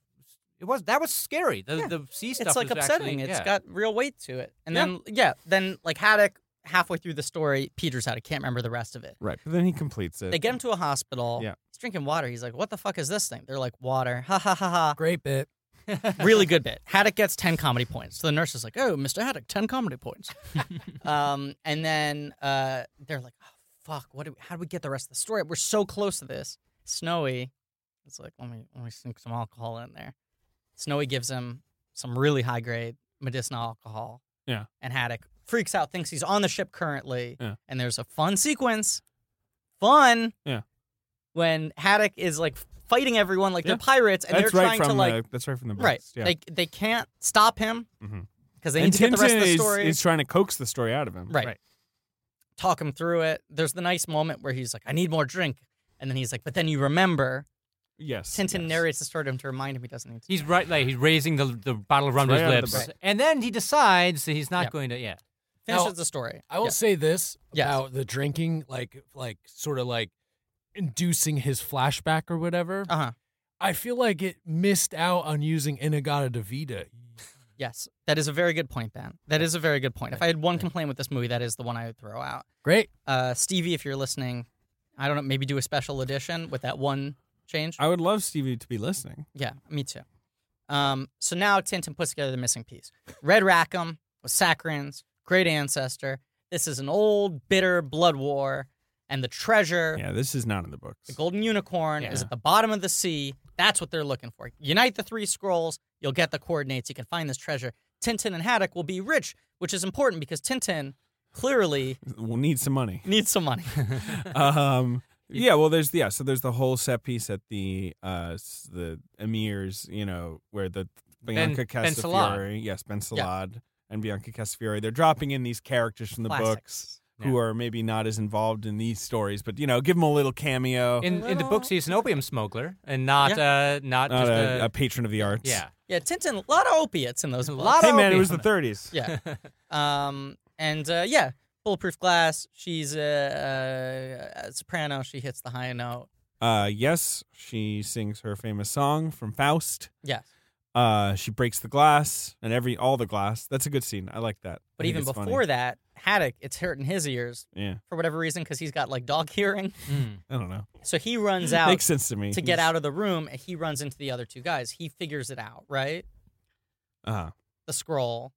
Speaker 4: it was that was scary. The
Speaker 2: Yeah.
Speaker 4: the sea stuff
Speaker 2: It's like
Speaker 4: was
Speaker 2: upsetting.
Speaker 4: Actually,
Speaker 2: It's
Speaker 4: yeah.
Speaker 2: got real weight to it. And
Speaker 4: Yeah.
Speaker 2: then yeah, then like Haddock halfway through the story, Peter's out. I can't remember the rest of it.
Speaker 3: Right. But then he completes it.
Speaker 2: They get him to a hospital.
Speaker 3: Yeah.
Speaker 2: He's drinking water. He's like, what the fuck is this thing? They're like, water. Ha ha ha
Speaker 5: Great bit.
Speaker 2: ha. really good bit. Haddock gets 10 comedy points. So the nurse is like, oh, Mr. Haddock, 10 comedy points. um, and then uh, they're like, oh, fuck, what do we, how do we get the rest of the story? We're so close to this. Snowy, it's like, let me, let me sink some alcohol in there. Snowy gives him some really high grade medicinal alcohol.
Speaker 3: Yeah.
Speaker 2: And Haddock freaks out, thinks he's on the ship currently.
Speaker 3: Yeah.
Speaker 2: And there's a fun sequence. Fun.
Speaker 3: Yeah.
Speaker 2: When Haddock is like fighting everyone like they're pirates and
Speaker 3: that's
Speaker 2: they're
Speaker 3: right
Speaker 2: trying
Speaker 3: from
Speaker 2: to like
Speaker 3: the, that's right from the
Speaker 2: right.
Speaker 3: books, Yeah.
Speaker 2: They they can't stop him
Speaker 3: Mhm.
Speaker 2: because they need
Speaker 3: and
Speaker 2: to get the rest
Speaker 3: Tintin
Speaker 2: of the
Speaker 3: is-
Speaker 2: story.
Speaker 3: is trying to coax the story out of him.
Speaker 2: right. Talk him through it. There's the nice moment where he's like, "I need more drink," and then he's like, "But then you remember."
Speaker 3: Yes.
Speaker 2: Tintin
Speaker 3: yes.
Speaker 2: narrates the story to him to remind him he doesn't need to.
Speaker 4: He's right, like he's raising the the bottle of rum
Speaker 3: It's
Speaker 4: to his
Speaker 3: right out of
Speaker 4: lips,
Speaker 3: the
Speaker 4: and then he decides that he's not
Speaker 2: Yeah.
Speaker 4: going to. Yeah,
Speaker 2: Finishes
Speaker 5: Now,
Speaker 2: the story.
Speaker 5: I will
Speaker 2: Yeah.
Speaker 5: say this
Speaker 2: Yes.
Speaker 5: about the drinking, like like sort of like inducing his flashback or whatever.
Speaker 2: Uh-huh.
Speaker 5: I feel like it missed out on using Inagata Davida.
Speaker 2: Yes, that is a very good point, Ben. That is a very good point. If I had one complaint with this movie, that is the one I would throw out.
Speaker 5: Great.
Speaker 2: Uh, Stevie, if you're listening, I don't know, maybe do a special edition with that one change.
Speaker 3: I would love Stevie to be listening.
Speaker 2: Yeah, me too. Um, so now Tintin puts together the missing piece. Red Rackham was Saccharin's great ancestor. This is an old, bitter blood war, and the treasure,
Speaker 3: Yeah, this is not in the books.
Speaker 2: the golden unicorn, is at the bottom of the sea. That's what they're looking for. Unite the three scrolls, you'll get the coordinates, you can find this treasure. Tintin and Haddock will be rich, which is important because Tintin clearly
Speaker 3: We'll need some money.
Speaker 2: needs some money.
Speaker 3: um yeah well there's yeah so there's the whole set piece at the uh s- the emirs you know where the bianca
Speaker 4: Ben
Speaker 3: castafiore yes ben salad and bianca castafiore they're dropping in these characters from the books
Speaker 2: Classics.
Speaker 3: who are maybe not as involved in these stories but you know give them a little cameo
Speaker 4: in in the books he's an opium smuggler and not uh not
Speaker 3: not
Speaker 4: just
Speaker 3: a,
Speaker 4: a,
Speaker 3: a patron of the arts
Speaker 4: yeah.
Speaker 2: Yeah, Tintin, a lot of opiates in those. books.
Speaker 4: lot
Speaker 3: hey
Speaker 4: of
Speaker 3: man it
Speaker 4: opium.
Speaker 3: was the 30s
Speaker 2: Yeah. Um, and uh, yeah, bulletproof glass. She's a, a, a soprano. She hits the high note.
Speaker 3: uh yes she sings her famous song from faust
Speaker 2: Yes.
Speaker 3: uh she breaks the glass and every all the glass that's a good scene i like that
Speaker 2: But even before that, Haddock, it's hurting his ears
Speaker 3: yeah
Speaker 2: for whatever reason because he's got like dog hearing.
Speaker 4: Mm.
Speaker 3: i don't know
Speaker 2: So he runs out
Speaker 3: Makes sense to me.
Speaker 2: to get out of the room and he runs into the other two guys. He figures it out, right?
Speaker 3: Uh-huh.
Speaker 2: The scroll.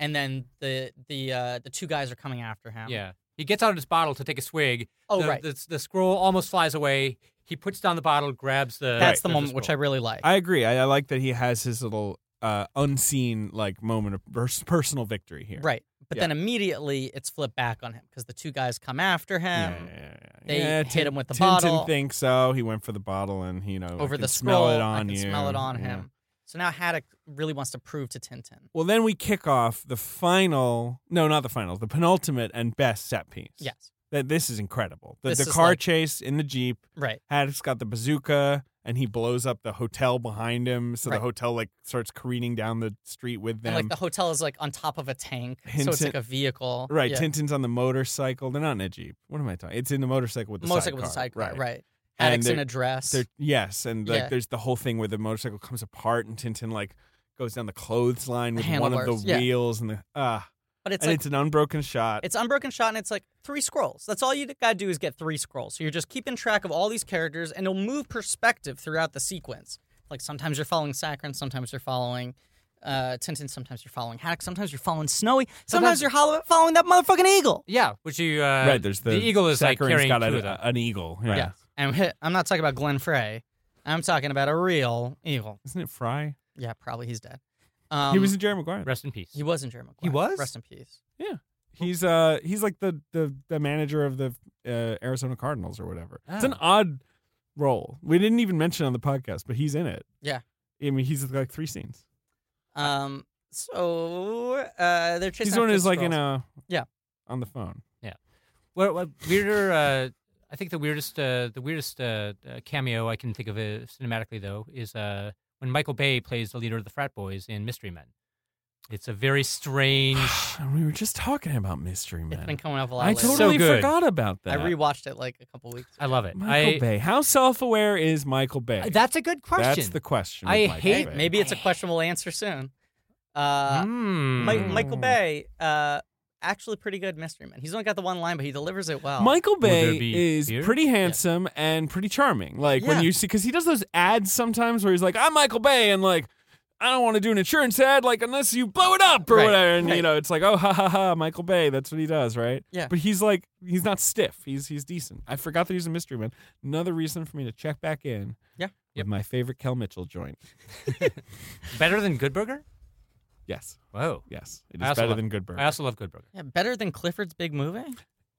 Speaker 2: And then the the uh, the two guys are coming after him.
Speaker 4: yeah. He gets out of his bottle to take a swig.
Speaker 2: Oh,
Speaker 4: the,
Speaker 2: right.
Speaker 4: The, the scroll almost flies away. He puts down the bottle, grabs the.
Speaker 2: That's
Speaker 3: Right.
Speaker 2: the moment which I really like.
Speaker 3: I agree. I, I like that he has his little uh, unseen like moment of pers- personal victory here.
Speaker 2: Right. But
Speaker 3: Yeah.
Speaker 2: then immediately it's flipped back on him because the two guys come after him.
Speaker 3: Yeah, yeah, yeah, yeah.
Speaker 2: Um, they
Speaker 3: Yeah,
Speaker 2: hit him with the
Speaker 3: Tintin
Speaker 2: bottle.
Speaker 3: thinks so. He went for the bottle, and you know, Oh, I
Speaker 2: over
Speaker 3: can
Speaker 2: the
Speaker 3: smell
Speaker 2: scroll.
Speaker 3: it on
Speaker 2: I can
Speaker 3: you.
Speaker 2: smell it on
Speaker 3: Yeah.
Speaker 2: him. So now Haddock really wants to prove to Tintin.
Speaker 3: Well, then we kick off the final. No, not the final. The penultimate and best set piece.
Speaker 2: Yes.
Speaker 3: That this is incredible. The,
Speaker 2: This
Speaker 3: the
Speaker 2: is
Speaker 3: car
Speaker 2: like-
Speaker 3: chase in the jeep.
Speaker 2: Right.
Speaker 3: Haddock's got the bazooka and he blows up the hotel behind him. So the
Speaker 2: Right.
Speaker 3: hotel like starts careening down the street with them.
Speaker 2: And like the hotel is like on top of a tank. so it's
Speaker 3: Hinton-
Speaker 2: like a vehicle.
Speaker 3: right.
Speaker 2: Yeah.
Speaker 3: Tintin's on the motorcycle. They're not in a jeep. What am I talking? It's in the motorcycle with the
Speaker 2: Motorcycle with a
Speaker 3: sidecar,
Speaker 2: sidecar. Right.
Speaker 3: And
Speaker 2: Haddock's in
Speaker 3: they're-
Speaker 2: a dress.
Speaker 3: There- yes, and like
Speaker 2: Yeah.
Speaker 3: there's the whole thing where the motorcycle comes apart and Tintin like goes down the clothesline with one of the
Speaker 2: handlebars, yeah.
Speaker 3: wheels and the ah,
Speaker 2: But it's
Speaker 3: and
Speaker 2: like
Speaker 3: it's an unbroken shot.
Speaker 2: It's unbroken shot, and it's like three scrolls. That's all you gotta do is get three scrolls. So you're just keeping track of all these characters, and it'll move perspective throughout the sequence. Like sometimes you're following Saccharin, sometimes you're following uh, Tintin, sometimes you're following Haddock, sometimes you're following Snowy, sometimes,
Speaker 4: Sometimes-
Speaker 2: you're hollow- following that motherfucking eagle.
Speaker 4: Yeah, which you uh,
Speaker 3: right, there's the,
Speaker 4: eagle is like
Speaker 3: Saccharin's
Speaker 4: carrying
Speaker 3: got
Speaker 4: two
Speaker 3: a-
Speaker 4: of them.
Speaker 3: an eagle. Yeah.
Speaker 2: Yeah, and we- I'm not talking about Glenn Frey. I'm talking about a real eagle.
Speaker 3: Isn't it Fry?
Speaker 2: Yeah, probably he's dead. Um,
Speaker 3: he was in Jerry Maguire.
Speaker 4: Rest in peace.
Speaker 2: He was in Jerry Maguire.
Speaker 4: He was?
Speaker 2: Rest in peace.
Speaker 3: He's uh he's like the the, the manager of the uh, Arizona Cardinals or whatever. It's an
Speaker 4: Oh.
Speaker 2: Ah.
Speaker 3: odd role. We didn't even mention on the podcast, but he's in it.
Speaker 2: Yeah.
Speaker 3: I mean, he's like three scenes.
Speaker 2: Um, so uh, they're chasing.
Speaker 3: he's
Speaker 2: after
Speaker 3: one who's
Speaker 2: the
Speaker 3: like in
Speaker 2: squirrels.
Speaker 3: a
Speaker 2: Yeah.
Speaker 3: on the phone.
Speaker 4: Well, well, weirder. Uh, I think the weirdest, uh, the weirdest uh, uh, cameo I can think of uh, cinematically though is uh, when Michael Bay plays the leader of the frat boys in Mystery Men. It's a very strange.
Speaker 3: And we were just talking about Mystery Men.
Speaker 2: It's been coming up a lot.
Speaker 3: I
Speaker 2: lately.
Speaker 4: So
Speaker 3: totally
Speaker 4: good.
Speaker 3: forgot about that.
Speaker 2: I rewatched it like a couple weeks.
Speaker 4: I love it.
Speaker 3: Michael
Speaker 4: I,
Speaker 3: Bay. How self-aware is Michael Bay?
Speaker 4: That's a good question.
Speaker 3: That's the question.
Speaker 4: I
Speaker 3: with Michael
Speaker 4: hate-
Speaker 3: Bay.
Speaker 2: Maybe it's a question we'll answer soon. Uh,
Speaker 4: Hmm.
Speaker 2: Mi-
Speaker 3: Mm.
Speaker 2: Michael Bay, uh, actually pretty good mystery man. He's only got the one line, but he delivers it well.
Speaker 3: Michael
Speaker 4: there
Speaker 3: Bay
Speaker 4: be
Speaker 3: is
Speaker 4: beer?
Speaker 3: pretty handsome and pretty charming. Like when
Speaker 2: Yeah.
Speaker 3: you see, because he does those ads sometimes where he's like, "I'm Michael Bay," and like, "I don't want to do an insurance ad," like unless you blow it up or
Speaker 2: Right,
Speaker 3: whatever. And you
Speaker 2: right.
Speaker 3: know, it's like, "Oh, ha ha ha, Michael Bay." That's what he does, right?
Speaker 2: Yeah.
Speaker 3: But he's like, he's not stiff. He's he's decent. I forgot that he's a mystery man. Another reason for me to check back in.
Speaker 2: Yeah.
Speaker 3: With my favorite Kel Mitchell joint.
Speaker 4: better than Good Burger.
Speaker 3: Yes.
Speaker 4: Whoa.
Speaker 3: Yes. It
Speaker 4: I
Speaker 3: is
Speaker 4: also
Speaker 3: better
Speaker 4: love-
Speaker 3: than Good Burger.
Speaker 4: I also love Good Burger.
Speaker 2: Yeah, better than Clifford's Big Movie.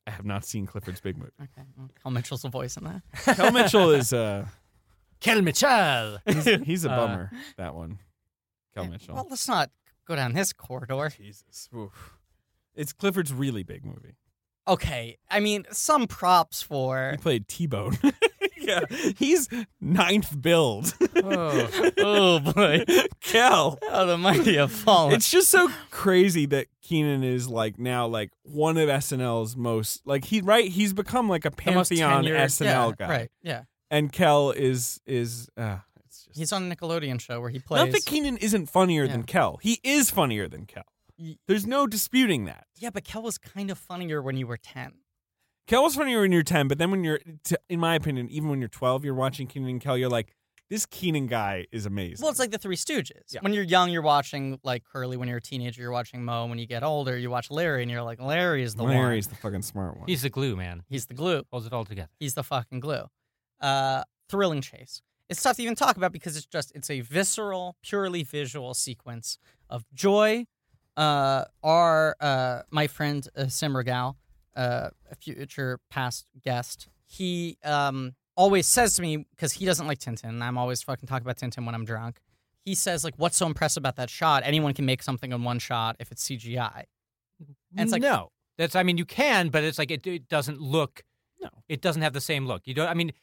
Speaker 3: I have not seen Clifford's Big Movie.
Speaker 2: Okay, well, Cal Mitchell's the voice in that.
Speaker 3: Kel Mitchell is uh,
Speaker 4: Kel Mitchell.
Speaker 3: he's, he's a
Speaker 4: Uh,
Speaker 3: bummer. that one. Kel Mitchell.
Speaker 2: Well, let's not go down this corridor.
Speaker 3: Jesus. Oof. It's Clifford's really big movie.
Speaker 2: Okay, I mean some props for
Speaker 3: He played T Bone. yeah. He's ninth build.
Speaker 4: Oh.
Speaker 2: oh boy,
Speaker 3: Kel.
Speaker 2: how the mighty have fallen.
Speaker 3: It's just so crazy that Keenan is like now like one of SNL's most like he right he's become like a
Speaker 4: The most
Speaker 3: pantheon
Speaker 4: tenured-
Speaker 3: SNL
Speaker 2: yeah,
Speaker 3: guy
Speaker 2: right? Yeah,
Speaker 3: and Kel is is uh, it's just
Speaker 2: he's on a Nickelodeon show where he plays.
Speaker 3: not that Keenan isn't funnier than
Speaker 2: Yeah.
Speaker 3: Kel he is funnier than Kel
Speaker 2: Y-
Speaker 3: there's no disputing that
Speaker 2: yeah, but Kel was kind of funnier when you were ten.
Speaker 3: Kel was funnier when you're 10, but then when you're, t- in my opinion, even when you're 12, you're watching Keenan and Kel, you're like, this Keenan guy is amazing.
Speaker 2: Well, it's like the Three Stooges.
Speaker 3: Yeah.
Speaker 2: When you're young, you're watching like Curly. When you're a teenager, you're watching Moe. When you get older, you watch Larry, and you're like, Larry is the
Speaker 3: Larry's
Speaker 2: one.
Speaker 3: the fucking smart one.
Speaker 4: He's the glue man.
Speaker 2: He's the glue.
Speaker 4: Holds it all together.
Speaker 2: He's the fucking glue. Uh, thrilling chase. It's tough to even talk about because it's just it's a visceral, purely visual sequence of joy. Uh, our uh, my friend uh, Sim Regal, uh, a future past guest, he um always says to me because he doesn't like Tintin, and I'm always fucking talking about Tintin when I'm drunk. He says like, "What's so impressive about that shot? Anyone can make something in one shot if it's CGI." And it's like-
Speaker 4: no. That's I mean you can, but it's like it, it doesn't look.
Speaker 3: No.
Speaker 4: It doesn't have the same look. You don't. I mean,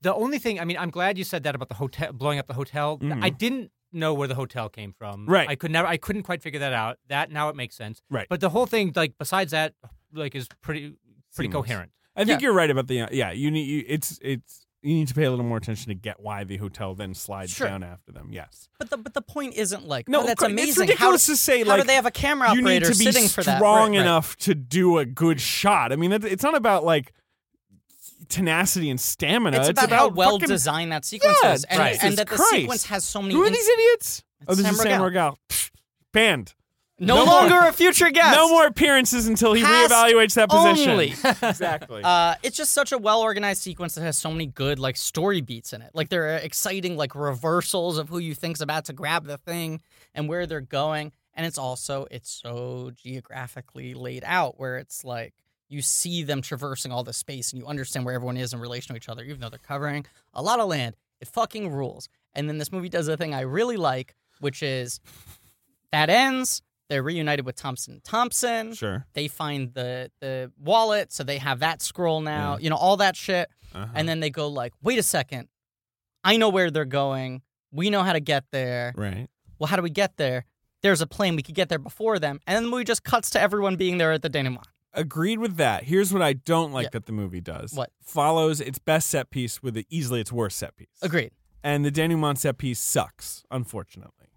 Speaker 4: the only thing. I mean, I'm glad you said that about the hotel blowing up the hotel. Th- I didn't know where the hotel came from.
Speaker 3: Mm-hmm. Right.
Speaker 4: I could never. I couldn't quite figure that out. That now it makes sense.
Speaker 3: Right.
Speaker 4: But the whole thing, like besides that, like is pretty pretty
Speaker 3: Seamless.
Speaker 4: coherent.
Speaker 3: I think
Speaker 2: yeah.
Speaker 3: you're right about the, uh, yeah, you need, you, it's, it's, you need to pay a little more attention to get why the hotel then slides
Speaker 2: Sure.
Speaker 3: down after them. Yes.
Speaker 2: But the but the point isn't like, "Oh,
Speaker 3: No,
Speaker 2: that's
Speaker 3: of course-
Speaker 2: amazing."
Speaker 3: It's
Speaker 2: How-
Speaker 3: ridiculous to say
Speaker 2: how,
Speaker 3: like
Speaker 2: do they have a camera
Speaker 3: you need
Speaker 2: operator
Speaker 3: to be
Speaker 2: sitting for that?
Speaker 3: strong
Speaker 2: Right, right.
Speaker 3: enough to do a good shot. I mean, that, it's not about like tenacity and stamina.
Speaker 2: It's,
Speaker 3: It's,
Speaker 2: about, how well
Speaker 3: fucking-
Speaker 2: designed that sequence
Speaker 3: Yeah,
Speaker 2: is, and,
Speaker 4: right.
Speaker 2: and that the
Speaker 3: Jesus
Speaker 2: sequence
Speaker 3: Christ.
Speaker 2: has so many.
Speaker 3: Who are
Speaker 2: ins-
Speaker 3: these idiots?
Speaker 2: It's
Speaker 3: Oh, this
Speaker 2: Sam
Speaker 3: is Sam Rogal. Banned.
Speaker 2: no,
Speaker 3: No more-
Speaker 2: longer a future guest.
Speaker 3: No more appearances until he
Speaker 2: Cast
Speaker 3: reevaluates that position.
Speaker 2: only.
Speaker 3: exactly.
Speaker 2: Uh, it's just such a well organized sequence that has so many good like story beats in it. Like there are exciting like reversals of who you think's about to grab the thing and where they're going, and it's also it's so geographically laid out where it's like you see them traversing all the space and you understand where everyone is in relation to each other, even though they're covering a lot of land. It fucking rules. And then this movie does a thing I really like, which is that ends. They're reunited with Thompson and Thompson.
Speaker 3: Sure.
Speaker 2: They find the the wallet, so they have that scroll now. You know all that shit,
Speaker 3: Uh-huh.
Speaker 2: and then they go like, "Wait a second, I know where they're going. We know how to get there.
Speaker 3: right.
Speaker 2: Well, how do we get there? There's a plane. We could get there before them." And then the movie just cuts to everyone being there at the denouement.
Speaker 3: Agreed with that. Here's what I don't like
Speaker 2: Yeah.
Speaker 3: that the movie does.
Speaker 2: What?
Speaker 3: follows its best set piece with the, easily its worst set piece.
Speaker 2: Agreed.
Speaker 3: and the denouement set piece sucks, unfortunately.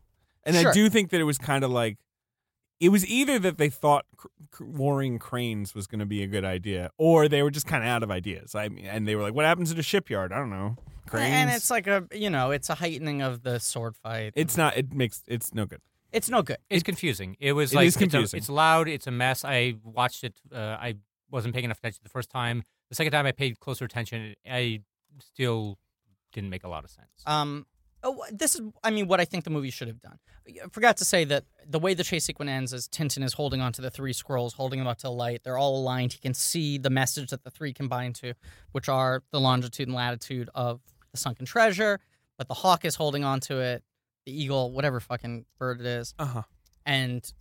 Speaker 3: And I
Speaker 2: Sure.
Speaker 3: do think that it was kind of like it was either that they thought cr- cr- warring cranes was going to be a good idea, or they were just kind of out of ideas. I mean, and they were like, "What happens at a shipyard? I don't know." Cranes.
Speaker 2: And it's like a you know, it's a heightening of the sword fight.
Speaker 3: it's not. It makes it's no good.
Speaker 2: it's no good.
Speaker 4: It's confusing. It was
Speaker 3: It
Speaker 4: like
Speaker 3: is
Speaker 4: it's a- It's,
Speaker 3: confusing.
Speaker 4: loud. It's a mess. I watched it. Uh, I wasn't paying enough attention the first time. The second time, I paid closer attention. I still didn't make a lot of sense.
Speaker 2: Um, oh, this is, I mean, what I think the movie should have done. I forgot to say that the way the chase sequence ends is Tintin is holding onto the three scrolls, holding them up to the light. They're all aligned. He can see the message that the three combine to, which are the longitude and latitude of the sunken treasure. But the hawk is holding onto it, the eagle, whatever fucking bird it is.
Speaker 3: Uh huh.
Speaker 2: And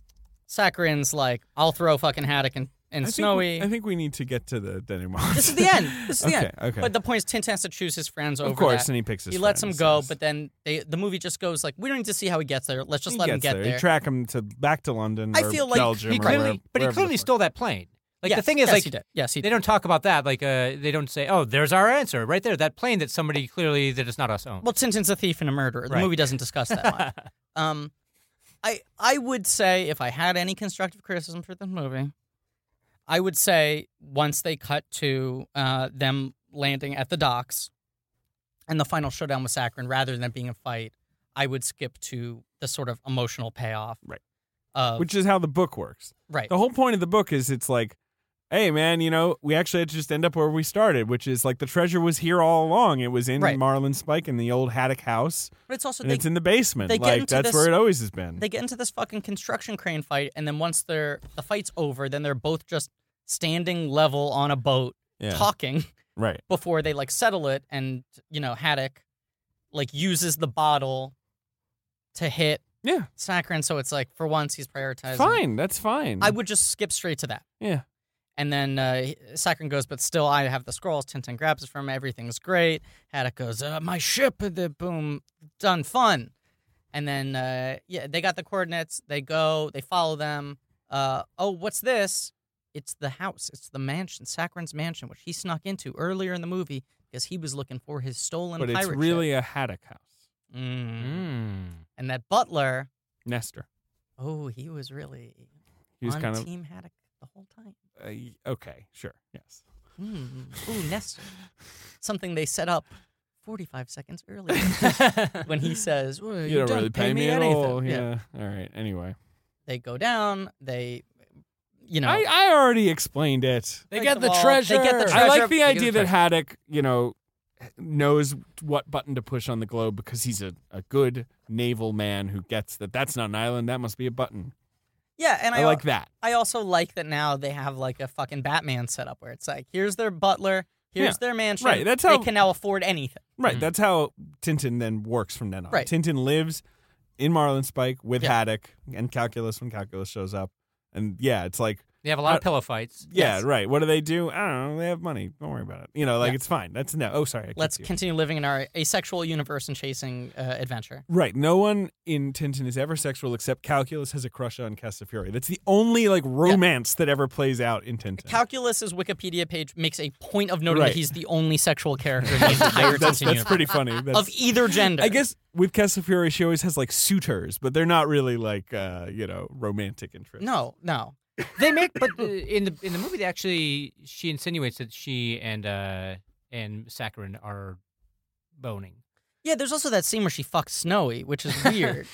Speaker 2: Saccharin's like, I'll throw fucking Haddock and, and Snowy.
Speaker 3: I think we need to get to the denouement.
Speaker 2: this is the end. This is the
Speaker 3: okay.
Speaker 2: end.
Speaker 3: Okay.
Speaker 2: But the point is, Tintin has to choose his friends over
Speaker 3: of course,
Speaker 2: that
Speaker 3: and he picks his.
Speaker 2: he lets him
Speaker 3: friends,
Speaker 2: go,
Speaker 3: yes.
Speaker 2: but then they, the movie just goes like, we don't need to see how he gets there. Let's just
Speaker 3: He
Speaker 2: let him
Speaker 3: gets
Speaker 2: get
Speaker 3: You
Speaker 2: there.
Speaker 3: track him to back to London.
Speaker 2: I
Speaker 3: or
Speaker 2: feel like
Speaker 3: Belgium
Speaker 4: he
Speaker 3: or
Speaker 4: clearly,
Speaker 3: wherever-
Speaker 4: but he
Speaker 3: wherever the
Speaker 4: clearly
Speaker 3: fuck.
Speaker 4: stole that plane. Like the
Speaker 2: Yes,
Speaker 4: thing is,
Speaker 2: yes,
Speaker 4: like
Speaker 2: he did. Yes, he
Speaker 4: they don't talk about that. Like uh, they don't say, "Oh, there's our answer right there." That plane that somebody clearly that is not us owned.
Speaker 2: Well, Tintin's a thief and a murderer. The
Speaker 4: Right.
Speaker 2: movie doesn't discuss that much. um, I I would say if I had any constructive criticism for the movie, I would say once they cut to uh, them landing at the docks and the final showdown with Saccharin, rather than it being a fight, I would skip to the sort of emotional payoff.
Speaker 3: Right.
Speaker 2: Of,
Speaker 3: which is how the book works.
Speaker 2: right.
Speaker 3: The whole point of the book is it's like, hey man, you know, we actually had to just end up where we started, which is like the treasure was here all along. It was in
Speaker 2: Right.
Speaker 3: Marlin Spike in the old Haddock house,
Speaker 2: But it's also
Speaker 3: and
Speaker 2: they
Speaker 3: it's in the basement.
Speaker 2: they get
Speaker 3: like
Speaker 2: into
Speaker 3: that's
Speaker 2: this-
Speaker 3: where it always has been.
Speaker 2: they get into this fucking construction crane fight, and then once they're the fight's over, then they're both just standing level on a boat
Speaker 3: yeah,
Speaker 2: talking
Speaker 3: right.
Speaker 2: before they like settle it, and you know Haddock like uses the bottle to hit
Speaker 3: Yeah,
Speaker 2: Saccharin, so it's like for once he's prioritizing.
Speaker 3: fine. That's fine.
Speaker 2: I would just skip straight to that,
Speaker 3: yeah,
Speaker 2: and then uh, he- Saccharin goes, "But still, I have the scrolls." Tintin grabs it from him. Everything's great. Haddock goes, uh, "My ship!" And then boom, done, fun. And then uh, yeah, they got the coordinates. They go. They follow them. Uh, oh, what's this? It's the house. It's the mansion, Saccharin's mansion, which he snuck into earlier in the movie because he was looking for his stolen
Speaker 3: but it's
Speaker 2: pirate
Speaker 3: really Mm-hmm. a Haddock house.
Speaker 2: ship. Mm.
Speaker 4: Mm.
Speaker 2: And that butler.
Speaker 3: Nestor.
Speaker 2: Oh, he was really
Speaker 3: He was
Speaker 2: on
Speaker 3: kind of
Speaker 2: Team Haddock the whole time.
Speaker 3: uh, y- okay. Sure. Yes.
Speaker 2: Mm. Ooh, Nestor. Something they set up 45 seconds earlier when he says, well,
Speaker 3: You, don't really
Speaker 2: pay, me,
Speaker 3: at
Speaker 2: anything.
Speaker 3: all. Yeah. All right. Anyway,
Speaker 2: They go down. They, you know.
Speaker 3: I I already explained it.
Speaker 5: They
Speaker 2: First
Speaker 5: get
Speaker 2: of
Speaker 5: the
Speaker 2: all,
Speaker 5: treasure.
Speaker 2: They get the treasure.
Speaker 3: I like the
Speaker 2: They get
Speaker 3: idea that Haddock, you know, knows what button to push on the globe because he's a, a good naval man who gets that that's not an island, that must be a button.
Speaker 2: Yeah, and I,
Speaker 3: I like that.
Speaker 2: I also like that now they have like a fucking Batman setup where it's like, here's their butler, here's
Speaker 3: Yeah.
Speaker 2: their mansion.
Speaker 3: Right, that's how-
Speaker 2: they can now afford anything.
Speaker 3: Right.
Speaker 4: Mhm.
Speaker 3: That's how Tintin then works from then on.
Speaker 2: mm. Right.
Speaker 3: Tintin lives in Marlin Spike with
Speaker 2: Yeah.
Speaker 3: Haddock and Calculus when Calculus shows up. And yeah, it's like,
Speaker 4: they have a lot
Speaker 3: I-
Speaker 4: of pillow fights.
Speaker 3: yeah,
Speaker 2: Yes.
Speaker 3: right. What do they do? I don't know. They have money. Don't worry about it. You know, like
Speaker 2: Yeah.
Speaker 3: it's fine. That's no. Oh, sorry. I
Speaker 2: Let's
Speaker 3: kicked you.
Speaker 2: continue living in our asexual universe and chasing uh, adventure.
Speaker 3: Right. No one in Tintin is ever sexual except Calculus has a crush on Castafiore. That's the only like romance that ever plays out in Tintin.
Speaker 2: Calculus's Wikipedia page makes a point of noting
Speaker 3: Right.
Speaker 2: that he's the only sexual character in the entire
Speaker 3: that's,
Speaker 2: Tintin
Speaker 3: that's
Speaker 2: universe.
Speaker 3: pretty funny. That's,
Speaker 2: of either gender.
Speaker 3: I guess with Castafiore, she always has like suitors, but they're not really like uh, you know romantic interests.
Speaker 2: No, no.
Speaker 4: They make, but uh, in the in the movie, they actually she insinuates that she and uh and Saccharin are boning.
Speaker 2: Yeah, there's also that scene where she fucks Snowy, which is weird.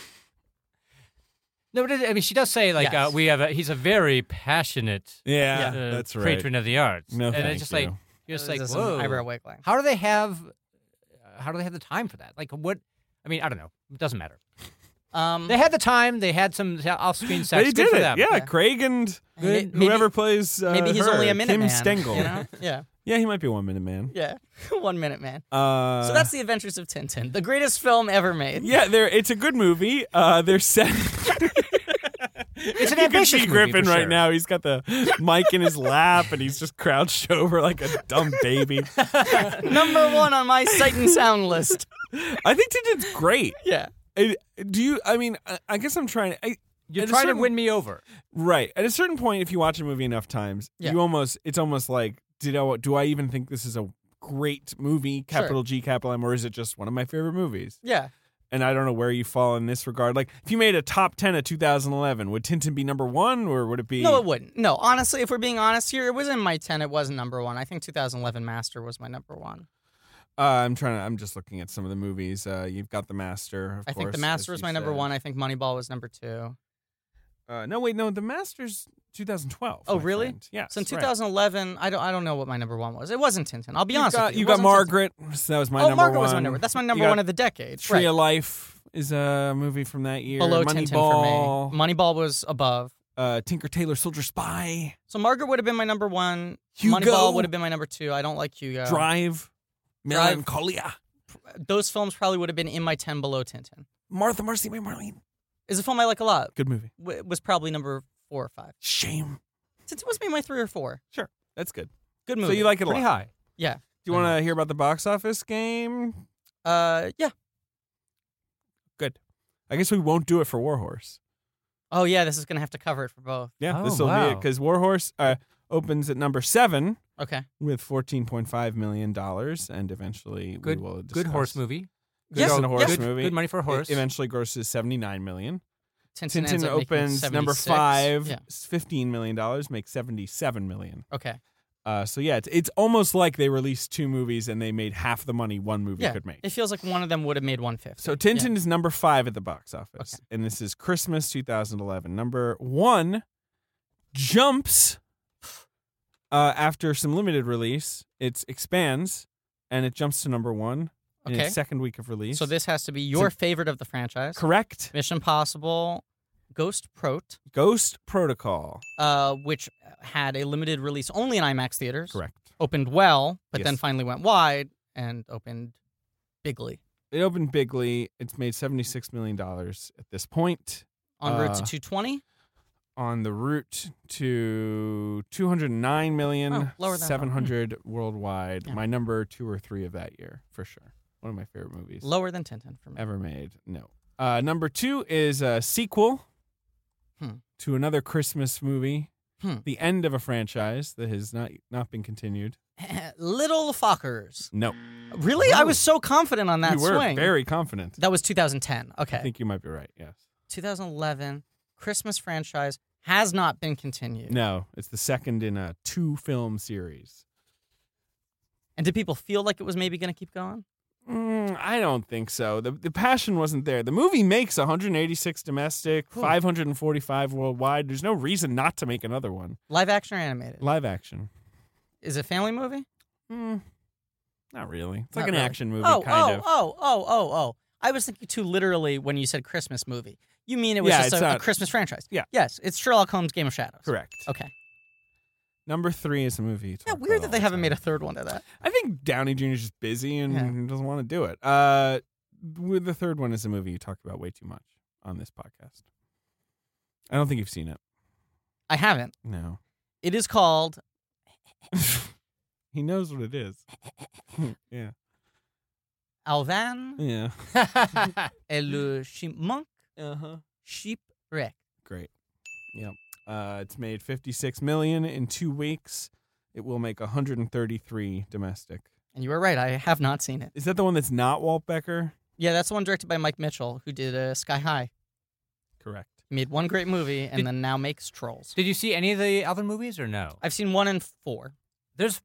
Speaker 4: No, but it, I mean, she does say like uh,
Speaker 2: Yes.
Speaker 4: we have. A, he's a very passionate
Speaker 3: Yeah,
Speaker 4: uh,
Speaker 3: that's right.
Speaker 4: patron of the arts.
Speaker 3: No,
Speaker 4: and
Speaker 3: thank
Speaker 4: it's just
Speaker 3: you.
Speaker 4: like you're just like
Speaker 2: There's some
Speaker 4: whoa.
Speaker 2: eyebrow wiggling.
Speaker 4: How do they have? How do they have the time for that? Like what? I mean, I don't know. It doesn't matter.
Speaker 2: Um,
Speaker 4: They had the time. They had some off-screen sex.
Speaker 3: they
Speaker 4: Good
Speaker 3: did
Speaker 4: for
Speaker 3: it.
Speaker 4: them.
Speaker 3: Yeah, Craig and
Speaker 2: Maybe-
Speaker 3: whoever plays uh,
Speaker 2: maybe he's
Speaker 3: her,
Speaker 2: only a minute
Speaker 3: Kim
Speaker 2: man,
Speaker 3: Stengel.
Speaker 2: You know? Yeah.
Speaker 3: Yeah, he might be a one minute man.
Speaker 2: Yeah, One Minute Man.
Speaker 3: Uh,
Speaker 2: So that's the Adventures of Tintin, the greatest film ever made.
Speaker 3: yeah. There, it's a good movie. Uh, they're set.
Speaker 4: It's an
Speaker 3: you can
Speaker 4: ambitious
Speaker 3: see
Speaker 4: movie
Speaker 3: Griffin
Speaker 4: for
Speaker 3: right
Speaker 4: sure.
Speaker 3: now. He's got the mic in his lap, and he's just crouched over like a dumb baby.
Speaker 2: Number one on my sight and sound list.
Speaker 3: I think Tintin's great.
Speaker 2: Yeah.
Speaker 3: I- Do you? I mean, I, I guess I'm trying. I,
Speaker 4: You're
Speaker 3: at a
Speaker 4: trying
Speaker 3: certain-
Speaker 4: to win me over.
Speaker 3: Right. At a certain point, if you watch a movie enough times,
Speaker 2: Yeah.
Speaker 3: you almost it's almost like did I do I even think this is a great movie, capital G, capital M, or is it just one of my favorite movies?
Speaker 2: Yeah.
Speaker 3: And I don't know where you fall in this regard. Like, if you made a top ten of 2011, would Tintin be number one, or would it be?
Speaker 2: No, it wouldn't. No, honestly, if we're being honest here, it was in my 10. It wasn't number one. I think 2011 Master was my number one.
Speaker 3: uh, I'm trying to. I'm just looking at some of the movies. Uh, you've got The Master. Of
Speaker 2: I think
Speaker 3: course,
Speaker 2: The Master
Speaker 3: as
Speaker 2: was
Speaker 3: you
Speaker 2: my number
Speaker 3: said.
Speaker 2: one. I think Moneyball was number two.
Speaker 3: Uh, no, wait, no, The Master's 2012.
Speaker 2: Oh,
Speaker 3: my
Speaker 2: really?
Speaker 3: friend. Yeah.
Speaker 2: So in
Speaker 3: that's right.
Speaker 2: 2011, I don't I don't know what my number one was. It wasn't Tintin. I'll be
Speaker 3: you
Speaker 2: honest
Speaker 3: got,
Speaker 2: with you. It
Speaker 3: you got
Speaker 2: wasn't Tintin.
Speaker 3: Margaret. So that was my
Speaker 2: oh,
Speaker 3: number
Speaker 2: Margaret
Speaker 3: one.
Speaker 2: was my number. That's my number
Speaker 3: got
Speaker 2: one of the decade.
Speaker 3: Tree
Speaker 2: right.
Speaker 3: of Life is a movie from that year.
Speaker 2: Below Tintin
Speaker 3: Moneyball,
Speaker 2: for me. Moneyball was above.
Speaker 3: uh, Tinker Tailor Soldier Spy,
Speaker 2: So Margaret would have been my number one.
Speaker 3: Hugo.
Speaker 2: Moneyball would have been my number two. I don't like Hugo.
Speaker 3: Drive, Melancholia,
Speaker 2: Those films probably would have been in my 10 below Tintin.
Speaker 3: Martha Marcy May Marlene.
Speaker 2: Is a film I like a lot.
Speaker 3: Good movie.
Speaker 2: W- was probably number four or five.
Speaker 3: Shame.
Speaker 2: Tintin was maybe my three or four.
Speaker 3: That's good.
Speaker 2: Good
Speaker 3: So
Speaker 2: movie. Mm-hmm.
Speaker 3: you like it a
Speaker 4: Pretty
Speaker 3: lot.
Speaker 4: high.
Speaker 2: Yeah.
Speaker 3: Do you want to hear about the box office game?
Speaker 2: Uh, yeah.
Speaker 3: Good. I guess we won't do it for Warhorse.
Speaker 2: Oh yeah, this is gonna have to cover it for both.
Speaker 3: Yeah,
Speaker 4: Oh,
Speaker 3: this will be it
Speaker 4: wow.
Speaker 3: because Warhorse uh, opens at number seven
Speaker 2: Okay.
Speaker 3: with fourteen point five million dollars, and eventually
Speaker 4: Good,
Speaker 3: we will discuss.
Speaker 4: good horse movie.
Speaker 3: Good
Speaker 2: Yes,
Speaker 3: on a
Speaker 2: yeah.
Speaker 3: horse
Speaker 4: good,
Speaker 3: movie.
Speaker 4: Good money for a horse.
Speaker 3: It eventually grosses seventy nine million.
Speaker 2: Tintin, ends
Speaker 3: Tintin
Speaker 2: up making
Speaker 3: opens number
Speaker 2: 76.
Speaker 3: five,
Speaker 2: Yeah.
Speaker 3: fifteen million dollars, makes seventy-seven million.
Speaker 2: Okay.
Speaker 3: Uh, so yeah, it's, it's almost like they released two movies and they made half the money one movie
Speaker 2: Yeah.
Speaker 3: could make.
Speaker 2: It feels like one of them would have made one fifty.
Speaker 3: So Tintin is number five at the box office, and this is Christmas 2011. Number one jumps uh, after some limited release. It expands and it jumps to number one in
Speaker 2: Okay.
Speaker 3: its second week of release.
Speaker 2: So this has to be your favorite of the franchise.
Speaker 3: correct
Speaker 2: Mission Possible, Ghost Prot,
Speaker 3: Ghost Protocol.
Speaker 2: uh, which had a limited release only in IMAX theaters.
Speaker 3: Correct.
Speaker 2: Opened well, but then
Speaker 3: Yes.
Speaker 2: finally went wide and opened bigly.
Speaker 3: It opened bigly. It's made $76 million at this point
Speaker 2: On route to
Speaker 3: Uh,
Speaker 2: 220.
Speaker 3: on the route to 209 million
Speaker 2: Oh, lower than I thought.
Speaker 3: 700 worldwide.
Speaker 2: Yeah.
Speaker 3: My number two or three of that year, for sure. One of my favorite movies
Speaker 2: Lower than Tintin for me.
Speaker 3: ever made. No. Uh, number two is a sequel
Speaker 2: Hmm.
Speaker 3: to another Christmas movie,
Speaker 2: Hmm.
Speaker 3: the end of a franchise that has not not been continued.
Speaker 2: Little Fockers.
Speaker 3: No,
Speaker 2: Really? I was so confident on that
Speaker 3: you were
Speaker 2: swing.
Speaker 3: very confident.
Speaker 2: that was 2010. Okay.
Speaker 3: I think you might be right. Yes.
Speaker 2: 2011 Christmas franchise has not been continued.
Speaker 3: No, it's the second in a two film series.
Speaker 2: And did people feel like it was maybe going to keep going?
Speaker 3: Mm, I don't think so. The the passion wasn't there. The movie makes 186 domestic,
Speaker 2: Cool.
Speaker 3: 545 worldwide. There's no reason not to make another one.
Speaker 2: Live action or animated?
Speaker 3: Live action.
Speaker 2: Is it a family movie?
Speaker 3: Mm, not really. It's like
Speaker 2: Not
Speaker 3: an
Speaker 2: really.
Speaker 3: action movie,
Speaker 2: oh,
Speaker 3: kind
Speaker 2: oh,
Speaker 3: of.
Speaker 2: oh, oh, oh, oh. I was thinking too literally when you said Christmas movie. You mean it was
Speaker 3: Yeah,
Speaker 2: just
Speaker 3: it's
Speaker 2: a, a
Speaker 3: not-
Speaker 2: Christmas franchise?
Speaker 3: Yeah.
Speaker 2: Yes, it's Sherlock Holmes' Game of Shadows.
Speaker 3: Correct.
Speaker 2: Okay.
Speaker 3: Number three is a movie. you
Speaker 2: Yeah,
Speaker 3: talk
Speaker 2: weird
Speaker 3: about
Speaker 2: that they
Speaker 3: all the
Speaker 2: haven't
Speaker 3: time.
Speaker 2: made a third one of that.
Speaker 3: I think Downey Jr. is just busy and
Speaker 2: Yeah.
Speaker 3: doesn't want to do it. Uh, with the third one is a movie you talk about way too much on this podcast. I don't think you've seen it.
Speaker 2: I haven't.
Speaker 3: No.
Speaker 2: It is called
Speaker 3: he knows what it is. yeah.
Speaker 2: Alvan
Speaker 3: Yeah.
Speaker 2: et le Chipmunk
Speaker 3: Uh
Speaker 2: Uh-huh.
Speaker 3: huh.
Speaker 2: Shipwreck.
Speaker 3: Great. Yep. Uh, it's made 56 million in two weeks. It will make 133 domestic.
Speaker 2: And you were right. I have not seen it.
Speaker 3: Is that the one that's not Walt Becker?
Speaker 2: Yeah, that's the one directed by Mike Mitchell, who did uh, Sky High.
Speaker 3: Correct.
Speaker 2: He made one great movie and
Speaker 4: Did-
Speaker 2: then now makes Trolls.
Speaker 4: Did you see any of the other movies or no?
Speaker 2: I've seen one and four.
Speaker 4: There's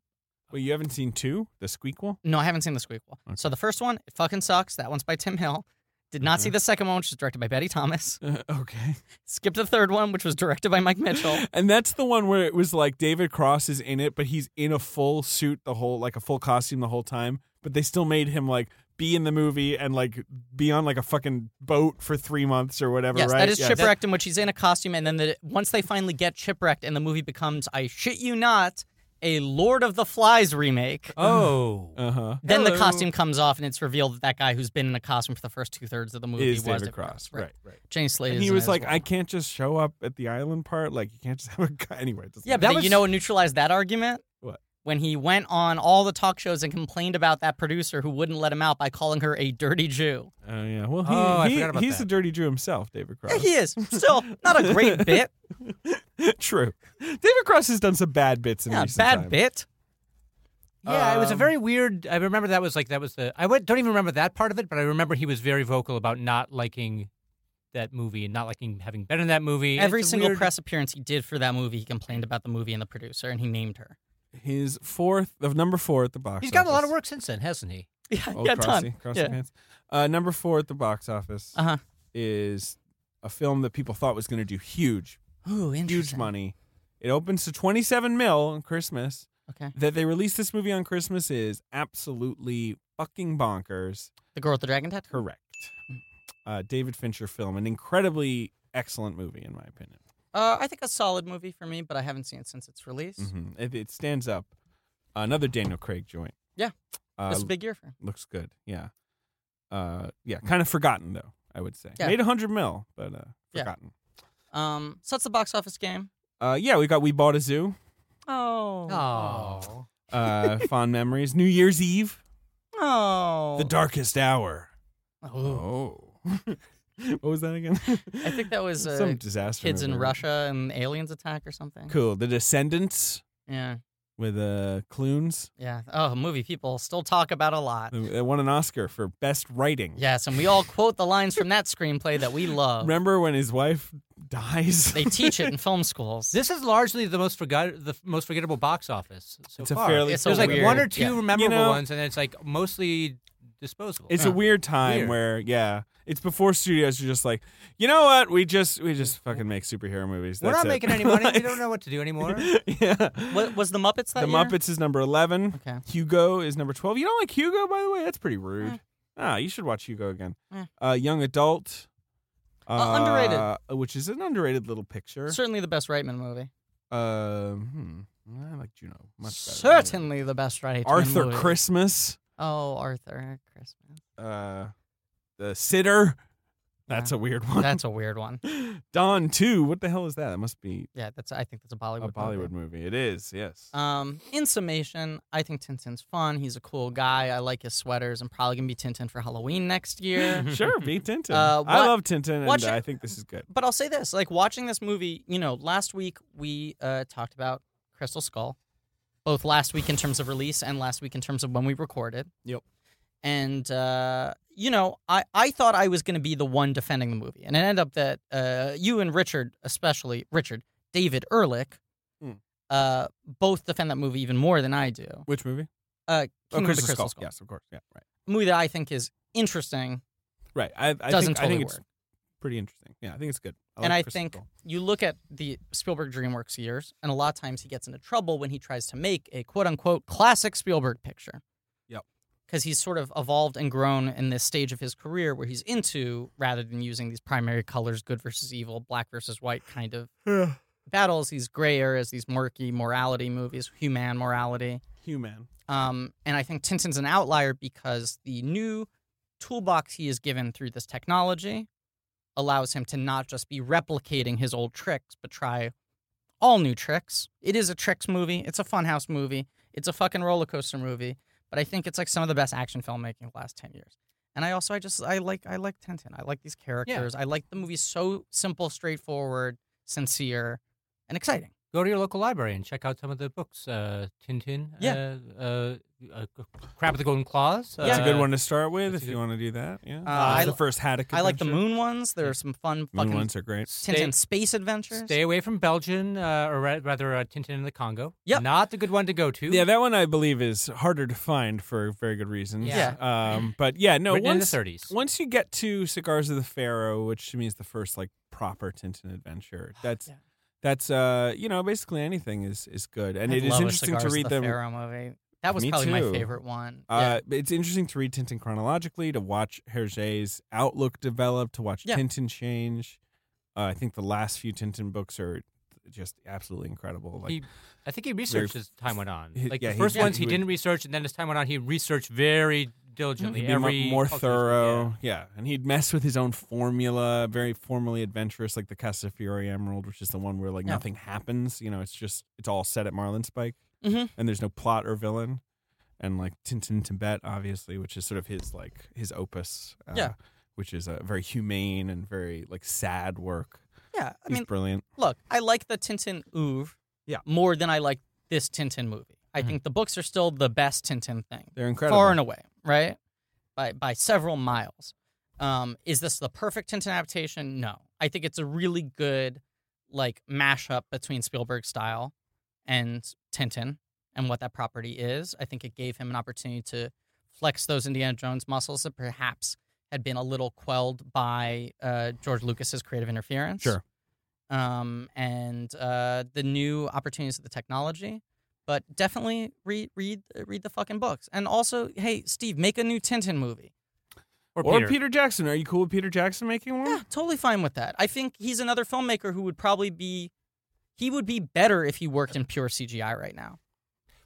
Speaker 3: Well, you haven't seen two, the squeakquel.
Speaker 2: No, I haven't seen the Squeakquel. So the first one, it fucking sucks. That one's by Tim Hill. Did not see the second one, which is directed by Betty Thomas.
Speaker 3: Uh, okay.
Speaker 2: Skipped the third one, which was directed by Mike Mitchell.
Speaker 3: And that's the one where it was like David Cross is in it, but he's in a full suit the whole, like a full costume the whole time. But they still made him like be in the movie and like be on like a fucking boat for three months or whatever.
Speaker 2: yes,
Speaker 3: right?
Speaker 2: that is
Speaker 3: Yes.
Speaker 2: Shipwrecked, in which he's in a costume, and then the, once they finally get Shipwrecked, and the movie becomes I shit you not, a Lord of the Flies remake.
Speaker 4: Oh.
Speaker 3: Uh huh.
Speaker 2: Then the
Speaker 4: Hello.
Speaker 2: costume comes off, and it's revealed that that guy who's been in a costume for the first two thirds of the movie
Speaker 3: Is
Speaker 2: was
Speaker 3: David
Speaker 2: David
Speaker 3: Cross. Right. Right.
Speaker 2: James Slade.
Speaker 3: And
Speaker 2: is
Speaker 3: he
Speaker 2: in it
Speaker 3: was
Speaker 2: as
Speaker 3: like,
Speaker 2: well.
Speaker 3: I can't just show up at the island part. Like, you can't just have a guy. Anyway, it doesn't
Speaker 2: Yeah, but
Speaker 3: matter.
Speaker 2: then you know what neutralized that argument?
Speaker 3: What?
Speaker 2: When he went on all the talk shows and complained about that producer who wouldn't let him out by calling her a dirty Jew.
Speaker 3: Oh, yeah. Well, he,
Speaker 4: Oh, I
Speaker 3: he-
Speaker 4: forgot about
Speaker 3: he's
Speaker 4: that.
Speaker 3: a dirty Jew himself, David Cross.
Speaker 2: Yeah, he is. Still, not a great bit.
Speaker 3: True. David Cross has done some bad bits in
Speaker 2: Yeah,
Speaker 3: recent
Speaker 2: bad
Speaker 3: time.
Speaker 2: bit.
Speaker 4: Yeah, it was a
Speaker 3: Um,
Speaker 4: very weird. I remember that was like that was the. I w- don't even remember that part of it, but I remember he was very vocal about not liking that movie and not liking having been in that movie.
Speaker 2: Every
Speaker 4: It's a
Speaker 2: single
Speaker 4: weird-
Speaker 2: press appearance he did for that movie, he complained about the movie and the producer, and he named her.
Speaker 3: His fourth of number four at the box.
Speaker 4: He's gotten a lot
Speaker 3: office.
Speaker 4: of
Speaker 3: Oh,
Speaker 4: work since then, hasn't he?
Speaker 2: Yeah,
Speaker 3: Old
Speaker 2: yeah,
Speaker 3: Crossy,
Speaker 2: ton.
Speaker 3: Crossy
Speaker 2: yeah.
Speaker 3: pants. Uh, number four at the box office
Speaker 2: Uh-huh.
Speaker 3: is a film that people thought was going to do huge,
Speaker 2: Ooh,
Speaker 3: huge
Speaker 2: interesting.
Speaker 3: money. It opens to 27 mil on Christmas.
Speaker 2: Okay.
Speaker 3: That they released this movie on Christmas is absolutely fucking bonkers.
Speaker 2: The girl with the dragon tattoo.
Speaker 3: Correct. Uh, David Fincher film, an incredibly excellent movie, in my opinion.
Speaker 2: Uh, I think a solid movie for me, but I haven't seen it since its release.
Speaker 3: Mhm. It, it stands up. Another Daniel Craig joint.
Speaker 2: Yeah.
Speaker 3: Uh,
Speaker 2: This is a big year for him.
Speaker 3: looks good. Yeah. Uh, yeah. Kind of forgotten though. I would say
Speaker 2: Yeah.
Speaker 3: made a hundred mil, but uh,
Speaker 2: Yeah.
Speaker 3: forgotten.
Speaker 2: Um, so that's the box office game.
Speaker 3: Uh, yeah. We got we bought a zoo.
Speaker 2: Oh.
Speaker 4: Oh,
Speaker 3: Uh, fond memories. New Year's Eve.
Speaker 2: Oh.
Speaker 3: The darkest hour. Oh. what was that again?
Speaker 2: I think that was uh,
Speaker 3: some disaster.
Speaker 2: kids in
Speaker 3: movie.
Speaker 2: Russia and aliens attack or something.
Speaker 3: Cool. The Descendants
Speaker 2: Yeah,
Speaker 3: with uh Clunes.
Speaker 2: yeah. Oh, a movie people still talk about a lot.
Speaker 3: It won an Oscar for best writing.
Speaker 2: Yes, and we all quote the lines from that screenplay that we love.
Speaker 3: Remember when his wife dies?
Speaker 2: They teach it in film schools.
Speaker 4: this is largely the most forgot the f- most forgettable box office so
Speaker 3: It's a
Speaker 4: far.
Speaker 3: fairly
Speaker 2: It's a
Speaker 4: There's like
Speaker 2: weird-
Speaker 4: one or two
Speaker 2: yeah.
Speaker 4: rememberable
Speaker 3: You know-
Speaker 4: ones, and it's like mostly disposable.
Speaker 3: It's a weird time
Speaker 4: Weird.
Speaker 3: where, yeah, it's before studios are just like, you know what? We just we just fucking make superhero movies.
Speaker 4: We're
Speaker 3: That's
Speaker 4: not
Speaker 3: it."
Speaker 4: making any money. we don't know what to do anymore.
Speaker 3: yeah.
Speaker 2: What was the Muppets that
Speaker 3: the
Speaker 2: year?
Speaker 3: Muppets is number eleven.
Speaker 2: Okay.
Speaker 3: Hugo is number twelve. You don't like Hugo, by the way? That's pretty
Speaker 2: Hmm.
Speaker 3: rude. Ah, you should watch Hugo again.
Speaker 2: Eh.
Speaker 3: Uh, young adult.
Speaker 2: Uh, underrated.
Speaker 3: Which is an underrated little picture.
Speaker 2: Certainly the best Reitman movie.
Speaker 3: Uh, hmm. I like Juno much better.
Speaker 2: Certainly the best Reitman
Speaker 3: Arthur
Speaker 2: movie.
Speaker 3: Christmas.
Speaker 2: Oh, Arthur Christmas.
Speaker 3: Uh, the sitter. That's a weird one.
Speaker 2: That's a weird one.
Speaker 3: Don Two. What the hell is that? That must be
Speaker 2: Yeah, that's. I think that's a Bollywood.
Speaker 3: a Bollywood
Speaker 2: movie.
Speaker 3: movie. It is. Yes.
Speaker 2: Um, in summation, I think Tintin's fun. He's a cool guy. I like his sweaters. I'm probably gonna be Tintin for Halloween next year.
Speaker 3: sure. Be Tintin.
Speaker 2: Uh,
Speaker 3: I
Speaker 2: what-
Speaker 3: love Tintin, and
Speaker 2: watch it-
Speaker 3: I think this is good.
Speaker 2: but I'll say this: like watching this movie, you know, last week we uh, talked about Crystal Skull, both last week in terms of release and last week in terms of when we recorded.
Speaker 3: Yep.
Speaker 2: And uh, you know, I I thought I was going to be the one defending the movie, and it ended up that uh, you and Richard, especially Richard David Ehrlich,
Speaker 3: Hmm.
Speaker 2: uh, both defend that movie even more than I do.
Speaker 3: Which movie?
Speaker 2: Uh,
Speaker 3: Oh,
Speaker 2: Kingdom of the
Speaker 3: Crystal
Speaker 2: Crystal
Speaker 3: Skull.
Speaker 2: Skull.
Speaker 3: Yes, of course. Yeah. Right.
Speaker 2: A movie that I think is interesting,
Speaker 3: Right. I, I
Speaker 2: doesn't
Speaker 3: think,
Speaker 2: totally
Speaker 3: I think
Speaker 2: work.
Speaker 3: it's pretty interesting. Yeah, I think it's good. I
Speaker 2: and
Speaker 3: like
Speaker 2: I
Speaker 3: Crystal
Speaker 2: think
Speaker 3: Skull.
Speaker 2: you look at the Spielberg DreamWorks years, and a lot of times he gets into trouble when he tries to make a quote unquote classic Spielberg picture.
Speaker 3: Yep.
Speaker 2: Because he's sort of evolved and grown in this stage of his career where he's into, rather than using these primary colors, good versus evil, black versus white kind of battles, these gray areas, these murky morality movies, human morality.
Speaker 3: Human.
Speaker 2: Um, and I think Tintin's an outlier because the new toolbox he is given through this technology allows him to not just be replicating his old tricks, but try all new tricks. It is a tricks movie. It's a funhouse movie. It's a fucking roller coaster movie. But I think it's like some of the best action filmmaking of the last ten years. And I also I just I like I like Tintin. I like these characters. I like the movie so simple, straightforward, sincere, and exciting.
Speaker 4: Go to your local library and check out some of the books. Uh, Tintin.
Speaker 2: Yeah.
Speaker 4: Uh, uh, uh, Crab with the Golden Claws.
Speaker 2: Yeah.
Speaker 3: That's
Speaker 4: uh,
Speaker 3: a good one to start with
Speaker 4: that's
Speaker 3: if
Speaker 4: a
Speaker 3: you
Speaker 4: good-
Speaker 3: want to do that. Yeah.
Speaker 2: Uh, I
Speaker 3: It's the
Speaker 2: li-
Speaker 3: first Haddock.
Speaker 2: I like the
Speaker 3: adventure.
Speaker 2: moon ones. There are some fun
Speaker 3: Moon
Speaker 2: fucking
Speaker 3: ones are great.
Speaker 4: Stay,
Speaker 2: Tintin space adventures.
Speaker 4: stay away from Belgian, uh, or ra- rather, uh, Tintin in the Congo.
Speaker 2: Yep.
Speaker 4: Not the good one to go to.
Speaker 3: Yeah, that one I believe is harder to find for very good reasons.
Speaker 4: Yeah.
Speaker 3: Um, but yeah, no.
Speaker 4: Written in the
Speaker 3: once-
Speaker 4: 30s.
Speaker 3: Once you get to Cigars of the Pharaoh, which to me is the first like proper Tintin adventure, that's
Speaker 2: Yeah.
Speaker 3: that's uh you know basically anything is is good, and
Speaker 2: I
Speaker 3: it is
Speaker 2: love a
Speaker 3: interesting to
Speaker 2: Cigars of
Speaker 3: read
Speaker 2: the
Speaker 3: them.
Speaker 2: Pharaoh movie. That was
Speaker 3: Me
Speaker 2: probably my
Speaker 3: too.
Speaker 2: favorite one. Yeah.
Speaker 3: Uh, It's interesting to read Tintin chronologically, to watch Hergé's outlook develop, to watch
Speaker 2: Yeah.
Speaker 3: Tintin change. Uh, I think the last few Tintin books are just absolutely incredible. Like
Speaker 4: He- I think he researched
Speaker 3: Very-
Speaker 4: as time went on.
Speaker 3: he-
Speaker 4: Like
Speaker 3: yeah,
Speaker 4: the
Speaker 3: he-
Speaker 4: first
Speaker 3: yeah,
Speaker 4: ones
Speaker 3: he
Speaker 4: he,
Speaker 3: would-
Speaker 4: didn't research, and then as time went on, he researched very diligently.
Speaker 3: he'd be mu-
Speaker 4: every
Speaker 3: more
Speaker 4: culture-
Speaker 3: thorough.
Speaker 4: yeah.
Speaker 3: Yeah. and he'd mess with his own formula, very formally adventurous, like the Castafiore Emerald, which is the one where like
Speaker 2: Yeah.
Speaker 3: nothing happens. You know, it's just it's all set at Marlin Spike,
Speaker 2: Mhm.
Speaker 3: and there's no plot or villain. And like Tintin Tibet, obviously, which is sort of his like his opus. Uh,
Speaker 2: Yeah.
Speaker 3: which is a very humane and very like sad work.
Speaker 2: Yeah, I
Speaker 3: He's
Speaker 2: mean,
Speaker 3: brilliant.
Speaker 2: look, I like the Tintin oeuvre
Speaker 3: Yeah. Mm-hmm.
Speaker 2: more than I like this Tintin movie. I think the books are still the best Tintin thing,
Speaker 3: They're incredible.
Speaker 2: far and away, right? By by several miles. Um, is this the perfect Tintin adaptation? No, I think it's a really good like mashup between Spielberg style and Tintin and what that property is. I think it gave him an opportunity to flex those Indiana Jones muscles that perhaps had been a little quelled by uh, George Lucas's creative interference
Speaker 3: Sure.
Speaker 2: um, and uh, the new opportunities of the technology. But definitely read read uh, read the fucking books. And also, hey, Steve, make a new Tintin movie.
Speaker 4: Or,
Speaker 3: Or
Speaker 4: Peter.
Speaker 3: Peter. Jackson. Are you cool with Peter Jackson making one?
Speaker 2: Yeah, totally fine with that. I think he's another filmmaker who would probably be he would be better if he worked in pure CGI right now.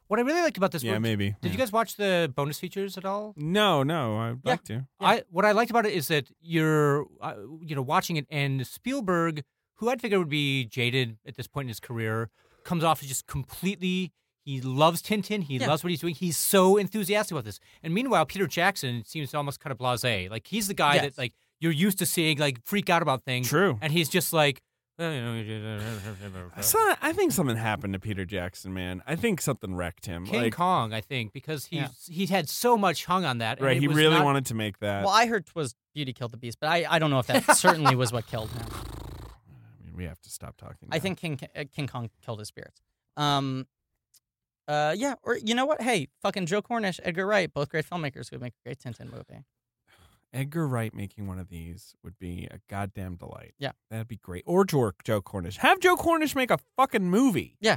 Speaker 4: What I really liked about this
Speaker 3: Yeah,
Speaker 4: movie.
Speaker 3: maybe.
Speaker 4: Did you guys watch the bonus features at all?
Speaker 3: No, no, I'd
Speaker 2: Yeah.
Speaker 3: like to.
Speaker 4: I what I liked about it is that you're uh, you know watching it and Spielberg, who I'd figure would be jaded at this point in his career, comes off as just completely. He loves Tintin. He
Speaker 2: Yeah.
Speaker 4: loves what he's doing. He's so enthusiastic about this. And meanwhile, Peter Jackson seems almost kind of blasé. Like he's the guy
Speaker 2: Yes.
Speaker 4: that like you're used to seeing like freak out about things.
Speaker 3: True.
Speaker 4: And he's just like.
Speaker 3: So, I think something happened to Peter Jackson, man. I think something wrecked him.
Speaker 4: King
Speaker 3: like,
Speaker 4: Kong, I think, because he
Speaker 2: Yeah.
Speaker 4: he had so much hung on that. and
Speaker 3: right,
Speaker 4: it
Speaker 3: he
Speaker 4: was
Speaker 3: really
Speaker 4: not-
Speaker 3: wanted to make that.
Speaker 2: Well, I heard was Beauty killed the beast, but I, I don't know if that certainly was what killed him.
Speaker 3: I mean, we have to stop talking.
Speaker 2: I
Speaker 3: now.
Speaker 2: think King uh, King Kong killed his spirits. Um, uh, yeah, or you know what? Hey, fucking Joe Cornish, Edgar Wright, both great filmmakers who would make a great Tintin movie.
Speaker 3: Edgar Wright making one of these would be a goddamn delight.
Speaker 2: Yeah.
Speaker 3: that'd be great. Or Joe, Joe Cornish. Have Joe Cornish make a fucking movie.
Speaker 2: Yeah.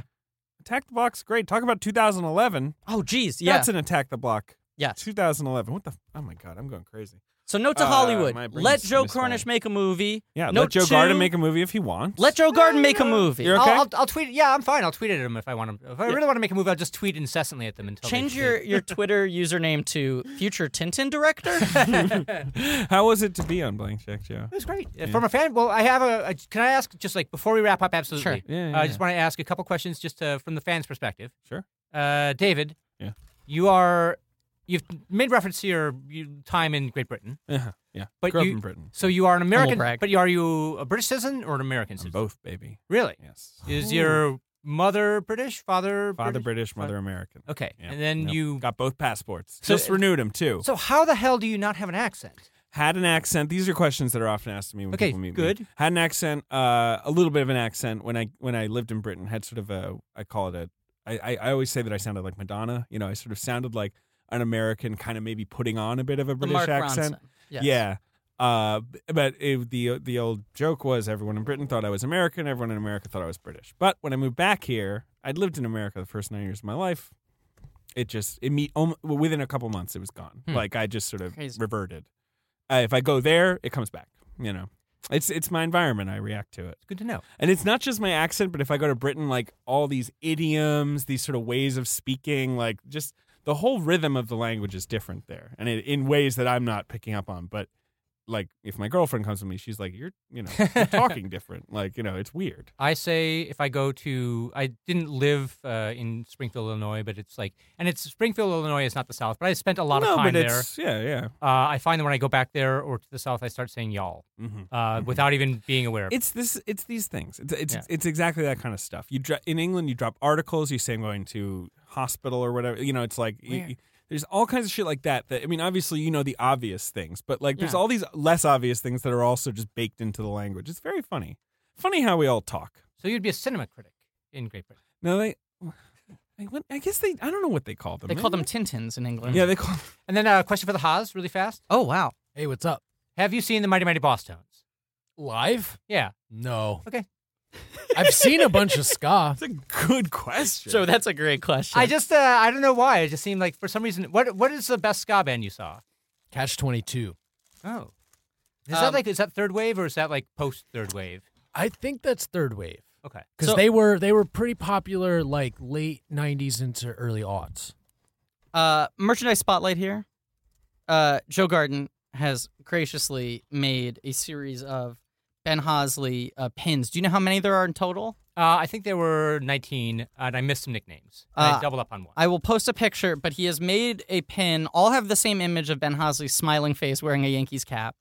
Speaker 3: Attack the Block's great. Talk about 2011.
Speaker 2: Oh, geez, yeah,
Speaker 3: That's an Attack the Block.
Speaker 2: yes.
Speaker 3: 2011. What the? f- Oh my god, I'm going crazy.
Speaker 2: So note to
Speaker 3: Uh,
Speaker 2: Hollywood:
Speaker 3: my brain's
Speaker 2: let Joe
Speaker 3: misfiring.
Speaker 2: Cornish make a movie.
Speaker 3: Yeah,
Speaker 2: Note
Speaker 3: let Joe
Speaker 2: two,
Speaker 3: Garden make a movie if he wants.
Speaker 2: Let Joe Garden make a movie.
Speaker 3: You're
Speaker 4: I'll-
Speaker 3: okay?
Speaker 4: I'll, I'll, tweet. Yeah, I'm fine. I'll tweet at them if I want to. If I really want to make a move, I'll just tweet incessantly at them until they
Speaker 2: Change
Speaker 4: tweet.
Speaker 2: your, your Twitter username to future Tintin director.
Speaker 3: How was it to be on Blank Check Joe?
Speaker 4: It was great Uh, from a fan. Well, I have a, a- Can I ask just like before we wrap up? Absolutely.
Speaker 3: Yeah,
Speaker 4: Uh,
Speaker 3: yeah,
Speaker 4: I just
Speaker 3: yeah.
Speaker 4: want to ask a couple questions just uh, from the fans' perspective.
Speaker 3: Sure.
Speaker 4: Uh, David.
Speaker 3: Yeah.
Speaker 4: You are. You've made reference to your you, time in Great Britain,
Speaker 3: Yeah, yeah.
Speaker 4: But
Speaker 3: Grew
Speaker 4: you-
Speaker 3: up in Britain.
Speaker 4: so you are an American.
Speaker 2: brag.
Speaker 4: But you, are you a British citizen or an American
Speaker 3: I'm
Speaker 4: citizen?
Speaker 3: both, baby.
Speaker 4: Really?
Speaker 3: Yes.
Speaker 4: Is your mother British? Father.
Speaker 3: Father
Speaker 4: British?
Speaker 3: British, mother American.
Speaker 4: Okay.
Speaker 3: Yeah.
Speaker 4: And then
Speaker 3: Yep.
Speaker 4: you.
Speaker 3: got both passports.
Speaker 4: So-
Speaker 3: Just renewed them too.
Speaker 4: So how the hell do you not have an accent?
Speaker 3: Had an accent. These are questions that are often asked to me when
Speaker 4: Okay,
Speaker 3: people meet me.
Speaker 4: good.
Speaker 3: Had an accent, uh, a little bit of an accent when I when I lived in Britain. Had sort of a I call it a I, I, I always say that I sounded like Madonna. You know, I sort of sounded like an American, kind of maybe putting on a bit of a
Speaker 2: the
Speaker 3: British
Speaker 2: Mark
Speaker 3: accent.
Speaker 2: Ronson. Yes.
Speaker 3: Yeah. Uh, b- but it, the the old joke was everyone in Britain thought I was American. Everyone in America thought I was British. But when I moved back here, I'd lived in America the first nine years of my life. It just it me om- within a couple months it was gone.
Speaker 4: Hmm.
Speaker 3: Like I just sort of
Speaker 2: Crazy.
Speaker 3: reverted. Uh, if I go there, it comes back. You know, it's it's my environment. I react to it.
Speaker 4: It's good to know.
Speaker 3: And it's not just my accent, but if I go to Britain, like all these idioms, these sort of ways of speaking, like just the whole rhythm of the language is different there, and it, in ways that I'm not picking up on. But like, if my girlfriend comes with me, she's like, "You're, you know, you're talking different. Like, you know, it's weird."
Speaker 4: I say if I go to, I didn't live uh, in Springfield, Illinois, but it's like, and it's Springfield, Illinois is not the South, but I spent a lot
Speaker 3: no,
Speaker 4: of time
Speaker 3: but
Speaker 4: there. Uh,
Speaker 3: it's yeah, yeah.
Speaker 4: I find that when I go back there or to the South, I start saying y'all
Speaker 3: Mm-hmm.
Speaker 4: uh, without even being aware.
Speaker 3: It's this. It's these things. It's it's,
Speaker 4: Yeah.
Speaker 3: it's exactly that kind of stuff. You dro- in England, you drop articles. You say I'm going to hospital or whatever. You know, it's like you, you- there's all kinds of shit like that. That I mean, obviously you know the obvious things, but like there's
Speaker 2: Yeah.
Speaker 3: all these less obvious things that are also just baked into the language. It's very funny. Funny how we all talk.
Speaker 4: so you'd be a cinema critic in Great Britain.
Speaker 3: No, they. I, what- I guess they. I don't know what they call them.
Speaker 2: They call them
Speaker 3: Man,
Speaker 2: Tintins in England.
Speaker 3: Yeah, they call.
Speaker 4: And then a uh, question for the Haas, really fast.
Speaker 2: Oh wow.
Speaker 5: Hey, what's up?
Speaker 4: Have you seen the Mighty Mighty Boss Tones?
Speaker 5: Live?
Speaker 4: Yeah.
Speaker 5: No.
Speaker 4: Okay.
Speaker 5: I've seen a bunch of ska.
Speaker 3: It's a good question.
Speaker 2: So that's a great question.
Speaker 4: I just, uh, I don't know why. It just seemed like for some reason, what what is the best ska band you saw?
Speaker 5: Catch 22.
Speaker 4: Oh. Is
Speaker 2: Um,
Speaker 4: that like, is that third wave or is that like post third wave?
Speaker 5: I think that's third wave.
Speaker 4: Okay.
Speaker 5: because
Speaker 2: So-
Speaker 5: they were they were pretty popular like late '90s into early aughts.
Speaker 2: Uh, merchandise spotlight here. Uh, Joe Garden has graciously made a series of Ben Hosley uh, pins. Do you know how many there are in total?
Speaker 4: Uh, I think there were 19, and I missed some nicknames. And
Speaker 2: Uh,
Speaker 4: I doubled up on one.
Speaker 2: I will post a picture, but he has made a pin. All have the same image of Ben Hosley's smiling face wearing a Yankees cap.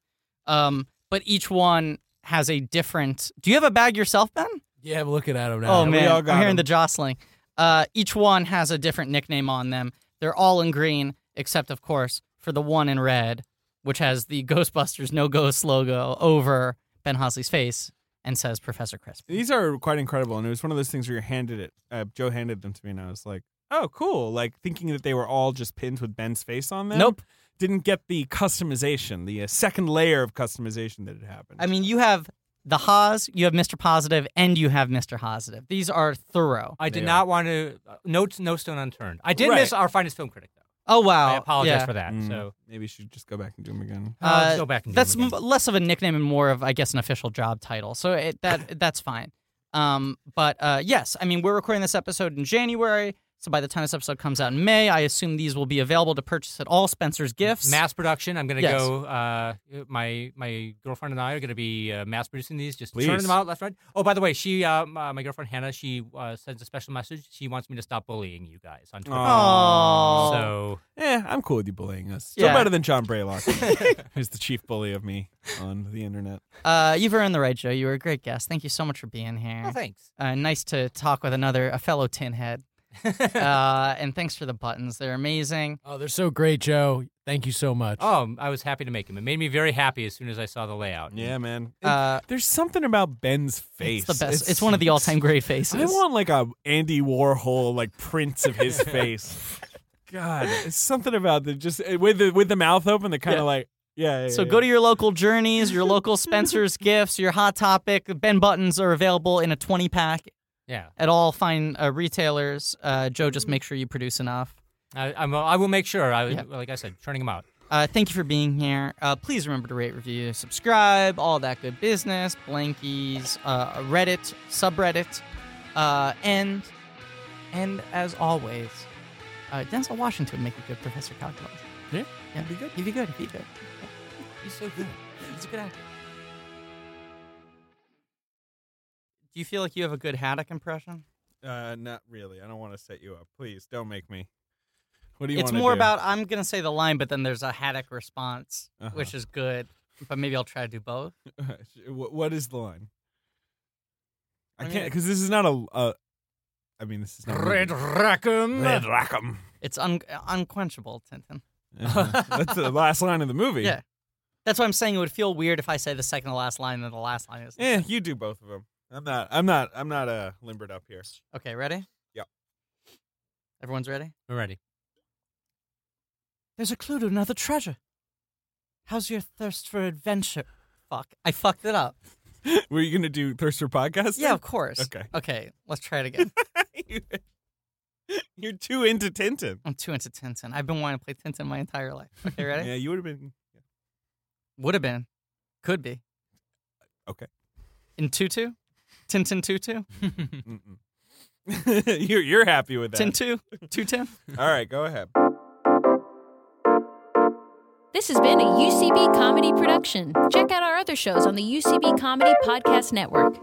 Speaker 2: Um, but each one has a different. Do you have a bag yourself, Ben?
Speaker 5: Yeah, I'm looking at them now.
Speaker 2: Oh man,
Speaker 3: Uh, all
Speaker 2: I'm
Speaker 3: got
Speaker 2: hearing
Speaker 3: 'em.
Speaker 2: the jostling. Uh, each one has a different nickname on them. They're all in green, except of course for the one in red, which has the Ghostbusters No Ghost logo over Ben Hosley's face and says Professor Crisp.
Speaker 3: These are quite incredible, and it was one of those things where you handed it. Uh, Joe handed them to me, and I was like, "Oh, cool!" Like thinking that they were all just pins with Ben's face on them.
Speaker 2: Nope.
Speaker 3: Didn't get the customization, the uh, second layer of customization that had happened.
Speaker 2: I mean, you have the Haas, you have Mr. Positive, and you have Mr. Positive. These are thorough.
Speaker 4: I did
Speaker 3: Yeah.
Speaker 4: not want to. uh, No, no stone unturned. I did
Speaker 3: Right.
Speaker 4: miss our finest film critic, though.
Speaker 2: Oh wow,
Speaker 4: I apologize
Speaker 2: Yeah.
Speaker 4: for that.
Speaker 3: Mm,
Speaker 4: So
Speaker 3: maybe you should just go back and do them again.
Speaker 4: uh, let's
Speaker 2: Uh,
Speaker 4: go back and do
Speaker 2: that's
Speaker 4: them
Speaker 2: m-
Speaker 4: again.
Speaker 2: less of a nickname and more of, I guess, an official job title. So it, that that's fine. Um, but uh, yes, I mean, we're recording this episode in January, so by the time this episode comes out in May, I assume these will be available to purchase at all Spencer's Gifts.
Speaker 4: mass production. I'm gonna
Speaker 2: Yes.
Speaker 4: go. Uh, my my girlfriend and I are gonna be uh, mass producing these, just
Speaker 3: Please.
Speaker 4: turning them out left right. Oh, by the way, she uh, my, my girlfriend Hannah, she uh, sends a special message. She wants me to stop bullying you guys on Twitter.
Speaker 2: Aw.
Speaker 4: So
Speaker 3: Eh, I'm cool with you bullying us. Still
Speaker 2: Yeah.
Speaker 3: better than John Braylock, who's the chief bully of me on the internet.
Speaker 2: Uh, you've earned the right, Joe. You were a great guest. Thank you so much for being
Speaker 4: oh,
Speaker 2: here.
Speaker 4: thanks.
Speaker 2: uh, nice to talk with another a fellow tinhead. uh, and thanks for the buttons. They're amazing.
Speaker 5: Oh, they're so great, Joe. Thank you so much.
Speaker 4: Oh, I was happy to make them. It made me very happy as soon as I saw the layout.
Speaker 3: Yeah, man.
Speaker 2: Uh,
Speaker 3: There's something about Ben's face.
Speaker 2: It's the best. It's, one of the all-time great faces.
Speaker 3: I want like a Andy Warhol like prints of his face. God, it's something about the just eh, with the with the mouth open. The kind of
Speaker 2: Yeah.
Speaker 3: like yeah. yeah,
Speaker 2: So
Speaker 3: yeah.
Speaker 2: go to your local Journeys, your local Spencer's Gifts, your Hot Topic. Ben buttons are available in a 20 pack
Speaker 4: Yeah,
Speaker 2: at all fine uh, retailers. Uh, Joe, just make sure you produce enough.
Speaker 4: I, I'm, I will make sure. I,
Speaker 2: Yeah.
Speaker 4: Like I said, turning them out.
Speaker 2: Uh, thank you for being here. Uh, please remember to rate, review, subscribe, all that good business. Blankies, uh, Reddit, subreddit, uh, and and as always, uh, Denzel Washington would make a good Professor Calculus.
Speaker 5: Yeah,
Speaker 2: yeah, be good. He'd be good. He'd be good.
Speaker 4: He's so good.
Speaker 2: He's a good actor. Do you feel like you have a good Haddock impression?
Speaker 3: Uh, not really. I don't want to set you up. Please don't make me. What do you?
Speaker 2: It's
Speaker 3: wanna
Speaker 2: more
Speaker 3: do?
Speaker 2: about I'm gonna say the line, but then there's a Haddock response,
Speaker 3: Uh-huh.
Speaker 2: which is good. But maybe I'll try to do both.
Speaker 3: Wh- what is the line? I
Speaker 2: I mean,
Speaker 3: can't because this is not a. a I mean, this is not a movie.
Speaker 2: Oh,
Speaker 5: Rackham.
Speaker 3: Red Rackham.
Speaker 2: It's un- unquenchable, Tintin.
Speaker 3: Uh-huh. That's the last line of the movie.
Speaker 2: Yeah. That's why I'm saying it would feel weird if I say the second to last line, then the last line is.
Speaker 3: Yeah, Eh, you do both of them. I'm not. I'm not. I'm not uh, limbered up here.
Speaker 2: Okay, ready?
Speaker 3: Yep.
Speaker 2: Everyone's ready.
Speaker 4: We're ready.
Speaker 2: There's a clue to another treasure. How's your thirst for adventure? Fuck, I fucked it up.
Speaker 3: Were you gonna do thirst for podcast?
Speaker 2: Yeah, of course.
Speaker 3: Okay.
Speaker 2: Okay, let's try it again.
Speaker 3: You're too into Tintin.
Speaker 2: I'm too into Tintin. I've been wanting to play Tintin my entire life. Okay, ready?
Speaker 3: Yeah, you would have been.
Speaker 2: Would have been. Could be.
Speaker 3: Okay.
Speaker 2: In tutu? Tintin tutu?
Speaker 3: Mm-mm. you're you're happy with that.
Speaker 2: Tintu? Tutu?
Speaker 3: All right, go ahead.
Speaker 6: This has been a UCB comedy production. Check out our other shows on the UCB Comedy Podcast Network.